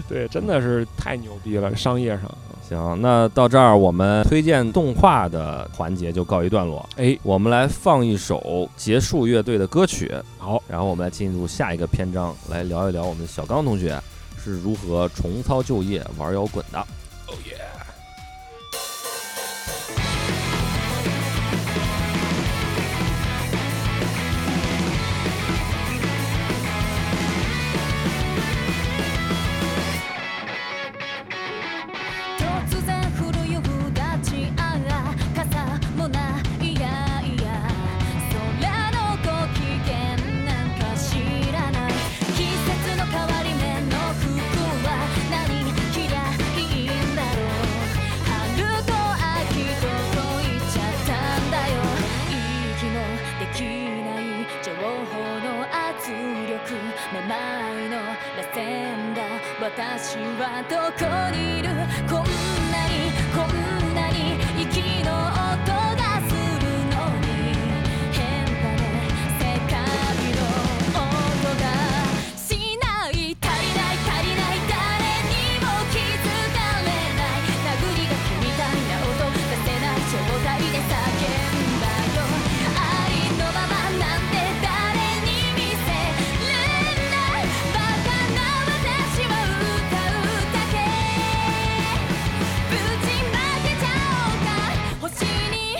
Speaker 2: 对，真的是太牛逼了，商业上。
Speaker 1: 行。那到这儿，我们推荐动画的环节就告一段落。
Speaker 2: 哎，
Speaker 1: 我们来放一首结束乐队的歌曲，
Speaker 2: 好，
Speaker 1: 然后我们来进入下一个篇章，来聊一聊我们小刚同学是如何重操旧业玩摇滚的。
Speaker 3: 突然降る夕立ちああ傘もないいやいや空のご機嫌なんか知らない季節の変わり目の服は何着りゃいいんだろうんだ私はどこにいるこんなにこんなに息の音がするのに変だね世界の音がしない足りない足りない誰にも気づかれない殴り書きみたいな音出せない状態で叫んだよありのままなんて誰に見せるんだバカな私は歌うだけぶちまけちゃおうか星に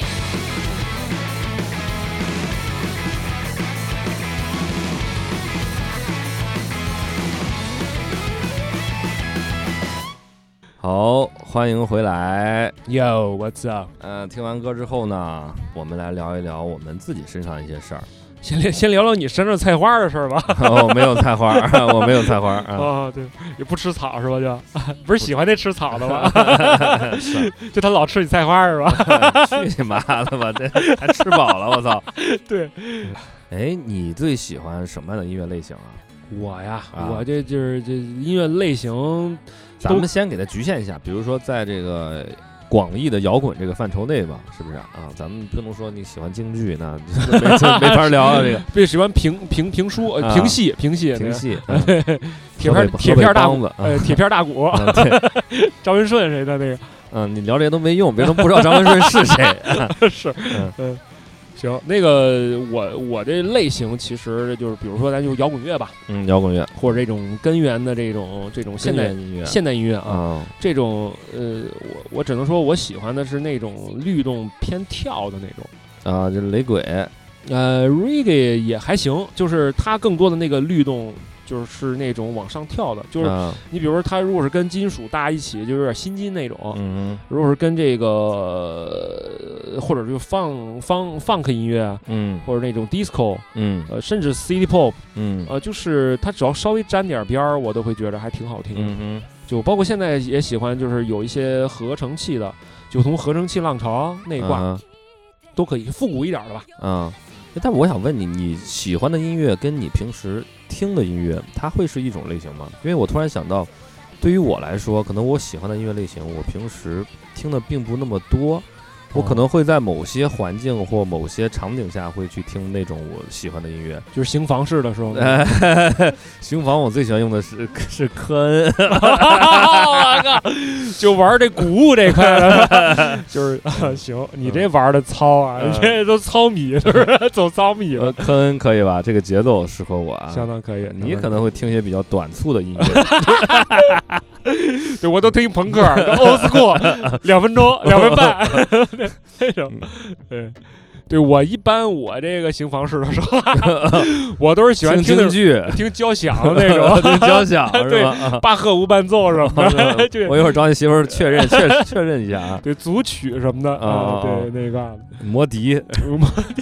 Speaker 1: 好，欢迎回来。
Speaker 2: Yo, what's up？
Speaker 1: 呃，听完歌之后呢，我们来聊一聊我们自己身上一些事儿。
Speaker 2: 先聊先聊聊你身上菜花的事儿吧。
Speaker 1: 我没有菜花儿， 我没有菜花儿啊。
Speaker 2: 哦，对，也不吃草是吧？就 不是喜欢那吃草的 吗？ 就他老吃你菜花是吧？
Speaker 1: 去你妈的吧！这还吃饱了，我操！
Speaker 2: 对，
Speaker 1: 哎，你最喜欢什么样的音乐类型啊？
Speaker 2: 我呀，
Speaker 1: 啊
Speaker 2: 我这就是这音乐类型，
Speaker 1: 咱们先给它局限一下，比如说在这个广义的摇滚这个范畴内吧，是不是啊？咱们不能说你喜欢京剧， 那 没没法聊了，这个
Speaker 2: 最喜欢评评评书、呃
Speaker 1: 啊
Speaker 2: 评戏、评戏、
Speaker 1: 挺 细。嗯
Speaker 2: 对铁
Speaker 1: 河
Speaker 2: 片
Speaker 1: 北
Speaker 2: 铁
Speaker 1: 河北
Speaker 2: 片大
Speaker 1: 梆
Speaker 2: 鼓
Speaker 1: 子，啊
Speaker 2: 呃，铁片大鼓，
Speaker 1: 嗯 对，
Speaker 2: 赵文顺谁的那
Speaker 1: 嗯，你聊这些都没用，别人都不知道张文顺是谁。
Speaker 2: 个是
Speaker 1: 嗯，
Speaker 2: 嗯。行，那个我我这类型其实就是，比如说咱就摇滚乐吧，
Speaker 1: 嗯，摇滚乐、
Speaker 2: 或者这种根源的这种这种现
Speaker 1: 根
Speaker 2: 代
Speaker 1: 源音乐
Speaker 2: 现代音乐啊，
Speaker 1: 啊，
Speaker 2: 这种呃，我我只能说我喜欢的是那种律动偏跳的那种，
Speaker 1: 啊，这雷鬼，
Speaker 2: 呃，reggae 也还行，就是它更多的那个律动就是是那种往上跳的，就是
Speaker 1: 啊
Speaker 2: 你比如说它如果是跟金属搭一起，就有点新金那种，
Speaker 1: 嗯
Speaker 2: 如果是跟这个呃或者就放放 funk 音乐啊，
Speaker 1: 嗯
Speaker 2: 或者那种 disco，
Speaker 1: 嗯
Speaker 2: 呃，甚至 city pop，
Speaker 1: 嗯
Speaker 2: 呃，就是它只要稍微沾点边儿，我都会觉得还挺好听的。
Speaker 1: 嗯
Speaker 2: 就包括现在也喜欢，就是有一些合成器的，就从合成器浪潮那一
Speaker 1: 哼，
Speaker 2: 挂、
Speaker 1: 啊
Speaker 2: 都可以，复古一点儿的吧。
Speaker 1: 啊。但是我想问你，你喜欢的音乐跟你平时听的音乐，它会是一种类型吗？因为我突然想到，对于我来说，可能我喜欢的音乐类型，我平时听的并不那么多。我
Speaker 2: 哦
Speaker 1: 可能会在某些环境或某些场景下会去听那种我喜欢的音乐。
Speaker 2: 就是行房式的 时候，
Speaker 1: 刑房我最喜欢用的是 是科恩，
Speaker 2: 我靠，就玩这谷物这块了， 就是、呃行，你这玩的糙啊，
Speaker 1: 嗯 呃
Speaker 2: 你这都糙米， 是不是走糙米了？
Speaker 1: 科恩可以吧？这个节奏适合我啊。
Speaker 2: 相当可以，
Speaker 1: 你可能会听一些比较短促的音乐，
Speaker 2: 对我都听朋克，old school，两分钟，两分 半，那种，对，对我一般我这个行房式的时 候，我都是喜欢听
Speaker 1: 京
Speaker 2: 那种
Speaker 1: 剧，
Speaker 2: 听交响的那种，
Speaker 1: 听交响是
Speaker 2: 对
Speaker 1: 吧？啊
Speaker 2: 巴赫无伴奏什 么的，对
Speaker 1: 我一会儿找你媳妇儿确认 确确认一下啊，
Speaker 2: 对组曲什么的
Speaker 1: 哦
Speaker 2: 啊，
Speaker 1: 哦
Speaker 2: 对那个。
Speaker 1: 摩笛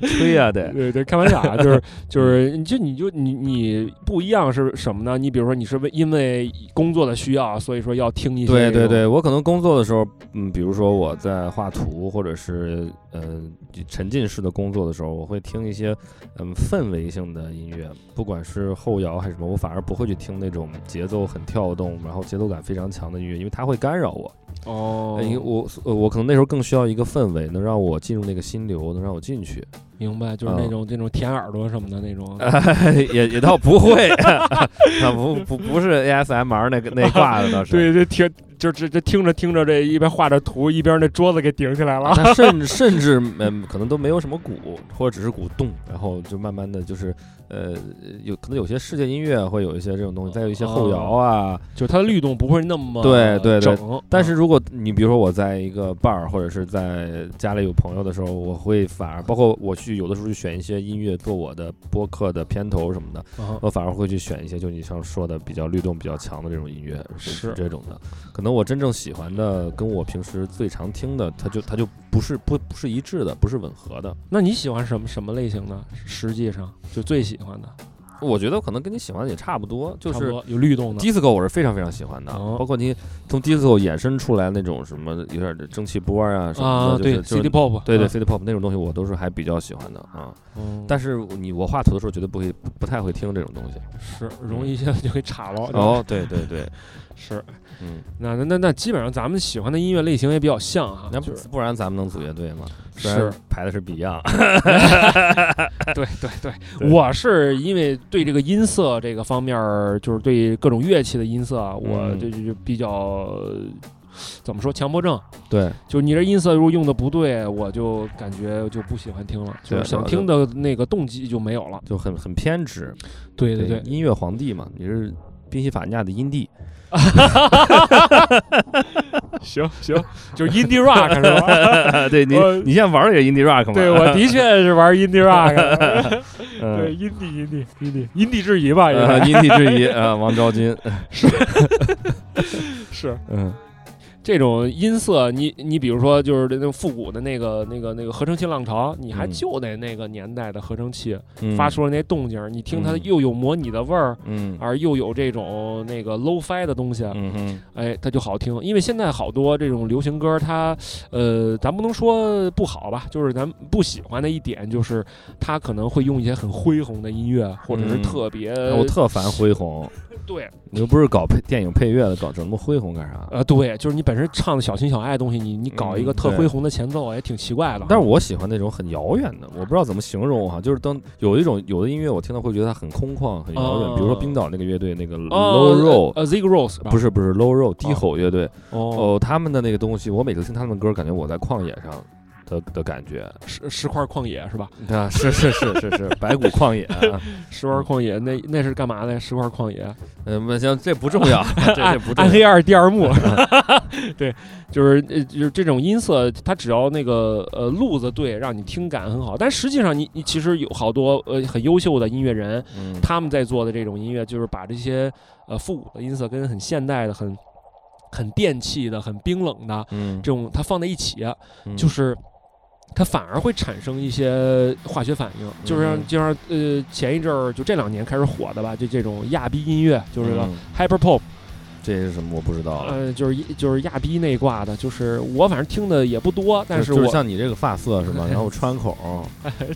Speaker 1: 吹呀、得，
Speaker 2: 对对，开玩笑啊，就是就是，你就你就你你不一样是什么呢？你比如说你是为因为工作的需要，所以说要听一些
Speaker 1: 对
Speaker 2: 这
Speaker 1: 对
Speaker 2: 种
Speaker 1: 对，我可能工作的时候，嗯，比如说我在画图或者是呃沉浸式的工作的时候，我会听一些嗯氛围性的音乐，不管是后摇还是什么，我反而不会去听那种节奏很跳动，然后节奏感非常强的音乐，因为它会干扰我。
Speaker 2: 哦
Speaker 1: 呃，因为我呃我可能那时候更需要一个氛围，能让我进入那个心流，能让我进去。
Speaker 2: 明白，就是那种这种舔耳朵什么的那种。
Speaker 1: 也也倒不会， 啊不不不是 ASMR 那个那挂的倒是。
Speaker 2: 对，这听就这这听着听着，这一边画着图，一边那桌子给顶起来了。
Speaker 1: 它甚甚至嗯，可能都没有什么鼓，或者只是鼓动，然后就慢慢的就是呃，有可能有些世界音乐会有一些这种东西，再有一些后摇啊。
Speaker 2: 就是它的律动不会那么
Speaker 1: 对对对
Speaker 2: 整啊
Speaker 1: 但是如果你比如说我在一个 bar 或者是在家里有朋友的时候，我会反而包括我去有的时候去选一些音乐做我的播客的片头什么的，
Speaker 2: 啊
Speaker 1: 我反而会去选一些就你上说的比较律动比较强的这种音乐，
Speaker 2: 是
Speaker 1: 这种的。可能我真正喜欢的，跟我平时最常听的，它就它就不是不不是一致的，不是吻合的。
Speaker 2: 那你喜欢什么什么类型的？实际上就最喜欢的
Speaker 1: 我觉得可能跟你喜欢的也差不多，就
Speaker 2: 差不
Speaker 1: 是
Speaker 2: 多有律动的，
Speaker 1: disco 我是非常非常喜欢的，
Speaker 2: 哦
Speaker 1: 包括你从 disco 衍生出来那种什么有点蒸汽波啊什么的，
Speaker 2: 啊，
Speaker 1: 就是
Speaker 2: 对
Speaker 1: 就是
Speaker 2: ，City Pop，
Speaker 1: 对对
Speaker 2: 啊
Speaker 1: city pop 那种东西我都是还比较喜欢的啊。
Speaker 2: 嗯
Speaker 1: 但是你我画图的时候绝对不会不不太会听这种东西。
Speaker 2: 是容易一下就给岔 了。
Speaker 1: 哦，对对对，
Speaker 2: 是，
Speaker 1: 嗯，
Speaker 2: 那那那那基本上咱们喜欢的音乐类型也比较像哈，
Speaker 1: 那不
Speaker 2: 就是
Speaker 1: 不然咱们能组乐队吗？虽然
Speaker 2: 是，
Speaker 1: 排的是 Beyond，
Speaker 2: 对对对，
Speaker 1: 对
Speaker 2: 我是因为对这个音色这个方面儿，就是对各种乐器的音色啊，我
Speaker 1: 嗯
Speaker 2: 就就就比较呃怎么说强迫症，
Speaker 1: 对，
Speaker 2: 就是你这音色如果用的不对，我就感觉就不喜欢听了，就是
Speaker 1: 对
Speaker 2: 想
Speaker 1: 老
Speaker 2: 听的那个动机就没有了。
Speaker 1: 就很很偏执。
Speaker 2: 对对对，
Speaker 1: 音乐皇帝嘛，你是宾夕法尼亚的音 帝，
Speaker 2: 行行， 就是 indie rock 是 吧？
Speaker 1: 啊对你
Speaker 2: 我
Speaker 1: 你现在玩的也 indie rock 嘛？
Speaker 2: 对，我的确是玩 indie rock，对
Speaker 1: 嗯，
Speaker 2: indie indie indie indie 质疑吧，也
Speaker 1: 呃，因地制宜 啊，王昭君，
Speaker 2: 是。
Speaker 1: 嗯，
Speaker 2: 这种音色，你你比如说就是那种复古的那个那个那个合成器浪潮，你还
Speaker 1: 嗯
Speaker 2: 就那那个年代的合成器
Speaker 1: 嗯
Speaker 2: 发，出了那动静儿，你听它
Speaker 1: 嗯
Speaker 2: 又有模拟的味儿，
Speaker 1: 嗯
Speaker 2: 而又有这种那个 low fi 的东西，
Speaker 1: 嗯哼，
Speaker 2: 哎，它就好听。因为现在好多这种流行歌，它呃，咱不能说不好吧，就是咱们不喜欢的一点就是它可能会用一些很恢宏的音乐，或者是
Speaker 1: 嗯
Speaker 2: 特别、
Speaker 1: 我特烦恢宏，
Speaker 2: 对
Speaker 1: 你又不是搞配电影配乐的，搞整那么恢宏干啥？
Speaker 2: 呃对，就是你本身唱的小情小爱的东西，你你搞一个
Speaker 1: 嗯
Speaker 2: 特
Speaker 1: 对
Speaker 2: 恢宏的前奏哎也挺奇怪的。
Speaker 1: 但是我喜欢那种很遥远的，我不知道怎么形容哈，就是当有一种有的音乐我听到会觉得它很空旷、很遥远，
Speaker 2: 哦
Speaker 1: 比如说冰岛那个乐队那个 Low
Speaker 2: 哦
Speaker 1: Roll，
Speaker 2: 呃，Zig Rose 吧
Speaker 1: 不是不是 Low Roll 低吼乐队，
Speaker 2: 哦，
Speaker 1: 哦，他们的那个东西，我每次听他们的歌，感觉我在旷野上的的感觉，
Speaker 2: 石石块旷野是吧？
Speaker 1: 啊，是是是是 是，白骨旷野 啊，
Speaker 2: 石块旷野那那是干嘛的？石块旷野，
Speaker 1: 嗯，不行，这不重 要，这这不重
Speaker 2: 暗
Speaker 1: 要，
Speaker 2: 黑二第 二幕， 对，就是呃就是这种音色，它只要那个呃路子对，让你听感很好。但实际上你，你其实有好多呃很优秀的音乐人，
Speaker 1: 嗯
Speaker 2: 哎他们在做的这种音乐，就是把这些呃复古的音色跟很现代的、很很电器的、很冰冷的
Speaker 1: 嗯
Speaker 2: 这，种，它放在一起，
Speaker 1: 嗯
Speaker 2: 就是它反而会产生一些化学反应，就是让
Speaker 1: 嗯
Speaker 2: 就像呃前一阵儿就这两年开始火的吧，就这种亚逼音乐，就是个
Speaker 1: 嗯
Speaker 2: hyper pop，
Speaker 1: 这是什么我不知道了，
Speaker 2: 呃，就是一就是亚逼那一挂的，就是我反正听的也不多，但是
Speaker 1: 就
Speaker 2: 我
Speaker 1: 是像你这个发色是吧？然后穿 孔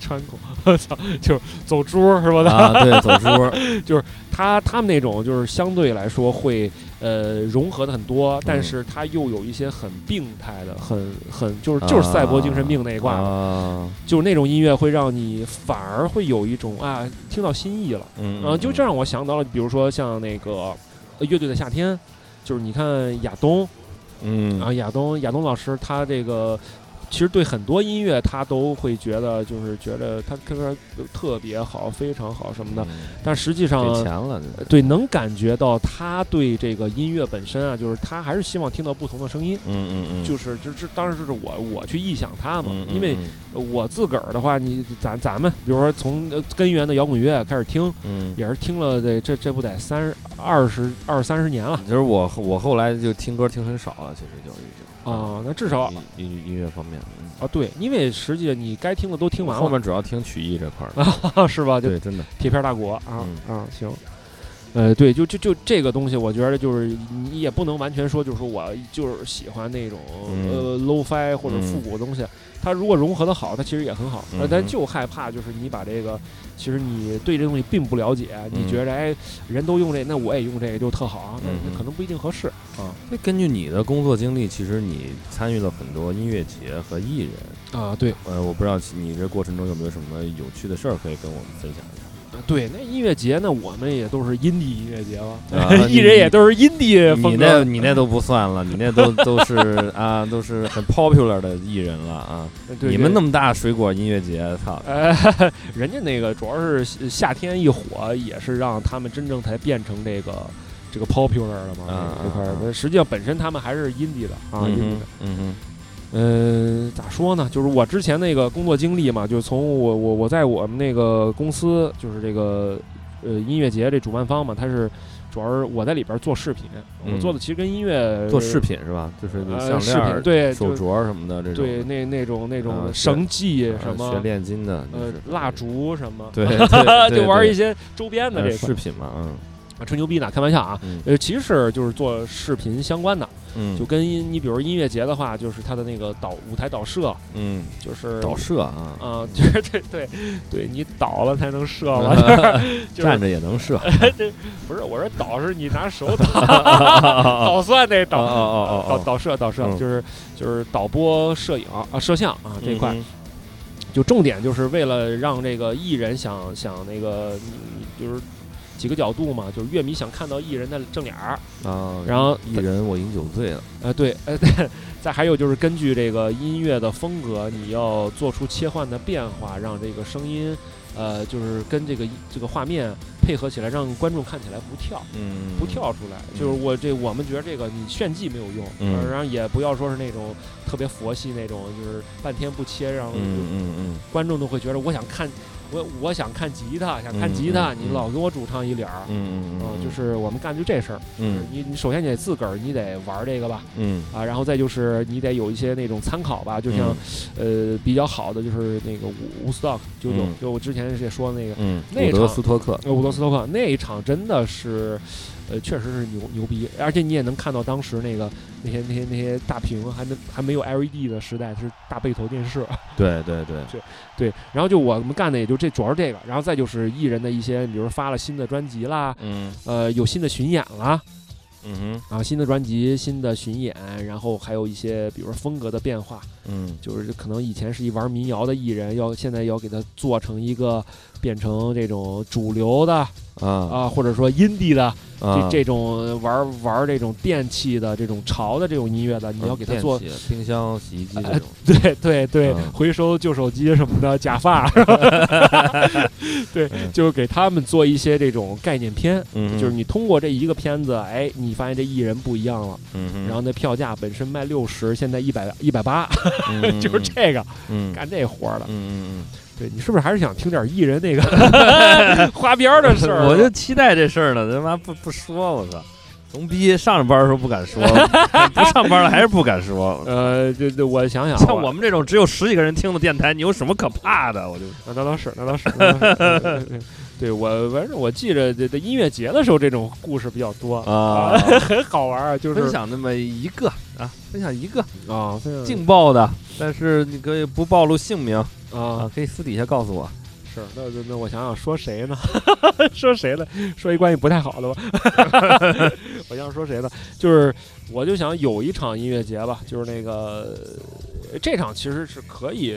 Speaker 2: 穿过，我操，就是走珠是吧？
Speaker 1: 啊，对，走珠，
Speaker 2: 他他们那种就是相对来说会呃融合的很多，但
Speaker 1: 嗯
Speaker 2: 是他又有一些很病态的，很很就是就是赛博精神病那一挂的，
Speaker 1: 啊，
Speaker 2: 就是那种音乐会让你反而会有一种啊听到新意了。
Speaker 1: 嗯，
Speaker 2: 然后呃就这让我想到了，比如说像那个呃乐队的夏天，就是你看亚东，
Speaker 1: 嗯，
Speaker 2: 然
Speaker 1: 嗯，
Speaker 2: 后亚东亚东老师他这个其实对很多音乐他都会觉得就是觉得他他他特别好，非常好什么
Speaker 1: 嗯
Speaker 2: 的，但实际上
Speaker 1: 给钱了，这
Speaker 2: 对能感觉到他对这个音乐本身啊，就是他还是希望听到不同的声音。
Speaker 1: 嗯嗯嗯，
Speaker 2: 就是，就是，当然就是我我去臆想他嘛，
Speaker 1: 嗯
Speaker 2: 因为我自个儿的话，你咱咱们比如说从呃根源的摇滚乐开始听，
Speaker 1: 嗯。嗯
Speaker 2: 也是听了得这这不得三十二十二三十年了
Speaker 1: 其实我我后来就听歌听很少了，其实就已经
Speaker 2: 啊、那至少啊啊
Speaker 1: 音音音乐方面，嗯
Speaker 2: 对，因为实际你该听的都听完
Speaker 1: 后
Speaker 2: 了，啊
Speaker 1: 面主要听曲艺这块儿，
Speaker 2: 是吧？就
Speaker 1: 对，真的，
Speaker 2: 铁片大国啊
Speaker 1: 嗯
Speaker 2: 啊行。呃，对，就就就这个东西，我觉得就是你也不能完全说，就是说我就是喜欢那种、
Speaker 1: 嗯
Speaker 2: 呃 low fi 或者复古的东西。它如果融合的好，它其实也很好。呃，
Speaker 1: 嗯
Speaker 2: 但就害怕就是你把这个，其实你对这东西并不了解，你
Speaker 1: 嗯
Speaker 2: 觉得哎，人都用这，那我也用这个就特好啊，那
Speaker 1: 嗯
Speaker 2: 那可能不一定合适。
Speaker 1: 那根据你的工作经历，其实你参与了很多音乐节和艺人。
Speaker 2: 啊，对
Speaker 1: 呃，我不知道你这过程中有没有什么有趣的事儿可以跟我们分享一下。
Speaker 2: 对，那音乐节呢，我们也都是 indie 音乐节了，
Speaker 1: 啊
Speaker 2: 艺人也都是 indie
Speaker 1: 你
Speaker 2: 风
Speaker 1: 那，
Speaker 2: 格。
Speaker 1: 你那都不算 了，你那都都是啊，都是很 popular 的艺人了啊。
Speaker 2: 对
Speaker 1: 你们
Speaker 2: 对
Speaker 1: 那么大水果音乐节，操！
Speaker 2: 呃， 人家那个主要是夏夏天一火，也是让他们真正才变成这个这个 popular 的嘛、
Speaker 1: 啊
Speaker 2: 这块儿
Speaker 1: 啊。
Speaker 2: 那实际上本身他们还是 indie 的啊、i
Speaker 1: 嗯
Speaker 2: n d i e
Speaker 1: 哼
Speaker 2: 的。
Speaker 1: 嗯哼，
Speaker 2: 嗯、咋说呢？就是我之前那个工作经历嘛，就从我我我在我们那个公司，就是这个呃音乐节这主办方嘛，他是主要是我在里边做饰品，
Speaker 1: 嗯
Speaker 2: 我做的其实跟音乐
Speaker 1: 做饰品是吧？就是
Speaker 2: 呃
Speaker 1: 项
Speaker 2: 饰
Speaker 1: 链
Speaker 2: 品
Speaker 1: 儿、
Speaker 2: 对
Speaker 1: 手
Speaker 2: 就
Speaker 1: 镯什么的这种，
Speaker 2: 对那那种那
Speaker 1: 啊
Speaker 2: 种
Speaker 1: 是
Speaker 2: 绳系
Speaker 1: 啊
Speaker 2: 什
Speaker 1: 学
Speaker 2: 么
Speaker 1: 炼金的，
Speaker 2: 呃
Speaker 1: 就是
Speaker 2: 蜡，烛什么，
Speaker 1: 对，对对
Speaker 2: 就玩一
Speaker 1: 啊对
Speaker 2: 些周边的
Speaker 1: 呃
Speaker 2: 这
Speaker 1: 饰
Speaker 2: 个
Speaker 1: 品嘛，嗯
Speaker 2: 啊吹牛逼呢，开玩笑啊。
Speaker 1: 嗯
Speaker 2: 呃，其实就是做视频相关的，
Speaker 1: 嗯，
Speaker 2: 就跟音你比如音乐节的话，就是它的那个导舞台导射，
Speaker 1: 嗯
Speaker 2: 就是
Speaker 1: 导射啊，
Speaker 2: 啊， 就是对对对，你倒了才能射嘛， 就是
Speaker 1: 站着也能射，
Speaker 2: 不是我说倒是你拿 手倒， 捣蒜那
Speaker 1: 嗯哦
Speaker 2: 倒
Speaker 1: 哦哦
Speaker 2: 导
Speaker 1: 哦哦，
Speaker 2: 导射导射
Speaker 1: 嗯
Speaker 2: 就是就是导播摄影啊摄像啊这块，
Speaker 1: 嗯
Speaker 2: 就重点就是为了让这个艺人想想那个你你就是几个角度嘛，就是乐迷想看到艺人的正脸儿，
Speaker 1: 啊，
Speaker 2: 然后
Speaker 1: 一人我饮酒醉了，
Speaker 2: 呃对呃 再还有就是根据这个音乐的风格，你要做出切换的变化，让这个声音呃就是跟这个这个画面配合起来，让观众看起来不跳。
Speaker 1: 嗯，
Speaker 2: 不跳出来，就是我这我们觉得这个你炫技没有用，
Speaker 1: 嗯
Speaker 2: 呃然后也不要说是那种特别佛系那种，就是半天不切，让
Speaker 1: 嗯，嗯嗯
Speaker 2: 观众都会觉得我想看我我想看吉他，想看吉他，
Speaker 1: 嗯嗯
Speaker 2: 你老给我主唱一脸儿
Speaker 1: 嗯，嗯嗯
Speaker 2: 啊
Speaker 1: 嗯，
Speaker 2: 就是我们干就这事儿，
Speaker 1: 嗯
Speaker 2: 你你首先你得自个儿你得玩这个吧，
Speaker 1: 嗯
Speaker 2: 啊，然后再就是你得有一些那种参考吧，就像呃比较好的就是那个伍伍斯托克九九
Speaker 1: 嗯，
Speaker 2: 就我之前也说的那个
Speaker 1: 嗯，
Speaker 2: 那
Speaker 1: 伍德
Speaker 2: 场
Speaker 1: 斯托克，
Speaker 2: 呃，伍德斯托克那一场真的是，呃，确实是牛牛逼，而且你也能看到当时那个那些那些那些大屏还没还没有 LED 的时代是大背投电视，
Speaker 1: 对对对，
Speaker 2: 对。然后就我们干的也就这，主要是这个，然后再就是艺人的一些，比如说发了新的专辑啦，
Speaker 1: 嗯
Speaker 2: 呃，有新的巡演啦，
Speaker 1: 嗯哼
Speaker 2: 啊，新的专辑、新的巡演，然后还有一些比如说风格的变化，
Speaker 1: 嗯
Speaker 2: 就是可能以前是一玩民谣的艺人，要现在要给他做成一个变成这种主流的
Speaker 1: 啊
Speaker 2: 啊，或者说 indie 的。
Speaker 1: 啊
Speaker 2: 这这种呃玩玩这种电器的这种潮的这种音乐的，你要给他做。
Speaker 1: 啊
Speaker 2: 哎
Speaker 1: 电器冰箱、洗衣机这种，
Speaker 2: 对对对，
Speaker 1: 嗯
Speaker 2: 回收旧手机什么的，假发， 对，
Speaker 1: 嗯
Speaker 2: 就是给他们做一些这种概念片，
Speaker 1: 嗯，
Speaker 2: 就是你通过这一个片子，哎，你发现这艺人不一样了，
Speaker 1: 嗯，
Speaker 2: 然后那票价本身卖六十，现在一百一百八，
Speaker 1: 后
Speaker 2: 就是这个
Speaker 1: 嗯
Speaker 2: 干这活儿的
Speaker 1: 嗯，嗯
Speaker 2: 对你是不是还是想听点艺人 那个花边儿的事儿？啊
Speaker 1: 我就期待这事儿呢，他妈不不说，我操，怂逼上着班的时候不敢 说，不上班了还是不敢说。
Speaker 2: 呃，这这我想想啊，
Speaker 1: 像我们这种只有十几个人听的电台，你有什么可怕的？我就
Speaker 2: 啊，那倒是，那倒是。那倒是对对 对对我，反正我记着这这音乐节的时候，这种故事比较多，
Speaker 1: 啊，
Speaker 2: 很好玩儿，就是
Speaker 1: 分享那么一个啊，分享一个
Speaker 2: 啊，非常
Speaker 1: 劲爆的，但是你可以不暴露姓名啊
Speaker 2: 啊，，
Speaker 1: 可以私底下告诉我。
Speaker 2: 是。那那那我想想，说谁呢？ 说谁呢？说一关系不太好的吧。 我想说谁呢？就是我就想有一场音乐节吧，就是那个呃这场其实是可以。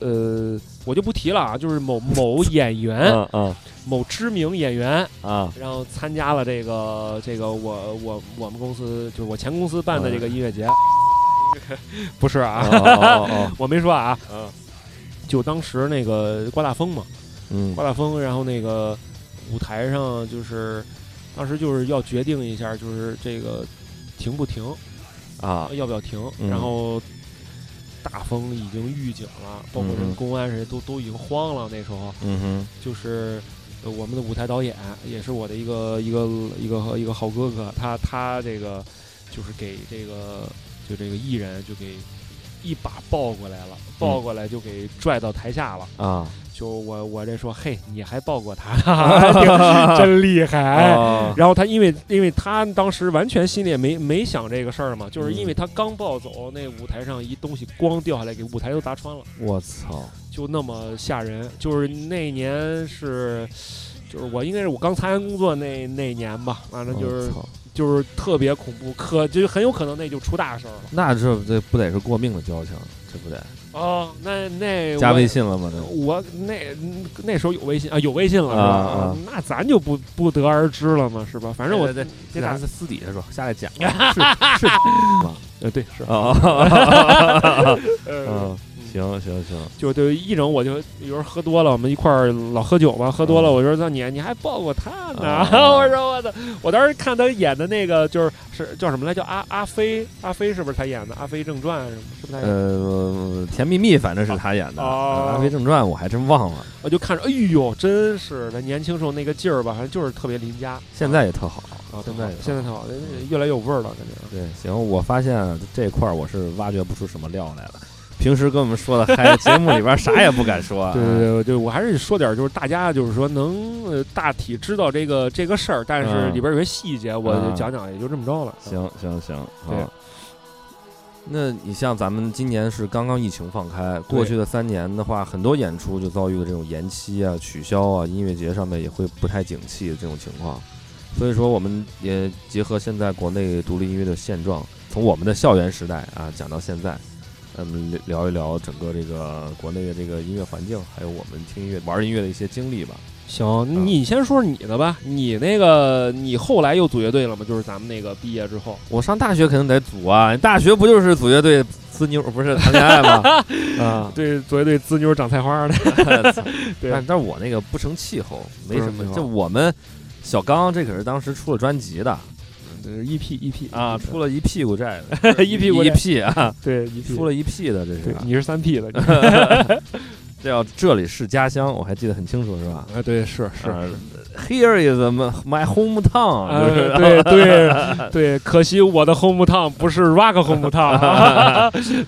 Speaker 2: 呃，我就不提了啊，就是某某演员，
Speaker 1: 嗯嗯
Speaker 2: 某知名演员，
Speaker 1: 啊，
Speaker 2: 然后参加了这个这个我我我们公司就是我前公司办的这个音乐节， 不是
Speaker 1: 哦
Speaker 2: 啊，
Speaker 1: 哦哦，
Speaker 2: 我没说啊，
Speaker 1: 嗯
Speaker 2: 就当时那个刮大风嘛，
Speaker 1: 嗯
Speaker 2: 刮大风，然后那个舞台上就是当时就是要决定一下，就是这个停不停，
Speaker 1: 啊，
Speaker 2: 要不要停，
Speaker 1: 嗯
Speaker 2: 然后。大风已经预警了，包括
Speaker 1: 嗯
Speaker 2: 人
Speaker 1: 嗯
Speaker 2: 公安谁都都已经慌了。那时候
Speaker 1: 嗯哼，
Speaker 2: 就是呃我们的舞台导演，也是我的一个一个一个一个好哥哥，他他这个就是给这个就这个艺人就给一把抱过来了，抱过来就给拽到台下了。
Speaker 1: 啊，
Speaker 2: 就我我这说，嘿，你还抱过他，真厉害。
Speaker 1: 哦
Speaker 2: 然后他因为因为他当时完全心里也没没想这个事儿嘛，就是因为
Speaker 1: 嗯
Speaker 2: 他刚抱走，那舞台上一东西咣掉下来，给舞台都砸穿了。
Speaker 1: 我操，
Speaker 2: 就那么吓人。就是那年是，就是我应该是我刚参加工作那那年吧，反正就是
Speaker 1: 我操
Speaker 2: 就是特别恐怖，可就很有可能那就出大事儿了
Speaker 1: 那这这不得是过命的交情，这不得
Speaker 2: 哦，那那
Speaker 1: 加
Speaker 2: 我
Speaker 1: 微。信了吗？这
Speaker 2: 我那那时候有微信啊，有微信了是吧？
Speaker 1: 啊啊
Speaker 2: 那咱就不不得而知了嘛，是吧？反正我
Speaker 1: 对，
Speaker 2: 这俩
Speaker 1: 是私底下说，下 来讲是是
Speaker 2: 呃对是
Speaker 1: 啊，
Speaker 2: 呃
Speaker 1: 嗯，
Speaker 2: 嗯
Speaker 1: 行行行，
Speaker 2: 就就一整我就有时候喝多了，我们一块儿老喝酒嘛，喝多了，
Speaker 1: 嗯
Speaker 2: 我就说那你你还抱过他呢？
Speaker 1: 啊
Speaker 2: 我说我操！ 我当时看他演的那个就是是叫什么来？叫阿阿飞，阿飞是不是他演的？《阿飞正传》什么是不是
Speaker 1: 哎
Speaker 2: 他演的？
Speaker 1: 呃，甜蜜蜜反正是他演的，
Speaker 2: 哦
Speaker 1: 呃阿飞正传》我还真忘了，
Speaker 2: 我就看着，哎呦，真是他年轻时候那个劲儿吧，
Speaker 1: 啊
Speaker 2: 反正就是特别邻家。
Speaker 1: 现在也特好
Speaker 2: 啊，，
Speaker 1: 哦现在也特好
Speaker 2: 现在挺好，越来越有味儿了，感觉。
Speaker 1: 对，行，我发现啊这块儿我是挖掘不出什么料来了。平时跟我们说的嗨，节目里边儿啥也不敢 说啊。
Speaker 2: 对对对，我就我还是说点儿，就是大家就是说能呃大体知道这个这个事儿，但是
Speaker 1: 嗯
Speaker 2: 里边有些细节，我
Speaker 1: 嗯
Speaker 2: 就讲讲也就这么着了。
Speaker 1: 行行行，好
Speaker 2: 对。
Speaker 1: 嗯那你像咱们今年是刚刚疫情放开，过去的三年的话，很多演出就遭遇了这种延期啊、取消啊，音乐节上面也会不太景气的这种情况。所以说，我们也结合现在国内独立音乐的现状，从我们的校园时代啊讲到现在，咱们聊聊一聊整个这个国内的这个音乐环境，还有我们听音乐、玩音乐的一些经历吧。嗯
Speaker 2: 行，你先说说你的吧。你那个，你后来又组乐队了吗？就是咱们那个毕业之后，
Speaker 1: 我上大学肯定得组啊，大学不就是组乐队、呲妞，不是谈恋爱 吗？啊，
Speaker 2: 对组乐队滋妞长菜花的。 对
Speaker 1: 但但我那个不成气候，没什
Speaker 2: 不
Speaker 1: 么
Speaker 2: 成气。候
Speaker 1: 就我们小刚这可是当时出了专辑的
Speaker 2: EP EP
Speaker 1: 啊，出了一屁股债的，
Speaker 2: 一屁股
Speaker 1: 一
Speaker 2: 债
Speaker 1: 屁啊，
Speaker 2: 对 EP
Speaker 1: 出了一屁的，这
Speaker 2: 对
Speaker 1: 是。啊
Speaker 2: 你是三 P 的
Speaker 1: 这叫这里是家乡，我还记得很清楚，是吧？
Speaker 2: 啊？对，是是
Speaker 1: 啊 Here is my hometown，
Speaker 2: 啊，
Speaker 1: 就是
Speaker 2: 对 对对，可惜我的 home town 不是 rock home town，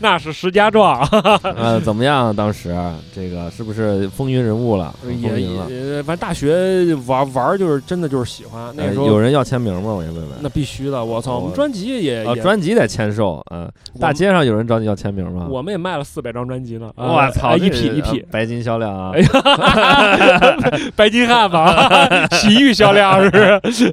Speaker 2: 那啊 是石家庄，啊
Speaker 1: 呃，怎么样？当时啊这个是不是风云人物了？风
Speaker 2: 哎也
Speaker 1: 云了。
Speaker 2: 也反正大学玩玩儿就是真的就是喜欢，那
Speaker 1: 呃
Speaker 2: 个时
Speaker 1: 有
Speaker 2: 候
Speaker 1: 人要签名吗？我先问问
Speaker 2: 那。必须的，我操，我们
Speaker 1: 我
Speaker 2: 专辑也
Speaker 1: 啊，
Speaker 2: 也
Speaker 1: 专辑得签售啊！
Speaker 2: 我
Speaker 1: 大
Speaker 2: 们
Speaker 1: 街上有人找你要签名吗？
Speaker 2: 我们也卖了四百张专辑呢，啊
Speaker 1: 我操，
Speaker 2: 哎
Speaker 1: 这
Speaker 2: 一批一
Speaker 1: 呃
Speaker 2: 批，
Speaker 1: 白金销量啊！
Speaker 2: 哎 白金汉 吧，洗浴销量是 不是，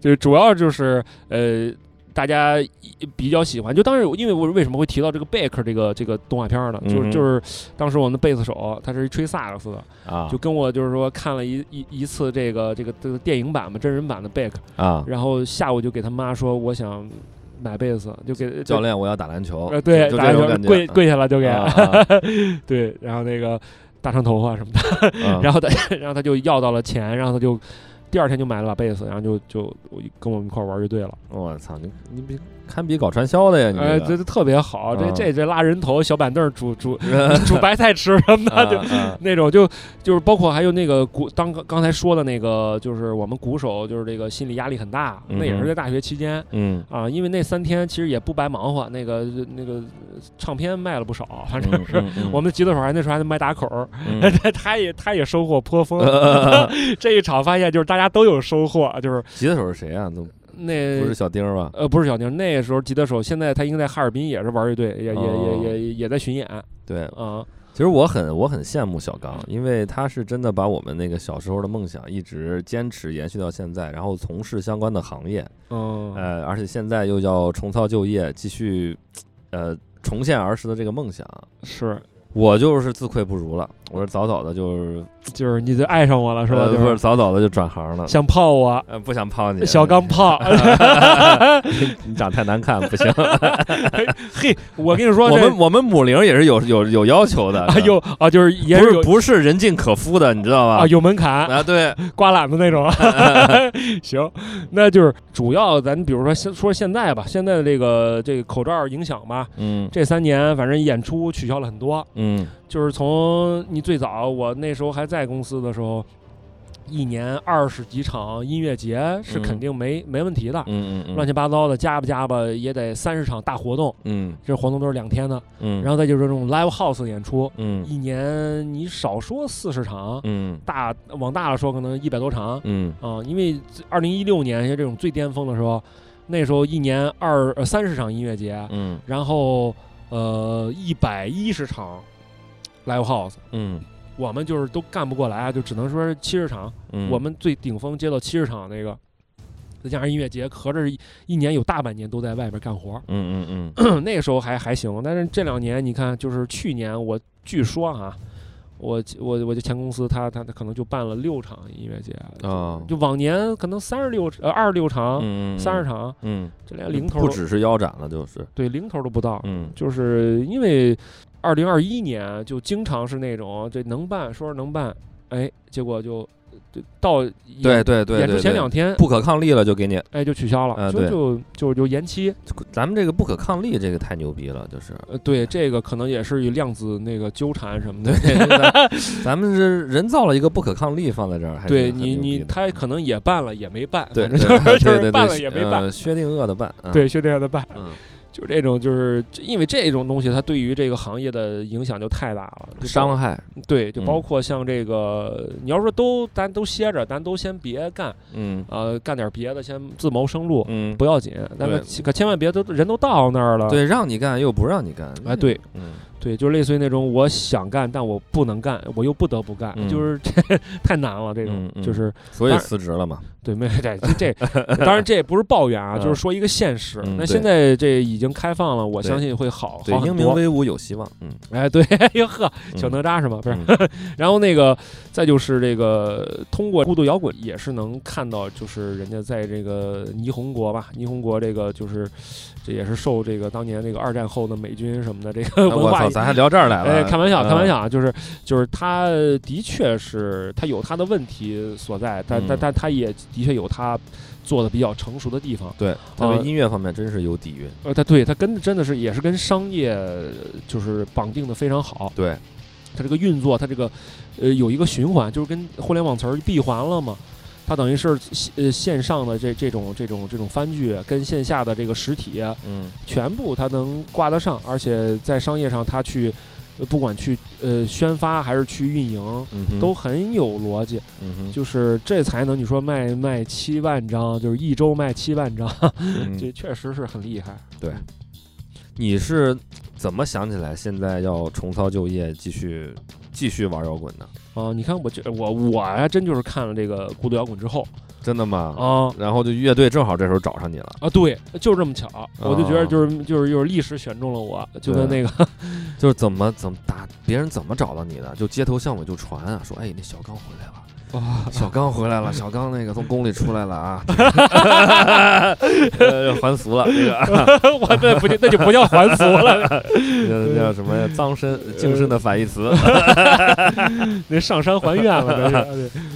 Speaker 2: 就是主要就是呃，大家一比较喜欢。就当时我因为我为什么会提到这个贝克这个这个动画片呢？
Speaker 1: 嗯
Speaker 2: 就
Speaker 1: 哼
Speaker 2: 是就是当时我们的贝斯手他是一吹萨克斯的，
Speaker 1: 啊
Speaker 2: 就跟我就是说看了一一一次这个这个这个电影版嘛，真人版的贝克，
Speaker 1: 啊！
Speaker 2: 然后下午就给他妈说我想买贝斯，就给
Speaker 1: 教。练，我要打篮球。
Speaker 2: 呃，对，
Speaker 1: 哦就就
Speaker 2: 打
Speaker 1: 这种
Speaker 2: 就
Speaker 1: 感觉。
Speaker 2: 跪跪下了就给，
Speaker 1: 啊啊
Speaker 2: 对，然后那个大长头发什么的。
Speaker 1: 啊
Speaker 2: 然后他， 然后他就要到了钱，然后他就第二天就买了把贝斯，然后就就我跟我们一块儿玩乐队了。
Speaker 1: 我操，你你比堪比搞传销的呀！你
Speaker 2: 哎，
Speaker 1: 这
Speaker 2: 这
Speaker 1: 个
Speaker 2: 这特别好，这
Speaker 1: 嗯
Speaker 2: 这这拉人头、小板凳儿 煮煮
Speaker 1: 啊
Speaker 2: 煮白菜吃 什么呃的，就
Speaker 1: 啊
Speaker 2: 那种就就是包括还有那个鼓，当刚才说的那个，就是我们鼓手就是这个心理压力很大，那也
Speaker 1: 嗯哼
Speaker 2: 是在大学期间。
Speaker 1: 嗯
Speaker 2: 啊，因为那三天其实也不白忙活，那个那个唱片卖了啊不少，
Speaker 1: 嗯
Speaker 2: 反正是、我们吉他手还那时候还能卖打 口儿，
Speaker 1: 们
Speaker 2: 他也他也收获颇丰。
Speaker 1: 嗯
Speaker 2: 这一场发现就是大家都有收获，就是
Speaker 1: 吉他手是谁啊？都
Speaker 2: 那
Speaker 1: 不是小丁儿吧？
Speaker 2: 呃不是小宁，那时候吉他手，现在他应该在哈尔滨也是玩乐队，也、
Speaker 1: 哦
Speaker 2: 也也也也在巡演啊、
Speaker 1: 对，其实我很我很羡慕小刚，因为他是真的把我们那个小时候的梦想一直坚持延续到现在，然后从事相关的行业，
Speaker 2: 嗯，
Speaker 1: 呃，而且现在又要重操旧业，继续呃重现儿时的这个梦想。
Speaker 2: 是
Speaker 1: 我就是自愧不如了，我是早早的就是
Speaker 2: 就是你就爱上我了是吧？
Speaker 1: 呃
Speaker 2: 就
Speaker 1: 不是早早的就转行了，
Speaker 2: 想泡我，
Speaker 1: 呃，不想泡你，
Speaker 2: 小刚泡，
Speaker 1: 你长太难看，不行。
Speaker 2: 嘿，我跟你说
Speaker 1: 我
Speaker 2: 这
Speaker 1: 们我们母零也是有有有要求 的，
Speaker 2: 啊有啊，就是也
Speaker 1: 不
Speaker 2: 是
Speaker 1: 是
Speaker 2: 有
Speaker 1: 不是人尽可夫的，你知道吧？
Speaker 2: 啊有门槛，
Speaker 1: 啊，对，
Speaker 2: 挂懒子 那种。 行，那就是主要咱比如说先说现在吧，现在的这个这个口罩影响吧，
Speaker 1: 嗯
Speaker 2: 这三年反正演出取消了很多，
Speaker 1: 嗯
Speaker 2: 就是从你最早我那时候还在公司的时候，一年二十几场音乐节是肯定没、没问题的，
Speaker 1: 嗯嗯，
Speaker 2: 乱七八糟的加吧加吧也得三十场大活动，
Speaker 1: 嗯
Speaker 2: 这活动都是两天的，
Speaker 1: 嗯，
Speaker 2: 然
Speaker 1: 后
Speaker 2: 后再就是这种 live house 的演出，
Speaker 1: 嗯
Speaker 2: 一年你少说四十场，
Speaker 1: 嗯
Speaker 2: 大往大了说可能一百多场啊、
Speaker 1: 嗯
Speaker 2: 因为二零一六年像这种最巅峰的时候，那时候一年二呃三十场音乐节，
Speaker 1: 嗯
Speaker 2: 然后呃一百一十场 live house。
Speaker 1: 嗯
Speaker 2: 我们就是都干不过来啊，就只能说是七十场，
Speaker 1: 嗯，
Speaker 2: 我们最顶峰接到七十场那个，再加上音乐节，合着一一年有大半年都在外边干活。
Speaker 1: 嗯嗯嗯
Speaker 2: 那个时候还还行，但是这两年你看，就是去年我据说啊，我我我就前公司他他他可能就办了六场音乐节，
Speaker 1: 啊，
Speaker 2: 就往年可能三十六呃二十六场、
Speaker 1: 嗯
Speaker 2: 三十，场，
Speaker 1: 嗯，
Speaker 2: 这连零头
Speaker 1: 不
Speaker 2: 都
Speaker 1: 只是腰斩了，就是
Speaker 2: 对零头都不到，
Speaker 1: 嗯
Speaker 2: 就是因为。二零二一年就经常是那种这能办，说是能办，哎，结果就就到演
Speaker 1: 对对对
Speaker 2: 演出
Speaker 1: 对
Speaker 2: 前
Speaker 1: 对
Speaker 2: 两天，
Speaker 1: 不可抗力了就给你，
Speaker 2: 哎，就取消了，
Speaker 1: 啊
Speaker 2: 就
Speaker 1: 对
Speaker 2: 就就就延期。
Speaker 1: 咱们这个不可抗力这个太牛逼了，就是
Speaker 2: 呃，对，这个可能也是与量子那个纠缠什么的。
Speaker 1: 咱们是人造了一个不可抗力放在这儿，还是
Speaker 2: 对
Speaker 1: 很
Speaker 2: 你，
Speaker 1: 牛逼
Speaker 2: 你
Speaker 1: 的
Speaker 2: 他可能也办了，也没办，
Speaker 1: 对
Speaker 2: 反正
Speaker 1: 对 对
Speaker 2: 就是
Speaker 1: 对
Speaker 2: 就是
Speaker 1: 对，
Speaker 2: 办了也没办，
Speaker 1: 呃薛定谔的办，啊，
Speaker 2: 对，就这样的办，
Speaker 1: 嗯，
Speaker 2: 就这种就是因为这种东西，它对于这个行业的影响就太大了，就包
Speaker 1: 伤害，
Speaker 2: 对，就
Speaker 1: 嗯
Speaker 2: 包括像这个，你要说都咱都歇着，咱都先别干，
Speaker 1: 嗯
Speaker 2: 呃，干点别的，先自谋生路，
Speaker 1: 嗯，
Speaker 2: 不要紧，咱们可千万别都人都到那儿了，，
Speaker 1: 对，让你干又不让你干，
Speaker 2: 哎，对
Speaker 1: 嗯，
Speaker 2: 对，就类似于那种我想干，但我不能干，我又不得不干，
Speaker 1: 嗯
Speaker 2: 就是 这太难了，这种
Speaker 1: 嗯嗯
Speaker 2: 就是
Speaker 1: 所以
Speaker 2: 当然
Speaker 1: 辞职了嘛，
Speaker 2: 对，没对，这这当然这也不是抱 怨啊，
Speaker 1: 嗯
Speaker 2: 就是说一个现实。
Speaker 1: 嗯对
Speaker 2: 那现在这已经开放了，我
Speaker 1: 对
Speaker 2: 相信会好
Speaker 1: 对
Speaker 2: 好，
Speaker 1: 英
Speaker 2: 很
Speaker 1: 明
Speaker 2: 多。
Speaker 1: 威武有希望，嗯，
Speaker 2: 哎，对， 哟呵，小
Speaker 1: 嗯
Speaker 2: 哪吒是吗？不是。
Speaker 1: 嗯
Speaker 2: 然后那个再就是这个通过孤独摇滚也是能看到，就是人家在这个霓虹国吧，霓虹国这个就是这也是受这个当年这个二战后的美军什么的这 个文
Speaker 1: 哎我
Speaker 2: 化
Speaker 1: 操，
Speaker 2: 影响。
Speaker 1: 咱还聊这儿来
Speaker 2: 哎，
Speaker 1: 了，
Speaker 2: 开玩
Speaker 1: 嗯
Speaker 2: 笑，开玩笑，啊，就是就是，他的确是他有他的问题所在，但但
Speaker 1: 嗯
Speaker 2: 但他也的确有他做的比较成熟的地方。
Speaker 1: 对，他对
Speaker 2: 呃
Speaker 1: 音乐方面真是有底蕴，
Speaker 2: 呃，他对他跟真的是也是跟商业呃就是绑定的非常好，
Speaker 1: 对，
Speaker 2: 他这个运作，他这个呃有一个循环，就是跟互联网词儿闭环了嘛。它等于是呃线上的这这种这种这种番剧跟线下的这个实体
Speaker 1: 嗯
Speaker 2: 全部它能挂得上，而且在商业上它去呃不管去呃宣发还是去运营。
Speaker 1: 嗯哼
Speaker 2: 都很有逻辑，
Speaker 1: 嗯哼
Speaker 2: 就是这才能你说卖卖七万张，就是一周卖七万张，
Speaker 1: 嗯
Speaker 2: 这确实是很厉害。
Speaker 1: 你是怎么想起来现在要重操旧业，继续继续玩摇滚的？
Speaker 2: 啊，你看我这我我还真就是看了这个《孤独摇滚》之后
Speaker 1: 真的吗？
Speaker 2: 啊
Speaker 1: 然后就乐队正好这时候找上你了，
Speaker 2: 啊，对，就是这么巧，我就觉得就是就是就是历史选中了我，就跟
Speaker 1: 对
Speaker 2: 那个
Speaker 1: 就是怎么怎么打别人怎么找到你的？就街头巷尾就传啊，说哎那小刚回来了，
Speaker 2: 啊
Speaker 1: 小刚回来了，小刚那个从宫里出来了啊，呃还俗了，这个
Speaker 2: 我那不就那就不叫还俗 了，
Speaker 1: 这叫什么呀？脏身净身的反义词，
Speaker 2: 那上山还愿了，这是。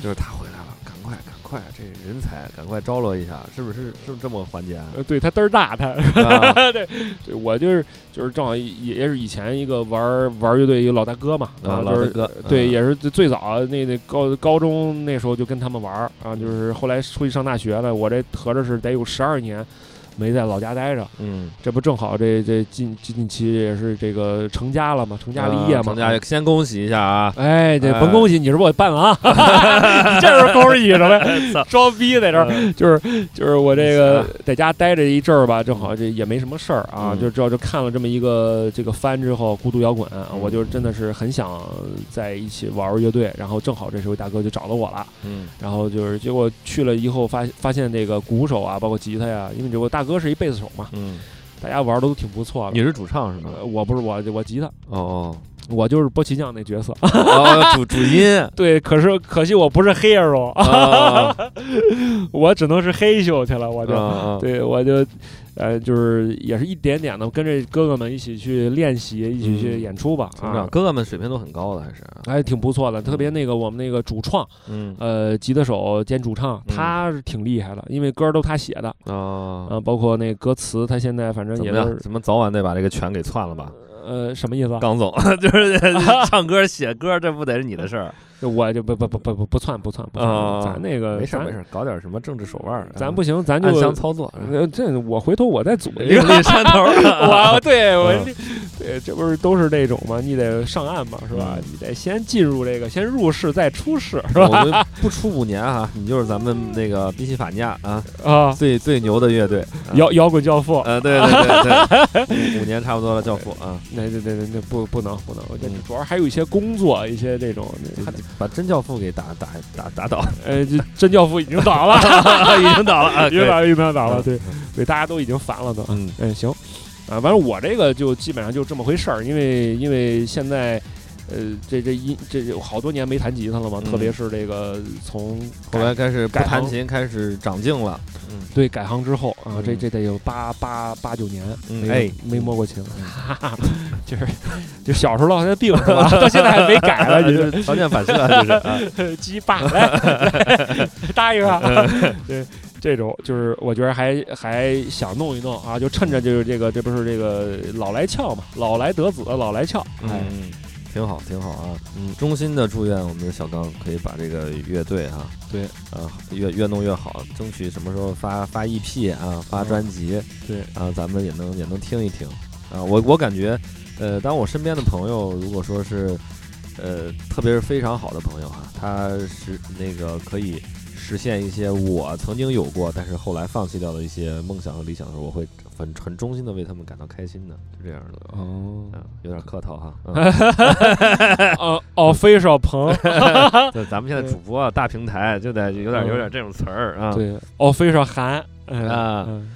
Speaker 1: 就是他回来了，赶快赶快，这人才赶快招罗一下，是不是？是不是这么环节啊？
Speaker 2: 呃对他嘚儿大，他
Speaker 1: 啊
Speaker 2: 对 对，我就是就是正好也也是以前一个玩儿玩儿乐队一个老大哥嘛，
Speaker 1: 啊
Speaker 2: 啊，
Speaker 1: 老
Speaker 2: 就
Speaker 1: 大
Speaker 2: 是
Speaker 1: 哥，
Speaker 2: 对，
Speaker 1: 嗯
Speaker 2: 也是最最早那那高高中那时候就跟他们玩儿啊，就是后来出去上大学了，我这合着是得有十二年没在老家待着，
Speaker 1: 嗯，
Speaker 2: 这不正好这这近近期也是这个成家了嘛，成家立业嘛，
Speaker 1: 啊成家立呃先恭喜一下啊！
Speaker 2: 哎，这
Speaker 1: 哎
Speaker 2: 甭恭喜你是我办了啊，你这是恭喜什么 呀？装逼在这儿，
Speaker 1: 呃
Speaker 2: 就是就是我这个在家待着一阵儿吧，正好这也没什么事儿啊，
Speaker 1: 啊嗯
Speaker 2: 就知道就看了这么一个这个番之后，孤独摇滚，
Speaker 1: 嗯
Speaker 2: 我就真的是很想在一起玩玩乐队，然后正好这时候大哥就找了我了，
Speaker 1: 嗯
Speaker 2: 然后就是结果去了以后发发现这个鼓手啊，包括吉他呀、因为这我大哥是一贝斯手嘛，
Speaker 1: 嗯，
Speaker 2: 大家玩的都挺不错的。
Speaker 1: 你是主唱是吗？
Speaker 2: 呃我不是我，我吉他，
Speaker 1: 哦
Speaker 2: 我就是波奇酱那角色。
Speaker 1: 哦 哦，主主音
Speaker 2: 对，可是可惜我不是 hero，
Speaker 1: 啊
Speaker 2: 哦 我只能是黑秀去了，我就、
Speaker 1: 啊！
Speaker 2: 对我就呃，就是也是一点点的跟着哥哥们一起去练习，一起去
Speaker 1: 嗯
Speaker 2: 演出吧，
Speaker 1: 成
Speaker 2: 啊
Speaker 1: 长，，哥哥们水平都很高的，还是
Speaker 2: 还挺不错的。特别那个我们那个主创，
Speaker 1: 嗯
Speaker 2: 呃，吉他手兼主唱，
Speaker 1: 嗯
Speaker 2: 他是挺厉害的，因为歌都他写的，
Speaker 1: 啊，
Speaker 2: 啊，包括那歌词，他现在反正
Speaker 1: 怎
Speaker 2: 也
Speaker 1: 么
Speaker 2: 是
Speaker 1: 样？什么早晚得把这个拳给篡了吧？
Speaker 2: 呃，什么意思啊？
Speaker 1: 刚总 就是唱歌写歌，这不得是你的事儿？
Speaker 2: 我就不不不不不不窜不窜不窜，
Speaker 1: 啊
Speaker 2: 咱那个
Speaker 1: 没事儿
Speaker 2: 咱
Speaker 1: 没事儿，搞点什么政治手腕儿，
Speaker 2: 咱
Speaker 1: 嗯
Speaker 2: 不行，咱就
Speaker 1: 暗箱哎操作，
Speaker 2: 呃这我回头我再组一
Speaker 1: 另
Speaker 2: 个。
Speaker 1: 立山头 儿啊
Speaker 2: 我对我
Speaker 1: 嗯
Speaker 2: 这对这不是都是那种吗？你得上岸嘛，是吧？
Speaker 1: 嗯
Speaker 2: 你得先进入这个，先入世再出世，是
Speaker 1: 我
Speaker 2: 吧？
Speaker 1: 们不出五年啊，你就是咱们那个宾夕法尼亚啊
Speaker 2: 啊，
Speaker 1: 最最牛的乐队，啊
Speaker 2: 摇摇滚教父，
Speaker 1: 呃，对对对对，五五年差不多了，教父啊，
Speaker 2: 那那那那那不不能不能，我这
Speaker 1: 嗯
Speaker 2: 主要还有一些工作，一些这种，
Speaker 1: 他把真教父给打打打打 倒，
Speaker 2: 呃，这真教父已经 倒了，
Speaker 1: 已经倒了啊，
Speaker 2: 已经
Speaker 1: 可以
Speaker 2: 倒了，已经倒了，
Speaker 1: 嗯
Speaker 2: 对对，大家都已经烦了都。
Speaker 1: 嗯
Speaker 2: 嗯，行，啊，反正我这个就基本上就这么回事儿，因为因为现在。呃，这这一这这好多年没弹吉他了嘛，
Speaker 1: 嗯
Speaker 2: 特别是这个从
Speaker 1: 后来开始不
Speaker 2: 改
Speaker 1: 弹
Speaker 2: 行
Speaker 1: 琴，开始长进了。嗯，
Speaker 2: 对改行之后啊，这
Speaker 1: 嗯
Speaker 2: 这得有八八八九年，
Speaker 1: 嗯
Speaker 2: 没
Speaker 1: 哎
Speaker 2: 没摸过琴，哈哈， 就是就小时候落下的病是 吧？到现在还没改 了，你
Speaker 1: 这条件反射啊， 就是啊
Speaker 2: 这鸡巴哎来 来答应啊， 对。这种就是我觉得还还想弄一弄啊，就趁着就是这个这不是这个老来俏嘛，老来得子老来俏，哎，
Speaker 1: 嗯，挺好，挺好啊。嗯，衷心的祝愿我们的小刚可以把这个乐队哈、啊，
Speaker 2: 对，
Speaker 1: 啊，越越弄越好，争取什么时候发发 EP 啊，发
Speaker 2: 嗯
Speaker 1: 专辑，
Speaker 2: 对
Speaker 1: 啊，咱们也能也能听一听啊。我我感觉，呃，当我身边的朋友如果说是，呃，特别是非常好的朋友啊，他是那个可以。实现一些我曾经有过，但是后来放弃掉的一些梦想和理想的时候，我会很很衷心的为他们感到开心的，是这样的。
Speaker 2: 哦
Speaker 1: 嗯，有点客套哈。嗯
Speaker 2: 哦哦，飞少鹏，
Speaker 1: 对，咱们现在主播啊大平台就得有点有点这种词儿啊。，
Speaker 2: 嗯对，哦飞少韩，嗯
Speaker 1: 啊
Speaker 2: 嗯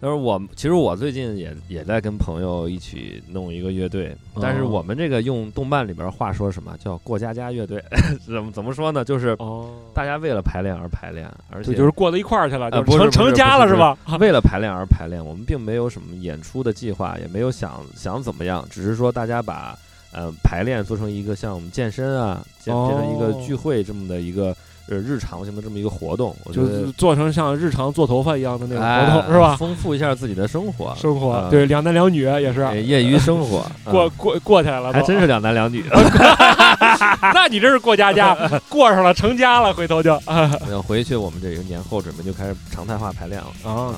Speaker 1: 但是我其实我最近也也在跟朋友一起弄一个乐队，但是
Speaker 2: 哦
Speaker 1: 我们这个用动漫里边话说什么叫过家家乐队，怎么怎么说呢？就是
Speaker 2: 哦，
Speaker 1: 大家为了排练而排练，而且
Speaker 2: 对，就是过到一块儿去了，
Speaker 1: 呃
Speaker 2: 就
Speaker 1: 不是
Speaker 2: 成
Speaker 1: 不是
Speaker 2: 成家了
Speaker 1: 不是
Speaker 2: 吧？
Speaker 1: 为了排练而排练，我们并没有什么演出的计划，也没有想想怎么样，只是说大家把呃排练做成一个像我们健身啊，健
Speaker 2: 哦
Speaker 1: 变成一个聚会这么的一个呃日常性的这么一个活动，我觉
Speaker 2: 就
Speaker 1: 得
Speaker 2: 是做成像日常做头发一样的那种
Speaker 1: 哎
Speaker 2: 活动是吧？
Speaker 1: 丰富一下自己的生活，
Speaker 2: 生活
Speaker 1: 啊
Speaker 2: 对，两男两女也是
Speaker 1: 哎业余生活
Speaker 2: 啊 过
Speaker 1: 嗯
Speaker 2: 过过起来了，
Speaker 1: 还真。是两男 两女，
Speaker 2: 那你这是过家 家，过上了成家了，回头就啊，
Speaker 1: 我要哎回去我们这个年后准备就开始常态化排练了。可
Speaker 2: 以嗯哦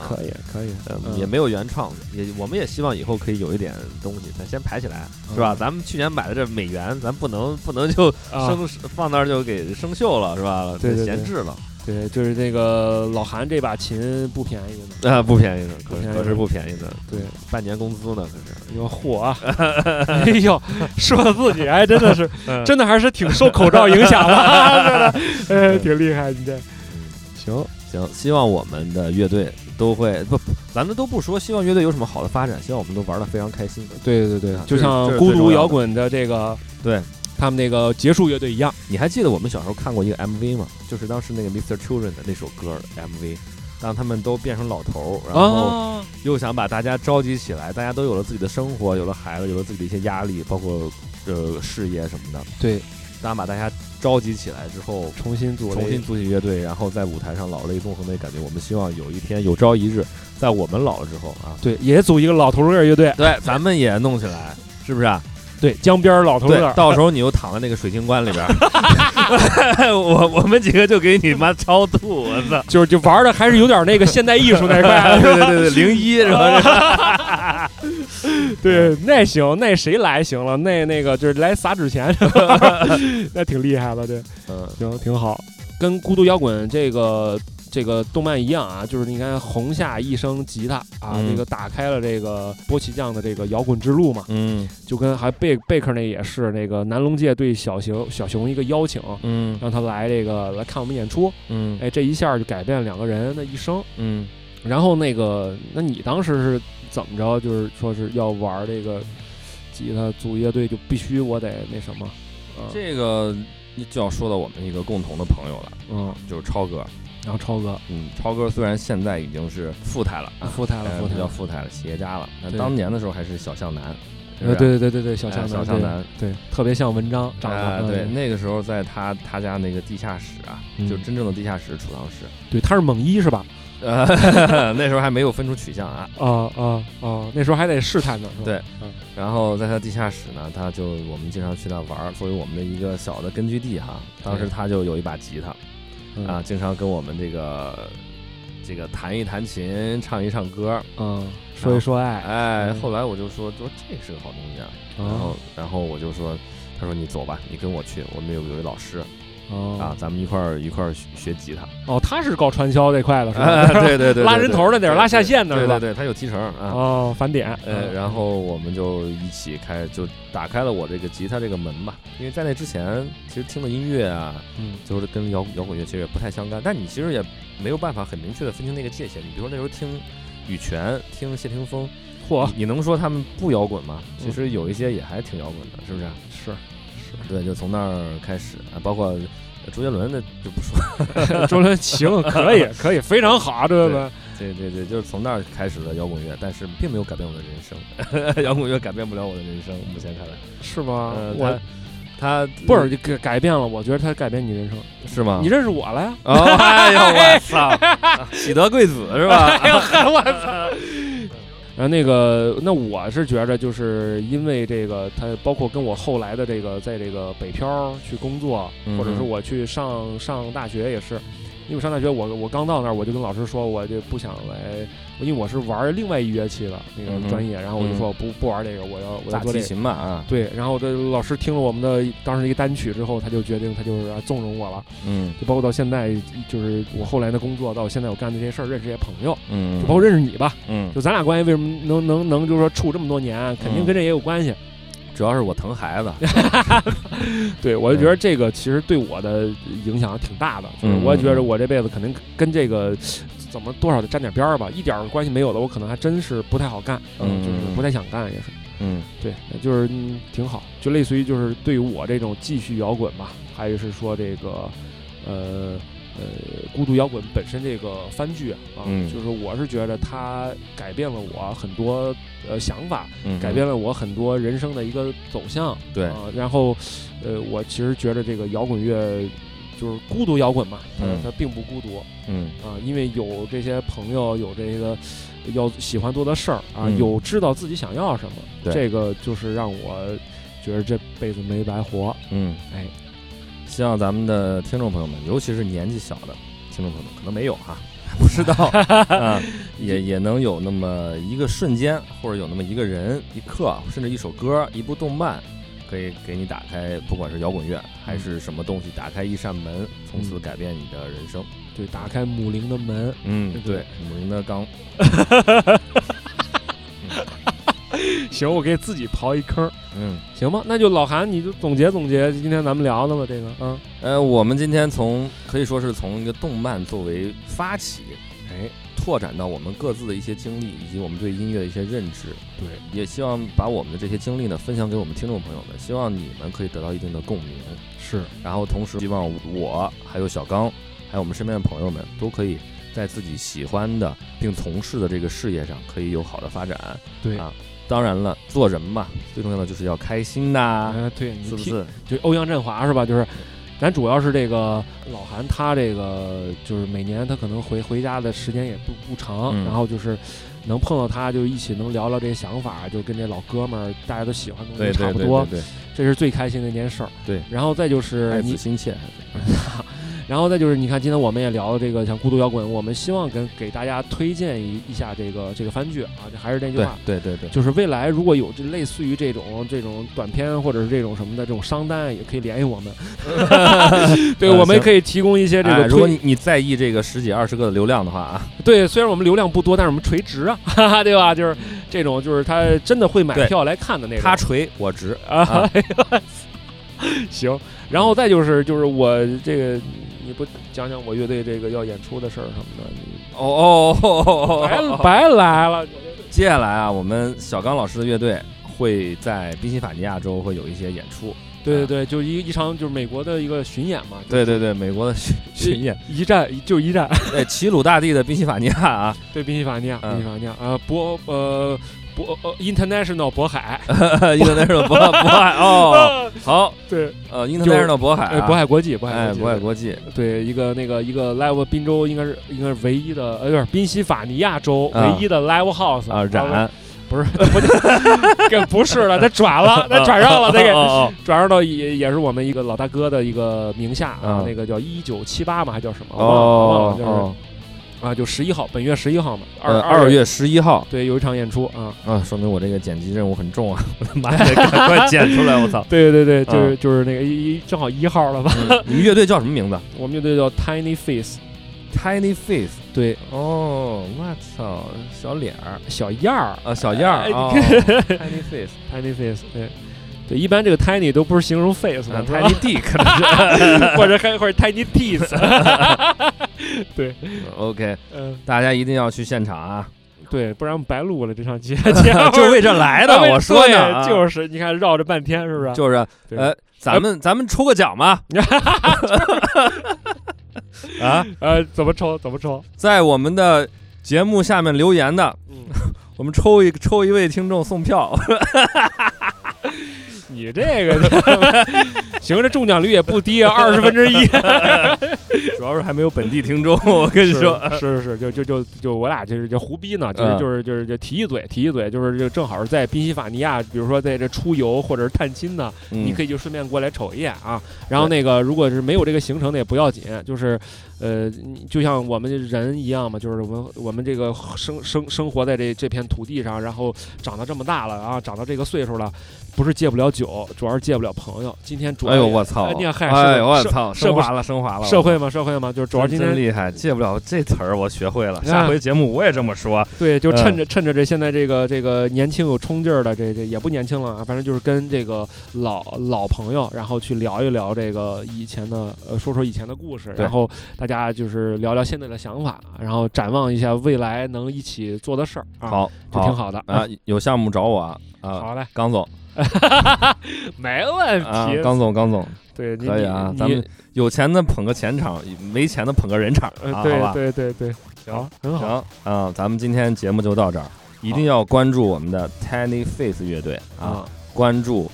Speaker 2: 可以
Speaker 1: 嗯，也没有原创，也我们也希望以后可以有一点东西，咱先排起来，是吧？咱们去年买的这美元，咱不能 不能就
Speaker 2: 嗯啊，
Speaker 1: 生放那儿就给生锈了，是吧？
Speaker 2: 对对对
Speaker 1: 闲置了，
Speaker 2: 对，就是那个老韩这把琴不便宜呢，
Speaker 1: 啊，不便宜的，可
Speaker 2: 不便宜
Speaker 1: 可是不便宜的，
Speaker 2: 对，
Speaker 1: 半年工资呢，可
Speaker 2: 哟 嚯啊！哎呦，说的自己哎，真的是，
Speaker 1: 是。
Speaker 2: 真的还是挺受口罩影 响的， 真的，哎， 挺厉害，你这行，
Speaker 1: 行，希望我们的乐队都会不，咱们都不说，希望乐队有什么好的发展，希望我们都玩的非常开心。
Speaker 2: 对对对
Speaker 1: 啊这
Speaker 2: 就
Speaker 1: 是这
Speaker 2: 像
Speaker 1: 是
Speaker 2: 孤
Speaker 1: 最重
Speaker 2: 独
Speaker 1: 要
Speaker 2: 摇
Speaker 1: 的
Speaker 2: 滚的这个
Speaker 1: 对
Speaker 2: 他们那个结束乐队一样，
Speaker 1: 你还记得我们小时候看过一个 MV 吗？就是当时那个 Mr. Children 的那首歌的 MV，让他们都变成老头儿，然后
Speaker 2: 啊，
Speaker 1: 又想把大家召集起来，大家都有了自己的生活，有了孩子，有了自己的一些压力，包括呃事业什么的。
Speaker 2: 对，
Speaker 1: 当把大家召集起来之后，
Speaker 2: 重新组
Speaker 1: 重新组起乐队，然后在舞台上老泪纵横的感觉。我们希望有一天，有朝一日，在我们老了之后啊，
Speaker 2: 对，也组一个老头乐乐队，
Speaker 1: 对，咱们也弄起来，是不是啊？
Speaker 2: 对，江边老头
Speaker 1: 对
Speaker 2: 乐，，
Speaker 1: 到时候你又躺在那个水晶棺里边儿， 我我们几个就给你妈超度，我操！
Speaker 2: 就是就玩的还是有点那个现代艺术那一 块，
Speaker 1: 对对对对，零一是吧？
Speaker 2: 对，那行，那谁来行了，那那个就是来撒纸 钱， 那挺厉害了，对。
Speaker 1: 嗯，
Speaker 2: 行，挺好。跟《孤独摇滚》这个这个动漫一样啊，就是你看红下一声吉他啊，
Speaker 1: 嗯
Speaker 2: 这个打开了这个波奇酱的这个摇滚之路嘛，
Speaker 1: 嗯
Speaker 2: 就跟还贝贝克那也是那个南龙界对小熊小熊一个邀请，
Speaker 1: 嗯
Speaker 2: 让他来这个来看我们演出，
Speaker 1: 嗯
Speaker 2: 哎，这一下就改变了两个人的一生。
Speaker 1: 嗯，
Speaker 2: 然后那个，那你当时是怎么着？就是说是要玩这个吉他组乐队，就必须我得那什么，啊、
Speaker 1: 这个就要说到我们一个共同的朋友了，
Speaker 2: 嗯，
Speaker 1: 就是超哥。
Speaker 2: 然后超哥
Speaker 1: 嗯，超哥虽然现在已经是富态了，
Speaker 2: 富态了，
Speaker 1: 呃
Speaker 2: 啊富
Speaker 1: 比
Speaker 2: 态了
Speaker 1: 较。富态了，企业家了，但
Speaker 2: 对
Speaker 1: 当年的时候还是小象男，是不是
Speaker 2: 呃，对对对对，小
Speaker 1: 哎
Speaker 2: 象
Speaker 1: 小
Speaker 2: 象
Speaker 1: 象男，
Speaker 2: 对，特别像文章长
Speaker 1: 啊，
Speaker 2: 得，
Speaker 1: 对，
Speaker 2: 嗯
Speaker 1: 那个时候在他他家那个地下室啊，
Speaker 2: 嗯
Speaker 1: 就真正的地下室储藏 室，
Speaker 2: 对，他是猛一是吧？
Speaker 1: 呃， 那时候还没有分出取向啊。
Speaker 2: 啊啊啊！那时候还得试探呢，是吧
Speaker 1: 对然后在他地下室呢，他就我们经常去那玩儿，作为我们的一个小的根据地哈。当时他就有一把吉他
Speaker 2: 嗯
Speaker 1: 啊，经常跟我们这个这个弹一弹琴，唱一唱歌。
Speaker 2: 嗯，说一说爱
Speaker 1: 哎，
Speaker 2: 嗯
Speaker 1: 后来我就说说这是个好东西啊，然
Speaker 2: 啊
Speaker 1: 后然后我就说。他说：“你走吧，你跟我去。我们有有一老师啊
Speaker 2: 啊，
Speaker 1: 咱们一块儿一块儿学学吉他。
Speaker 2: 哦，他是搞传销这块的是
Speaker 1: 哎
Speaker 2: 吧？
Speaker 1: 对对对，
Speaker 2: 拉
Speaker 1: 对
Speaker 2: 人
Speaker 1: 对
Speaker 2: 头的得是
Speaker 1: 对
Speaker 2: 拉下线的
Speaker 1: 对
Speaker 2: 是
Speaker 1: 对
Speaker 2: 吧？
Speaker 1: 对，他有提成啊。
Speaker 2: 哦，返点，
Speaker 1: 呃，
Speaker 2: 嗯
Speaker 1: 然后我们就一起开，就打开了我这个吉他这个门吧。因为在那之前，其实听的音乐啊，
Speaker 2: 嗯
Speaker 1: 就是跟摇摇滚乐其实也不太相干，但你其实也没有办法很明确的分清那个界限。你比如说那时候听羽泉、听谢霆锋，
Speaker 2: 嚯
Speaker 1: 你你能说他们不摇滚吗？其
Speaker 2: 嗯
Speaker 1: 实有一些也还挺摇滚的，是不是？啊
Speaker 2: 是
Speaker 1: 对，就从那儿开始啊，包括周杰伦的就不说，
Speaker 2: 周伦行，可以， 可以，非常好啊，周杰伦。
Speaker 1: 对对对，就是从那儿开始的摇滚乐，但是并没有改变我的人生，摇 滚乐改变不了我的人生，目前看来，
Speaker 2: 是吗？
Speaker 1: 呃
Speaker 2: 我
Speaker 1: 他
Speaker 2: 不是改改变了，我觉得他改变你人生，
Speaker 1: 是吗？
Speaker 2: 你认识我了 呀？
Speaker 1: 哦，哎 呦我操，喜得贵子是吧？
Speaker 2: 然后那个，那我是觉着，就是因为这个，他包括跟我后来的这个，在这个北漂去工作，
Speaker 1: 嗯哼
Speaker 2: 或者是我去上上大学也是，因为我上大学我我刚到那儿，我就跟老师说，我就不想来，因为我是玩另外一乐器的那
Speaker 1: 嗯
Speaker 2: 个
Speaker 1: 哼
Speaker 2: 专业，然后我就
Speaker 1: 嗯
Speaker 2: 说我不不玩这个，我要我要
Speaker 1: 打
Speaker 2: 做
Speaker 1: 提
Speaker 2: 这个。
Speaker 1: 琴吧啊，
Speaker 2: 对，然后这老师听了我们的当时一个单曲之后，他就决定他就是啊纵容我了，
Speaker 1: 嗯
Speaker 2: 就包括到现在，就是我后来的工作，到现在我干的这些事儿，认识这些朋友，
Speaker 1: 嗯，
Speaker 2: 就包括认识你吧，
Speaker 1: 嗯，
Speaker 2: 就咱俩关系为什么能能能就是说处这么多年，肯定跟这也有 关系。
Speaker 1: 主要是我疼孩子，
Speaker 2: 对我就觉得这个其实对我的影响挺大的，就是
Speaker 1: 嗯
Speaker 2: 我也觉得我这辈子肯定跟这个怎么多少得沾点边儿吧，一点儿关系没有的，我可能还真是不太好干，
Speaker 1: 嗯
Speaker 2: 就是不太想干也是。
Speaker 1: 嗯
Speaker 2: 对，就是、嗯挺好，就类似于就是对于我这种继续摇滚吧，还有是说这个，呃呃，孤独摇滚本身这个番剧啊，
Speaker 1: 嗯
Speaker 2: 就是我是觉得它改变了我很多呃想法，
Speaker 1: 嗯，
Speaker 2: 改变了我很多人生的一个走向。
Speaker 1: 对
Speaker 2: 啊、然后呃，我其实觉得这个摇滚乐就是孤独摇滚嘛，它、
Speaker 1: 嗯
Speaker 2: 它并不孤独，
Speaker 1: 嗯
Speaker 2: 啊，因为有这些朋友，有这个要喜欢做的事儿啊，
Speaker 1: 嗯
Speaker 2: 有知道自己想要什么，
Speaker 1: 对
Speaker 2: 这个就是让我觉得这辈子没白活。
Speaker 1: 嗯，
Speaker 2: 哎，
Speaker 1: 希望咱们的听众朋友们，尤其是年纪小的听众朋友们，可能没有哈、不知道 啊，也也能有那么一个瞬间，或者有那么一个人、一刻，啊甚至一首歌、一部动漫，可以给你打开，不管是摇滚乐还是什么东西，打开一扇门，从此改变你的人生。
Speaker 2: 对，打开母灵的门，
Speaker 1: 嗯，
Speaker 2: 对
Speaker 1: 对，母林的刚，
Speaker 2: 行，我给自己刨一坑儿，
Speaker 1: 嗯。
Speaker 2: 行吧？那就老韩，你就总结总结今天咱们聊的吧，这个啊，
Speaker 1: 呃，我们今天从可以说是从一个动漫作为发起，哎，拓展到我们各自的一些经历，以及我们对音乐的一些认知。
Speaker 2: 对，
Speaker 1: 也希望把我们的这些经历呢分享给我们听众朋友们，希望你们可以得到一定的共鸣。
Speaker 2: 是
Speaker 1: 然后同时希望我还有小刚，还有我们身边的朋友们，都可以在自己喜欢的并从事的这个事业上可以有好的发展。
Speaker 2: 对
Speaker 1: 啊当然了，做人嘛，最重要的就是要开心呐，
Speaker 2: 啊，对，你
Speaker 1: 是不嗯
Speaker 2: 听
Speaker 1: 是？
Speaker 2: 就欧阳震华是吧？就是，咱主要是这个老韩，他这个就是每年他可能回回家的时间也不不长，
Speaker 1: 嗯
Speaker 2: 然后就是能碰到他，就一起能聊聊这些想法，就跟这老哥们儿大家都喜欢的东
Speaker 1: 对
Speaker 2: 西
Speaker 1: 对
Speaker 2: 差不
Speaker 1: 对
Speaker 2: 多
Speaker 1: 对，对，
Speaker 2: 这是最开心的一件事儿。
Speaker 1: 对，
Speaker 2: 然后再就是
Speaker 1: 爱
Speaker 2: 你
Speaker 1: 子，心切。
Speaker 2: 然后再就是你看，今天我们也聊了这个像孤独摇滚，我们希望跟给大家推荐一一下这个这个番剧啊，这还是这句
Speaker 1: 对
Speaker 2: 话，
Speaker 1: 对对对，
Speaker 2: 就是未来如果有这类似于这种这种短片或者是这种什么的这种商单，啊也可以联 系我们。对，
Speaker 1: 嗯
Speaker 2: 我们
Speaker 1: 行
Speaker 2: 可以提供一些这
Speaker 1: 哎
Speaker 2: 个
Speaker 1: 如果
Speaker 2: 推。
Speaker 1: 你你在意这个十几二十个的流量的话啊，
Speaker 2: 对，虽然我们流量不多，但是我们垂直啊， 哈哈，对吧？就是这种，就是他真的会买
Speaker 1: 对
Speaker 2: 票来看的那种。
Speaker 1: 他锤我值，
Speaker 2: 啊，哎呦我操 行。然后再就是就是我这个，你不讲讲我乐队这个要演出的事儿什么的？你
Speaker 1: 哦哦哦哦
Speaker 2: 白白来了，
Speaker 1: 接下来啊，我们小刚老师的乐队会在宾夕法尼亚州会有一些演出，
Speaker 2: 对对对，就一一场就是美国的一个巡演嘛。就
Speaker 1: 啊对对对，美国的巡巡演，
Speaker 2: 一站就一站，
Speaker 1: 对齐鲁大地的宾夕法尼亚啊，
Speaker 2: 对，宾夕法尼亚，
Speaker 1: 嗯
Speaker 2: 宾夕法尼亚啊，渤呃渤呃 international 渤海，
Speaker 1: 英特尔的渤渤海哦， 好，
Speaker 2: 对，
Speaker 1: 呃，英特尔的渤海
Speaker 2: 呃
Speaker 1: 啊，
Speaker 2: 渤海国际，渤
Speaker 1: 哎，
Speaker 2: 海
Speaker 1: 渤海
Speaker 2: 国
Speaker 1: 国际，
Speaker 2: 际，对，一个那个一个 live 滨州应该是应该是唯一的，呃，不是宾夕法尼亚州
Speaker 1: 啊
Speaker 2: 唯一的 live house
Speaker 1: 啊，冉，
Speaker 2: 不是不对，不是了，他转 了，他转让了，他给
Speaker 1: 哦哦
Speaker 2: 转让到也也是我们一个老大哥的一个名下啊
Speaker 1: 啊，
Speaker 2: 那个叫一九七八嘛，还叫什么？
Speaker 1: 哦
Speaker 2: 我忘了，忘了就是
Speaker 1: 哦，
Speaker 2: 啊，就十一号，本月十一号嘛，嗯二
Speaker 1: 呃，二。月十一号
Speaker 2: 对，有一场演出啊，
Speaker 1: 啊，说明我这个剪辑任务很 重啊，我的妈得赶
Speaker 2: 啊
Speaker 1: 快 剪出来，我操！
Speaker 2: 对对对，就是、就是那个一一正好一号了吧？
Speaker 1: 嗯你们乐队叫什么名字
Speaker 2: 我们乐队叫 Tiny Face，
Speaker 1: ？Tiny Face。
Speaker 2: 对，
Speaker 1: 哦，我操，小脸儿
Speaker 2: 小样儿
Speaker 1: 啊，小样
Speaker 2: 哎
Speaker 1: 儿
Speaker 2: 你
Speaker 1: 啊
Speaker 2: 看
Speaker 1: ，Tiny Face，
Speaker 2: Tiny Face，对。对，一般这个 tiny 都不是形容 face
Speaker 1: 啊
Speaker 2: 的
Speaker 1: ，Tiny Dick
Speaker 2: 或者还或者 tiny teeth，
Speaker 1: OK，
Speaker 2: 嗯，
Speaker 1: 大家一定要去现场 啊，
Speaker 2: 对，不然我们白录了这 场节节目，
Speaker 1: 就为这来的，我说呢啊，
Speaker 2: 对就是你看绕着半天是不是？
Speaker 1: 就是
Speaker 2: 对
Speaker 1: 呃，咱们咱们抽个奖 吧。啊，
Speaker 2: 呃，怎么抽？怎么抽？
Speaker 1: 在我们的节目下面留言的，
Speaker 2: 嗯，
Speaker 1: 我们抽一抽一位听众送票。
Speaker 2: 你这个 行，这中奖率也不低啊，二十分之一。
Speaker 1: 主要是还没有本地听众，我跟你说，
Speaker 2: 是是是，就就就就我俩就是就胡逼呢，就
Speaker 1: 嗯
Speaker 2: 是就是就是就提一嘴提一嘴，就是就正好是在宾夕法尼亚，比如说在这出游或者是探亲呢，你可
Speaker 1: 以
Speaker 2: 以就顺便过来瞅一眼啊。然后那个如果是没有这个行程的也不要紧，就是呃，你就像我们人一样嘛，就是我们我们这个生生生活在这这片土地上，然后长到这么大了啊，长到这个岁数了。不是戒不了酒，主要是戒不了朋友。今天主要
Speaker 1: 哎呦
Speaker 2: 也
Speaker 1: 我操！
Speaker 2: 哎你也害
Speaker 1: 哎
Speaker 2: 社
Speaker 1: 呦我
Speaker 2: 社
Speaker 1: 操！
Speaker 2: 社
Speaker 1: 升
Speaker 2: 会
Speaker 1: 华了，升华了！
Speaker 2: 社会嘛，社会嘛，就是主要今
Speaker 1: 真
Speaker 2: 天
Speaker 1: 厉害，戒不了这词儿，我学会了。
Speaker 2: 啊
Speaker 1: 下回节目我也这么说。
Speaker 2: 对，就
Speaker 1: 嗯
Speaker 2: 趁着、趁着这现在这个这个年轻有冲劲儿的，这这也不年轻了啊，反正就是跟这个老老朋友，然后去聊一聊这个以前的呃，说说以前的故事，
Speaker 1: 对
Speaker 2: 然后大家就是聊聊现在的想法，然后展望一下未来能一起做的事儿啊，
Speaker 1: 好，
Speaker 2: 就挺
Speaker 1: 好
Speaker 2: 好的
Speaker 1: 啊。！有项目找我啊啊！
Speaker 2: 好嘞，
Speaker 1: 刚总
Speaker 2: 没问
Speaker 1: 啊
Speaker 2: 题，，
Speaker 1: 刚总，刚总，
Speaker 2: 对，你
Speaker 1: 可以啊
Speaker 2: 你，
Speaker 1: 咱们
Speaker 2: 你
Speaker 1: 有钱的捧个钱场，没钱的捧个人场
Speaker 2: 呃
Speaker 1: 啊，好吧？
Speaker 2: 对对对对，好，很好，
Speaker 1: 行啊，咱们今天节目就到这儿，一定要关注我们的 Tiny Face 乐队啊，
Speaker 2: 啊。
Speaker 1: 关注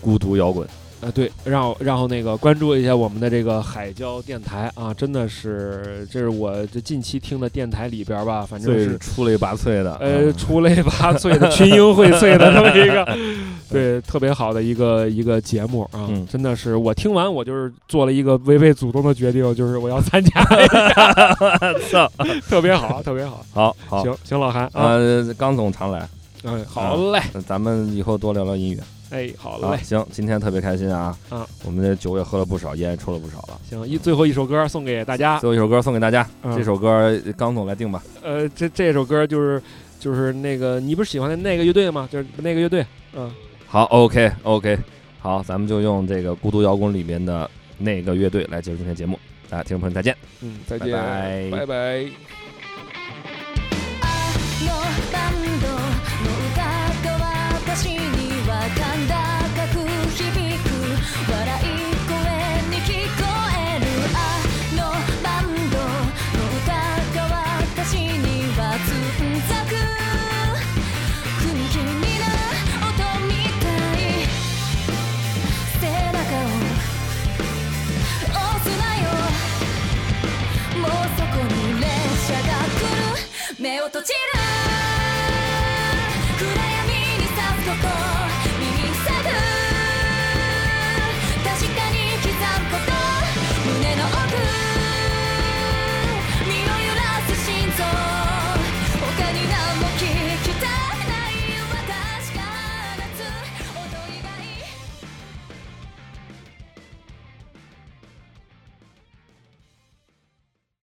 Speaker 1: 孤独摇滚。
Speaker 2: 呃，对，然后然后那个关注一下我们的这个海椒电台啊，真的是这是我这近期听的电台里边儿吧，反正
Speaker 1: 最
Speaker 2: 是
Speaker 1: 出类拔萃的，
Speaker 2: 呃
Speaker 1: 嗯
Speaker 2: 出类 拔萃的、群英荟萃的这么一个，对，特别好的一个一个节目啊，
Speaker 1: 嗯
Speaker 2: 真的是我听完我就是做了一个违背祖宗的决定，就是我要参 加，特别好，特别好，
Speaker 1: 好好，
Speaker 2: 行行，老韩啊，
Speaker 1: 呃，刚总常来，
Speaker 2: 嗯，好嘞，
Speaker 1: 那咱们以后多聊聊音乐。
Speaker 2: 哎，好
Speaker 1: 啊，
Speaker 2: 嘞，
Speaker 1: 行，今天特别开心啊，
Speaker 2: 啊，
Speaker 1: 我们这酒也喝了不少，烟也抽了不少了。
Speaker 2: 行，一最后一首歌送给大家，
Speaker 1: 最后一首歌送给大家，
Speaker 2: 啊嗯
Speaker 1: 这首歌刚总来定吧。
Speaker 2: 呃，这这首歌就是就是那个你不是喜欢的那个乐队吗？就是那个乐队，嗯，
Speaker 1: 好，OK OK，好，咱们就用这个《孤独摇滚》里面的那个乐队来结束今天节目。大家听众朋友们再见。
Speaker 2: 嗯，再
Speaker 1: 拜
Speaker 2: 见，
Speaker 1: 拜
Speaker 2: 拜拜
Speaker 3: 「あのバンドの歌と私には甲高く響く」「笑い声に聞こえる」「あのバンドの歌が私にはつんざく」「不気味な音みたい」「背中を押すなよ」もうそこに列車が来る目を閉じる